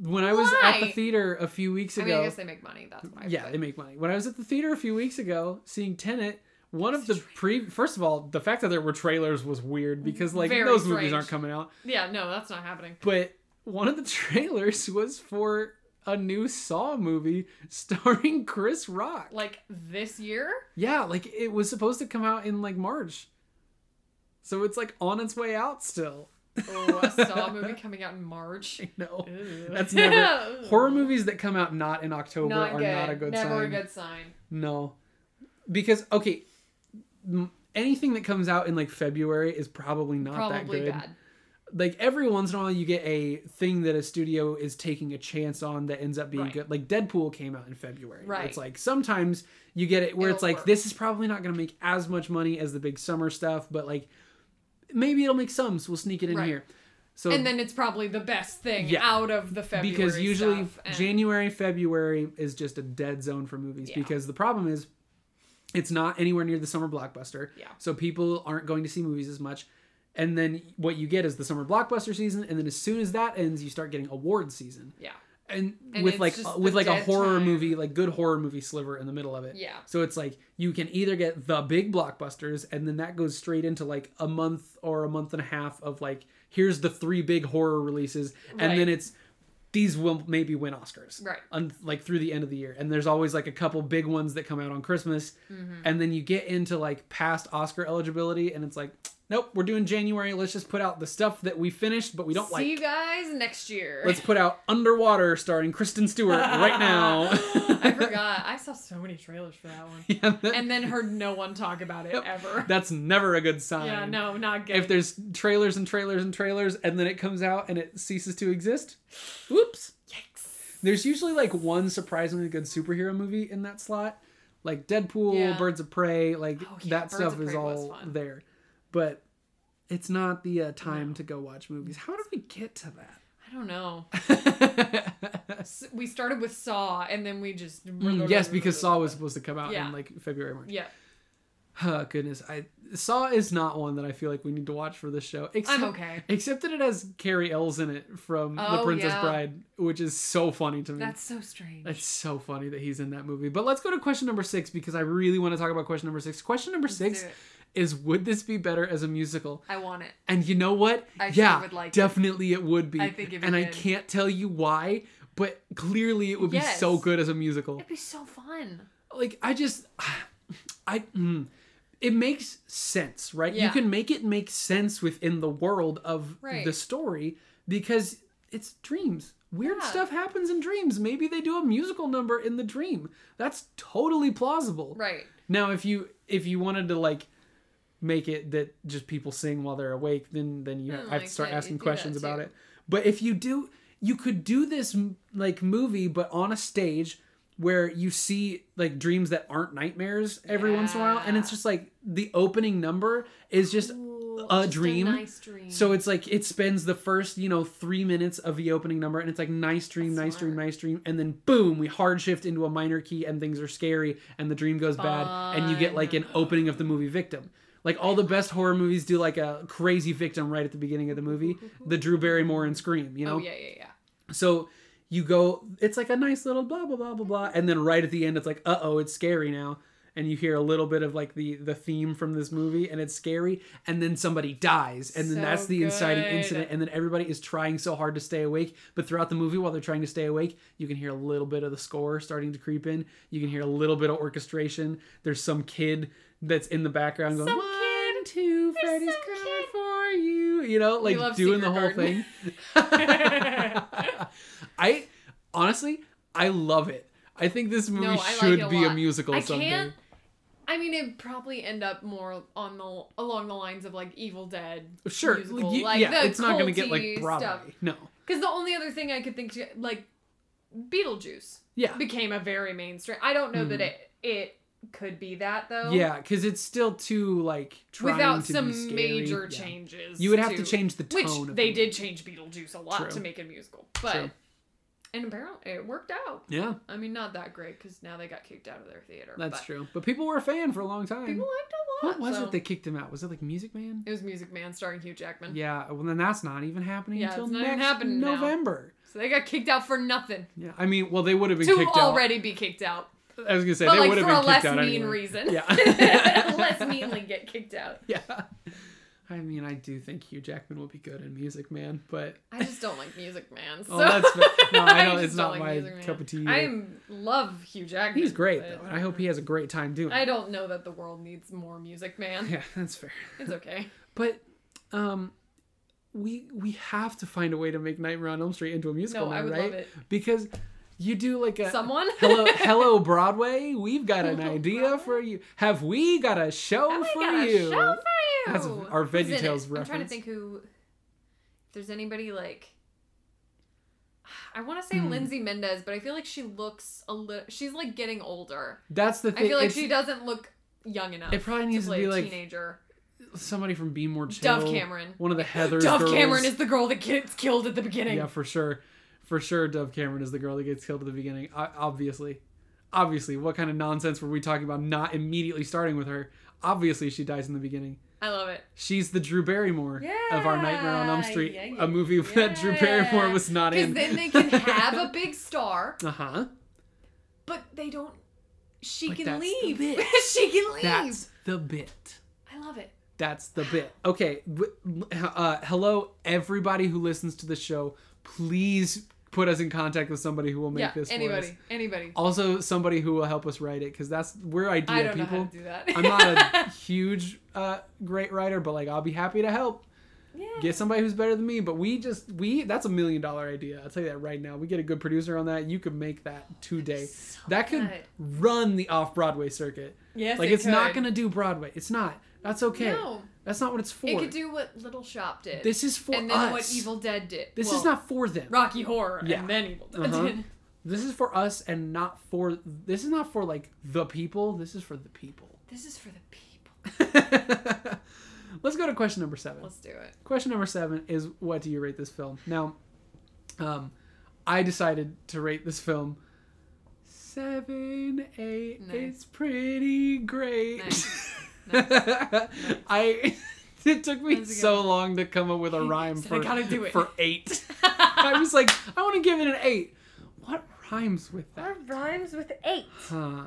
Speaker 1: When I was at the
Speaker 2: Why?
Speaker 1: theater a few weeks
Speaker 2: I mean, I
Speaker 1: ago,
Speaker 2: guess they make money. That's why.
Speaker 1: yeah,
Speaker 2: but-
Speaker 1: they make money. When I was at the theater a few weeks ago, seeing Tenet, one of the pre first of all, the fact that there were trailers was weird because like
Speaker 2: Very
Speaker 1: those movies
Speaker 2: strange.
Speaker 1: aren't coming out.
Speaker 2: yeah. No, that's not happening.
Speaker 1: But one of the trailers was for a new Saw movie starring Chris Rock.
Speaker 2: Like this year.
Speaker 1: Yeah, like it was supposed to come out in like March. So it's like on its way out still.
Speaker 2: Oh, I saw a movie coming out in March.
Speaker 1: No.
Speaker 2: Ew.
Speaker 1: That's never-
Speaker 2: Ew.
Speaker 1: Horror movies that come out not in October
Speaker 2: Not
Speaker 1: are
Speaker 2: good.
Speaker 1: not a good
Speaker 2: Never
Speaker 1: sign.
Speaker 2: a good sign.
Speaker 1: No. Because okay, m- anything that comes out in like February is probably not that
Speaker 2: Probably
Speaker 1: good.
Speaker 2: bad.
Speaker 1: Like every once in a while you get a thing that a studio is taking a chance on that ends up being
Speaker 2: Right.
Speaker 1: good. Like Deadpool came out in February.
Speaker 2: Right.
Speaker 1: It's like sometimes you get it where it's
Speaker 2: It'll
Speaker 1: like
Speaker 2: work.
Speaker 1: this is probably not going to make as much money as the big summer stuff, but like maybe it'll make some, so we'll sneak it in
Speaker 2: Right.
Speaker 1: here. So
Speaker 2: and then it's probably the best thing
Speaker 1: Yeah.
Speaker 2: out of the February
Speaker 1: because usually
Speaker 2: stuff, and-
Speaker 1: January, February is just a dead zone for movies
Speaker 2: Yeah.
Speaker 1: because the problem is it's not anywhere near the summer blockbuster.
Speaker 2: Yeah.
Speaker 1: So people aren't going to see movies as much. And then what you get is the summer blockbuster season and then as soon as that ends, you start getting award season.
Speaker 2: Yeah.
Speaker 1: And,
Speaker 2: And
Speaker 1: with
Speaker 2: it's
Speaker 1: like
Speaker 2: just
Speaker 1: uh, with
Speaker 2: the
Speaker 1: like a
Speaker 2: dead
Speaker 1: horror
Speaker 2: time.
Speaker 1: movie, like good horror movie sliver in the middle of it.
Speaker 2: Yeah.
Speaker 1: So it's like you can either get the big blockbusters and then that goes straight into like a month or a month and a half of like here's the three big horror releases and then
Speaker 2: Right.
Speaker 1: it's these will maybe win Oscars.
Speaker 2: Right.
Speaker 1: Un- like through the end of the year. And there's always like a couple big ones that come out on Christmas.
Speaker 2: Mm-hmm.
Speaker 1: And then you get into like past Oscar eligibility and it's like nope, we're doing January. Let's just put out the stuff that we finished but we don't
Speaker 2: See
Speaker 1: like.
Speaker 2: you guys next year.
Speaker 1: Let's put out Underwater starring Kristen Stewart right now.
Speaker 2: I forgot. I saw so many trailers for that one.
Speaker 1: Yeah, that-
Speaker 2: And then heard no one talk about it
Speaker 1: Yep.
Speaker 2: ever.
Speaker 1: that's never a good sign.
Speaker 2: Yeah, no, not good.
Speaker 1: If there's trailers and trailers and trailers and then it comes out and it ceases to exist, oops.
Speaker 2: Yikes.
Speaker 1: There's usually like one surprisingly good superhero movie in that slot, like Deadpool,
Speaker 2: Yeah.
Speaker 1: Birds of Prey, like
Speaker 2: Oh, yeah,
Speaker 1: that
Speaker 2: Birds
Speaker 1: stuff
Speaker 2: of
Speaker 1: is
Speaker 2: Prey was
Speaker 1: all
Speaker 2: fun.
Speaker 1: there. But it's not the uh, time to go watch movies. How did we get to
Speaker 2: I don't know.
Speaker 1: that?
Speaker 2: S- We started with Saw and then we just.
Speaker 1: Mm, yes, because Saw was supposed to come out
Speaker 2: Yeah.
Speaker 1: in like February, March.
Speaker 2: Yeah,
Speaker 1: Oh goodness, I Saw is not one that I feel like we need to watch for this show. Except,
Speaker 2: I'm okay.
Speaker 1: Except that it has Carrie Ells in it from The
Speaker 2: Oh,
Speaker 1: Princess
Speaker 2: yeah.
Speaker 1: Bride, which is so funny to me.
Speaker 2: That's so strange.
Speaker 1: It's so funny that he's in that movie. But let's go to question number six because I really want to talk about question number six. Question number
Speaker 2: Let's
Speaker 1: six
Speaker 2: do it.
Speaker 1: is Would this be better as a musical?
Speaker 2: I want it.
Speaker 1: And you know what?
Speaker 2: I sure
Speaker 1: yeah,
Speaker 2: would like it.
Speaker 1: definitely it would be.
Speaker 2: I think it'd be
Speaker 1: and I
Speaker 2: good.
Speaker 1: can't tell you why, but clearly it would be
Speaker 2: Yes.
Speaker 1: so good as a musical.
Speaker 2: It'd be so fun.
Speaker 1: Like I just, I. Mm, it makes sense, right? You
Speaker 2: Yeah.
Speaker 1: can make it make sense within the world of
Speaker 2: Right.
Speaker 1: the story because it's dreams. Weird
Speaker 2: Yeah.
Speaker 1: stuff happens in dreams. Maybe they do a musical number in the dream. That's totally plausible.
Speaker 2: Right.
Speaker 1: Now, if you if you wanted to like make it that just people sing while they're awake, then then you
Speaker 2: I
Speaker 1: have
Speaker 2: like
Speaker 1: to start
Speaker 2: that you
Speaker 1: asking
Speaker 2: do that
Speaker 1: questions about
Speaker 2: too.
Speaker 1: it. But if you do, you could do this m- like movie, but on a stage where you see like dreams that aren't nightmares every once in a while, and
Speaker 2: Yeah.
Speaker 1: it's just like the opening number is just a
Speaker 2: just
Speaker 1: dream.
Speaker 2: A nice dream.
Speaker 1: so it's like it spends the first you know three minutes of the opening number, and it's like nice dream,
Speaker 2: That's
Speaker 1: nice dream,
Speaker 2: smart.
Speaker 1: nice dream, and then boom, we hard shift into a minor key, and things are scary, and the dream goes bad, and you get like an opening of the movie victim. Like all the best horror movies do like a crazy victim right at the beginning of the movie, the Drew Barrymore and Scream, you know?
Speaker 2: Oh yeah, yeah, yeah.
Speaker 1: So you go, it's like a nice little blah blah blah blah blah, and then right at the end, it's like, uh oh, it's scary now, and you hear a little bit of like the the theme from this movie, and it's scary, and then somebody dies, and then
Speaker 2: So
Speaker 1: that's the inciting
Speaker 2: good.
Speaker 1: incident, and then everybody is trying so hard to stay awake, but throughout the movie, while they're trying to stay awake, you can hear a little bit of the score starting to creep in, you can hear a little bit of orchestration. There's some kid that's in the background going,
Speaker 2: Some
Speaker 1: "One,
Speaker 2: kid.
Speaker 1: two, Freddy's
Speaker 2: some
Speaker 1: coming
Speaker 2: kid."
Speaker 1: for you," you know, like
Speaker 2: love
Speaker 1: doing the
Speaker 2: Secret
Speaker 1: whole
Speaker 2: Garden.
Speaker 1: thing. I honestly, I love it. I think this movie
Speaker 2: No, I like
Speaker 1: should
Speaker 2: it a
Speaker 1: be a
Speaker 2: lot.
Speaker 1: musical
Speaker 2: I
Speaker 1: someday.
Speaker 2: can't. I mean, it'd probably end up more on the along the lines of like Evil Dead.
Speaker 1: Sure,
Speaker 2: musical,
Speaker 1: like, y-
Speaker 2: like,
Speaker 1: yeah,
Speaker 2: the
Speaker 1: it's not gonna get like
Speaker 2: culty
Speaker 1: Broadway.
Speaker 2: stuff.
Speaker 1: No,
Speaker 2: Because the only other thing I could think to, like Beetlejuice
Speaker 1: yeah,
Speaker 2: became a very mainstream. I don't know that
Speaker 1: Mhm.
Speaker 2: it it could be that though.
Speaker 1: yeah, because it's still too like trying
Speaker 2: Without
Speaker 1: to
Speaker 2: some
Speaker 1: be scary.
Speaker 2: major
Speaker 1: Yeah.
Speaker 2: changes.
Speaker 1: You would have to change the tone.
Speaker 2: Which
Speaker 1: of
Speaker 2: they
Speaker 1: the-
Speaker 2: did change Beetlejuice a lot
Speaker 1: True.
Speaker 2: to make it musical, but
Speaker 1: True.
Speaker 2: and apparently it worked out.
Speaker 1: Yeah,
Speaker 2: I mean, not that great because now they got kicked out of their theater.
Speaker 1: that's
Speaker 2: but
Speaker 1: true. But people were a fan for a long time.
Speaker 2: People liked it a
Speaker 1: what
Speaker 2: lot.
Speaker 1: was
Speaker 2: so-
Speaker 1: it that kicked him out? Was it like Music Man?
Speaker 2: It was Music Man starring Hugh Jackman.
Speaker 1: Yeah. Well, then that's not even happening
Speaker 2: Yeah,
Speaker 1: until
Speaker 2: it's not
Speaker 1: next
Speaker 2: even happening now.
Speaker 1: November.
Speaker 2: So they got kicked out for nothing.
Speaker 1: Yeah. I mean, well, they would have been
Speaker 2: to
Speaker 1: kicked
Speaker 2: already be kicked out,
Speaker 1: out. I was gonna say
Speaker 2: but
Speaker 1: they
Speaker 2: like
Speaker 1: would have
Speaker 2: for
Speaker 1: been
Speaker 2: a
Speaker 1: kicked
Speaker 2: less
Speaker 1: out
Speaker 2: mean
Speaker 1: anyway.
Speaker 2: reason.
Speaker 1: Yeah.
Speaker 2: less meanly get kicked out.
Speaker 1: Yeah. I mean, I do think Hugh Jackman will be good in Music Man, but
Speaker 2: I just don't like Music Man. So
Speaker 1: oh, that's no, I know
Speaker 2: just
Speaker 1: it's
Speaker 2: don't
Speaker 1: not
Speaker 2: like
Speaker 1: my
Speaker 2: Music Man.
Speaker 1: cup of tea. either.
Speaker 2: I love Hugh Jackman.
Speaker 1: He's great
Speaker 2: but
Speaker 1: though, and I hope he has a great time doing.
Speaker 2: I
Speaker 1: it.
Speaker 2: don't know that the world needs more Music Man.
Speaker 1: Yeah, that's fair.
Speaker 2: It's okay.
Speaker 1: But um, we we have to find a way to make Nightmare on Elm Street into a musical,
Speaker 2: No,
Speaker 1: now,
Speaker 2: I would
Speaker 1: right?
Speaker 2: love it.
Speaker 1: Because you do like a
Speaker 2: Someone.
Speaker 1: hello hello Broadway. We've got an
Speaker 2: Hello,
Speaker 1: idea
Speaker 2: Broadway.
Speaker 1: for you. Have we got a show
Speaker 2: Oh, I
Speaker 1: for
Speaker 2: got a
Speaker 1: you?
Speaker 2: show for you.
Speaker 1: That's our
Speaker 2: Who's in it?
Speaker 1: VeggieTales
Speaker 2: I'm trying to
Speaker 1: reference.
Speaker 2: think who. If there's anybody like. I want to say
Speaker 1: Hmm.
Speaker 2: Lindsay Mendez, but I feel like she looks a little. She's like getting older.
Speaker 1: That's the thing.
Speaker 2: I feel like
Speaker 1: It's
Speaker 2: she doesn't look young enough.
Speaker 1: It probably needs to
Speaker 2: to play
Speaker 1: be,
Speaker 2: a
Speaker 1: like,
Speaker 2: teenager.
Speaker 1: somebody from Be More Chill.
Speaker 2: Dove Cameron.
Speaker 1: One of the Heather's
Speaker 2: Dove
Speaker 1: girls.
Speaker 2: Cameron is the girl that gets killed at the beginning.
Speaker 1: Yeah, for sure. For sure, Dove Cameron is the girl that gets killed at the beginning. O- obviously. Obviously. What kind of nonsense were we talking about not immediately starting with her? Obviously, she dies in the beginning.
Speaker 2: I love it.
Speaker 1: She's the Drew Barrymore of our Nightmare on Elm
Speaker 2: Yeah,
Speaker 1: Street,
Speaker 2: yeah,
Speaker 1: a movie that Drew
Speaker 2: yeah.
Speaker 1: Barrymore was not
Speaker 2: Because
Speaker 1: in.
Speaker 2: then they can have a big star,
Speaker 1: Uh huh.
Speaker 2: but they don't. She
Speaker 1: But
Speaker 2: can
Speaker 1: that's the
Speaker 2: leave.
Speaker 1: bit.
Speaker 2: she can leave.
Speaker 1: That's the bit.
Speaker 2: I love it.
Speaker 1: That's the bit. Okay. w- Uh, hello, everybody who listens to the show. Please put us in contact with somebody who will make
Speaker 2: yeah.
Speaker 1: this for us.
Speaker 2: Anybody. Anybody.
Speaker 1: Also, somebody who will help us write it because that's we're idea
Speaker 2: I don't know
Speaker 1: people.
Speaker 2: how to do that.
Speaker 1: I'm not a huge uh, great writer, but like I'll be happy to help. Get somebody who's better than me. But we just we that's a million dollar idea. I'll tell you that right now. We get a good producer on that. You could make that today. that could
Speaker 2: good.
Speaker 1: run the off Broadway circuit.
Speaker 2: yes,
Speaker 1: like
Speaker 2: it
Speaker 1: it's not
Speaker 2: could.
Speaker 1: gonna do Broadway. It's not. That's okay.
Speaker 2: No,
Speaker 1: That's not what it's for.
Speaker 2: it could do what Little Shop did.
Speaker 1: this is for
Speaker 2: and then
Speaker 1: us.
Speaker 2: what Evil Dead did.
Speaker 1: this
Speaker 2: Well,
Speaker 1: is not for them.
Speaker 2: Rocky Horror
Speaker 1: Yeah.
Speaker 2: and then Evil Dead.
Speaker 1: Uh-huh. This is for us and not for this is not for like the people. This is for the people.
Speaker 2: this is for the people.
Speaker 1: Let's go to question number seven.
Speaker 2: Let's do it.
Speaker 1: Question number seven is what do you rate this film? Now, um, I decided to rate this film seven, eight.
Speaker 2: Nice.
Speaker 1: It's pretty great.
Speaker 2: Nice.
Speaker 1: I it took me
Speaker 2: That's a good
Speaker 1: so long to come up with a rhyme
Speaker 2: Said,
Speaker 1: for
Speaker 2: "I gotta do it."
Speaker 1: for eight. I was like, I want to give it an eight. What rhymes with that?
Speaker 3: rhymes with eight?
Speaker 1: Huh.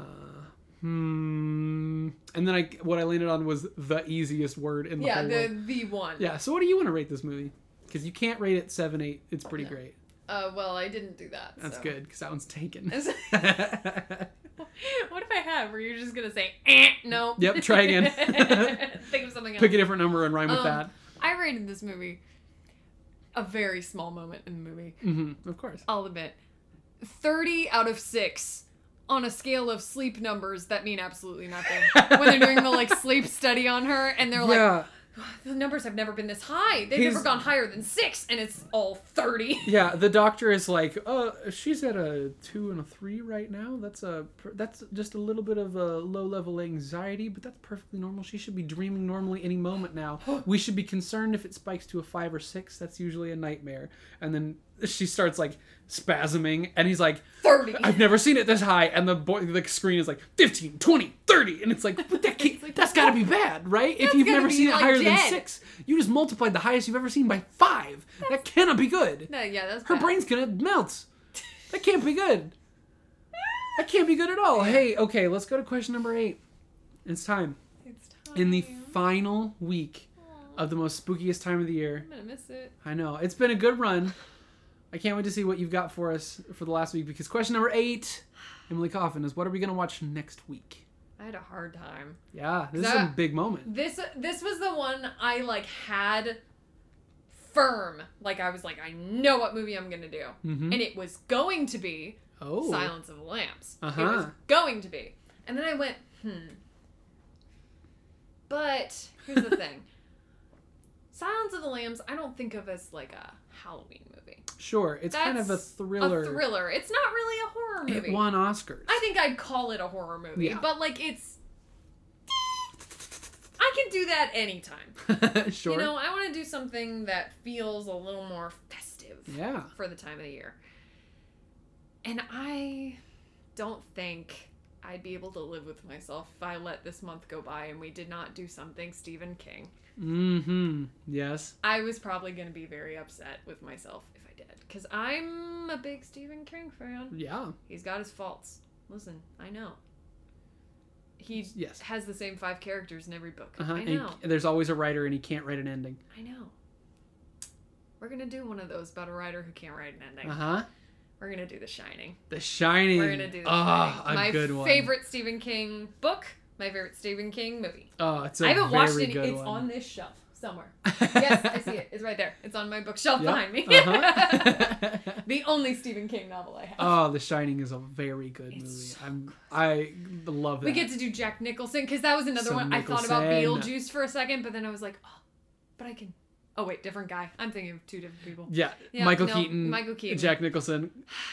Speaker 1: Hmm. And then I what I landed on was the easiest word in the
Speaker 2: yeah,
Speaker 1: whole world.
Speaker 2: the the one.
Speaker 1: Yeah. So what do you want to rate this movie? Because you can't rate it seven eight. It's pretty
Speaker 2: No.
Speaker 1: great.
Speaker 2: Uh, well, I didn't do that.
Speaker 1: That's
Speaker 2: so.
Speaker 1: good because that one's taken.
Speaker 2: what if I had? Were you just gonna say, eh, no?
Speaker 1: Yep, try again.
Speaker 2: Think of something else.
Speaker 1: Pick a different number and rhyme with
Speaker 2: Um,
Speaker 1: that.
Speaker 2: I rated this movie a very small moment in the movie.
Speaker 1: hmm of course.
Speaker 2: I'll admit, thirty out of six on a scale of sleep numbers that mean absolutely nothing. when they're doing the like sleep study on her, and they're like,
Speaker 1: yeah,
Speaker 2: the numbers have never been this high. They've
Speaker 1: His-
Speaker 2: never gone higher than six, and it's all thirty.
Speaker 1: yeah. The doctor is like, uh, she's at a two and a three right now. That's a per- that's just a little bit of a low level anxiety, but that's perfectly normal. She should be dreaming normally any moment now. We should be concerned if it spikes to a five or six. That's usually a nightmare. And then she starts like spasming, and he's like,
Speaker 2: Thirty.
Speaker 1: I've never seen it this high. And the boy, the screen is like 15, 20, 30. And it's like, but that can't,
Speaker 2: like,
Speaker 1: That's got to be bad, right? if
Speaker 2: That's
Speaker 1: you've
Speaker 2: gotta
Speaker 1: never
Speaker 2: be,
Speaker 1: seen it
Speaker 2: like,
Speaker 1: higher than
Speaker 2: dead.
Speaker 1: six, you just multiplied the highest you've ever seen by five. that cannot be good.
Speaker 2: No, yeah, that's
Speaker 1: Her
Speaker 2: bad.
Speaker 1: brain's gonna melt. That can't be good. That can't be good at all. Hey, okay, let's go to question number eight. It's time.
Speaker 2: It's time.
Speaker 1: In the final week
Speaker 3: Aw,
Speaker 1: of the most spookiest time of the year.
Speaker 2: I'm gonna miss it.
Speaker 1: I know. It's been a good run. I can't wait to see what you've got for us for the last week because question number eight, Emily Coffin, is what are we going to watch next week?
Speaker 2: I had a hard time.
Speaker 1: Yeah, this is a
Speaker 2: That-
Speaker 1: big moment.
Speaker 2: This this was the one I like had firm. Like I was like, I know what movie I'm gonna do,
Speaker 1: hmm
Speaker 2: and it was going to be
Speaker 1: Oh.
Speaker 2: Silence of the Lambs. It was
Speaker 1: Uh-huh.
Speaker 2: going to be. And then I went, hmm. But here's the thing. Silence of the Lambs, I don't think of as like a Halloween movie.
Speaker 1: Sure. It's kind of a
Speaker 2: That's
Speaker 1: thriller.
Speaker 2: A thriller. It's not really a horror movie.
Speaker 1: It won Oscars.
Speaker 2: I think I'd call it a horror movie,
Speaker 1: Yeah.
Speaker 2: but like it's I can do that anytime.
Speaker 1: think. sure.
Speaker 2: You know, I want to do something that feels a little more festive
Speaker 1: yeah.
Speaker 2: for the time of the year. And I don't think I'd be able to live with myself if I let this month go by and we did not do something Stephen King.
Speaker 1: Mm-hmm. Yes.
Speaker 2: I was probably going to be very upset with myself if I did because I'm a big Stephen King fan.
Speaker 1: Yeah.
Speaker 2: He's got his faults. Listen, I know. He
Speaker 1: Yes.
Speaker 2: has the same five characters in every book.
Speaker 1: Uh-huh.
Speaker 2: I
Speaker 1: And
Speaker 2: know.
Speaker 1: there's always a writer and he can't write an ending.
Speaker 2: I know. We're going to do one of those about a writer who can't write an ending.
Speaker 1: Uh-huh.
Speaker 2: We're going to do The Shining.
Speaker 1: The Shining.
Speaker 2: We're gonna do this.
Speaker 1: Ah,
Speaker 2: Shining.
Speaker 1: a
Speaker 2: my
Speaker 1: good one.
Speaker 2: favorite Stephen King book, my favorite Stephen King movie.
Speaker 1: Oh, it's a
Speaker 2: I I haven't
Speaker 1: very
Speaker 2: watched it.
Speaker 1: good
Speaker 2: It's
Speaker 1: one.
Speaker 2: on this shelf somewhere. yes, I see it. It's right there. It's on my bookshelf
Speaker 1: Yep.
Speaker 2: behind me.
Speaker 1: Uh-huh.
Speaker 2: the only Stephen King novel I have.
Speaker 1: Oh, The Shining is a very good
Speaker 2: It's
Speaker 1: movie.
Speaker 2: so
Speaker 1: I'm I love that.
Speaker 2: we get to do Jack Nicholson because that was another
Speaker 1: Some
Speaker 2: one I thought about
Speaker 1: Nicholson.
Speaker 2: Beetlejuice for a second, but then I was like, oh, but I can. Oh wait, different guy. I'm thinking of two different people.
Speaker 1: yeah,
Speaker 2: Yeah,
Speaker 1: Michael
Speaker 2: no,
Speaker 1: Keaton,
Speaker 2: Michael Keaton.
Speaker 1: Jack Nicholson.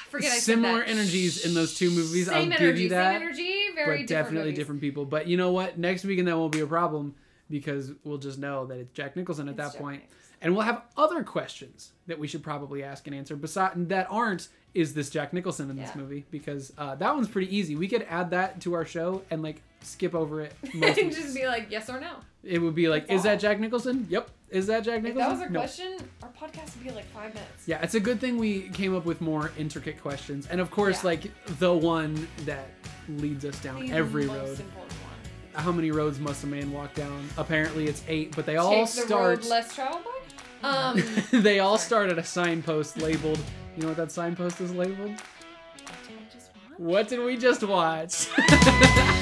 Speaker 2: Forget I
Speaker 1: similar
Speaker 2: said that.
Speaker 1: energies in those two movies.
Speaker 2: Same
Speaker 1: I'll
Speaker 2: energy,
Speaker 1: give you that,
Speaker 2: Same energy.
Speaker 1: but
Speaker 2: Very different
Speaker 1: definitely
Speaker 2: movies.
Speaker 1: different people. But you know what? Next weekend that won't be a problem because we'll just know that it's Jack Nicholson at
Speaker 2: It's
Speaker 1: that
Speaker 2: Jack
Speaker 1: point.
Speaker 2: Nicholson.
Speaker 1: and we'll have other questions that we should probably ask and answer. Besides that, aren't is this Jack Nicholson in this
Speaker 2: Yeah.
Speaker 1: movie? Because uh, that one's pretty easy. We could add that to our show and like skip over it. Most
Speaker 2: and
Speaker 1: weeks.
Speaker 2: just be like yes or no.
Speaker 1: It would be like,
Speaker 2: That's
Speaker 1: is that
Speaker 2: all.
Speaker 1: Jack Nicholson? Yep. Is that Jack
Speaker 2: If
Speaker 1: Nicholson?
Speaker 2: that was our
Speaker 1: No.
Speaker 2: question, our podcast would be like five minutes.
Speaker 1: Yeah, it's a good thing we came up with more intricate questions, and of course,
Speaker 2: Yeah.
Speaker 1: like the one that leads us down
Speaker 2: The
Speaker 1: every
Speaker 2: most
Speaker 1: road.
Speaker 2: important one.
Speaker 1: How many roads must a man walk down? Apparently, it's eight, but they
Speaker 2: Take
Speaker 1: all
Speaker 2: the
Speaker 1: start.
Speaker 2: road less traveled by. Um,
Speaker 1: they all
Speaker 2: Sorry.
Speaker 1: start at a signpost labeled. You know what that signpost is labeled?
Speaker 2: I just want-
Speaker 1: What did we just watch? uh,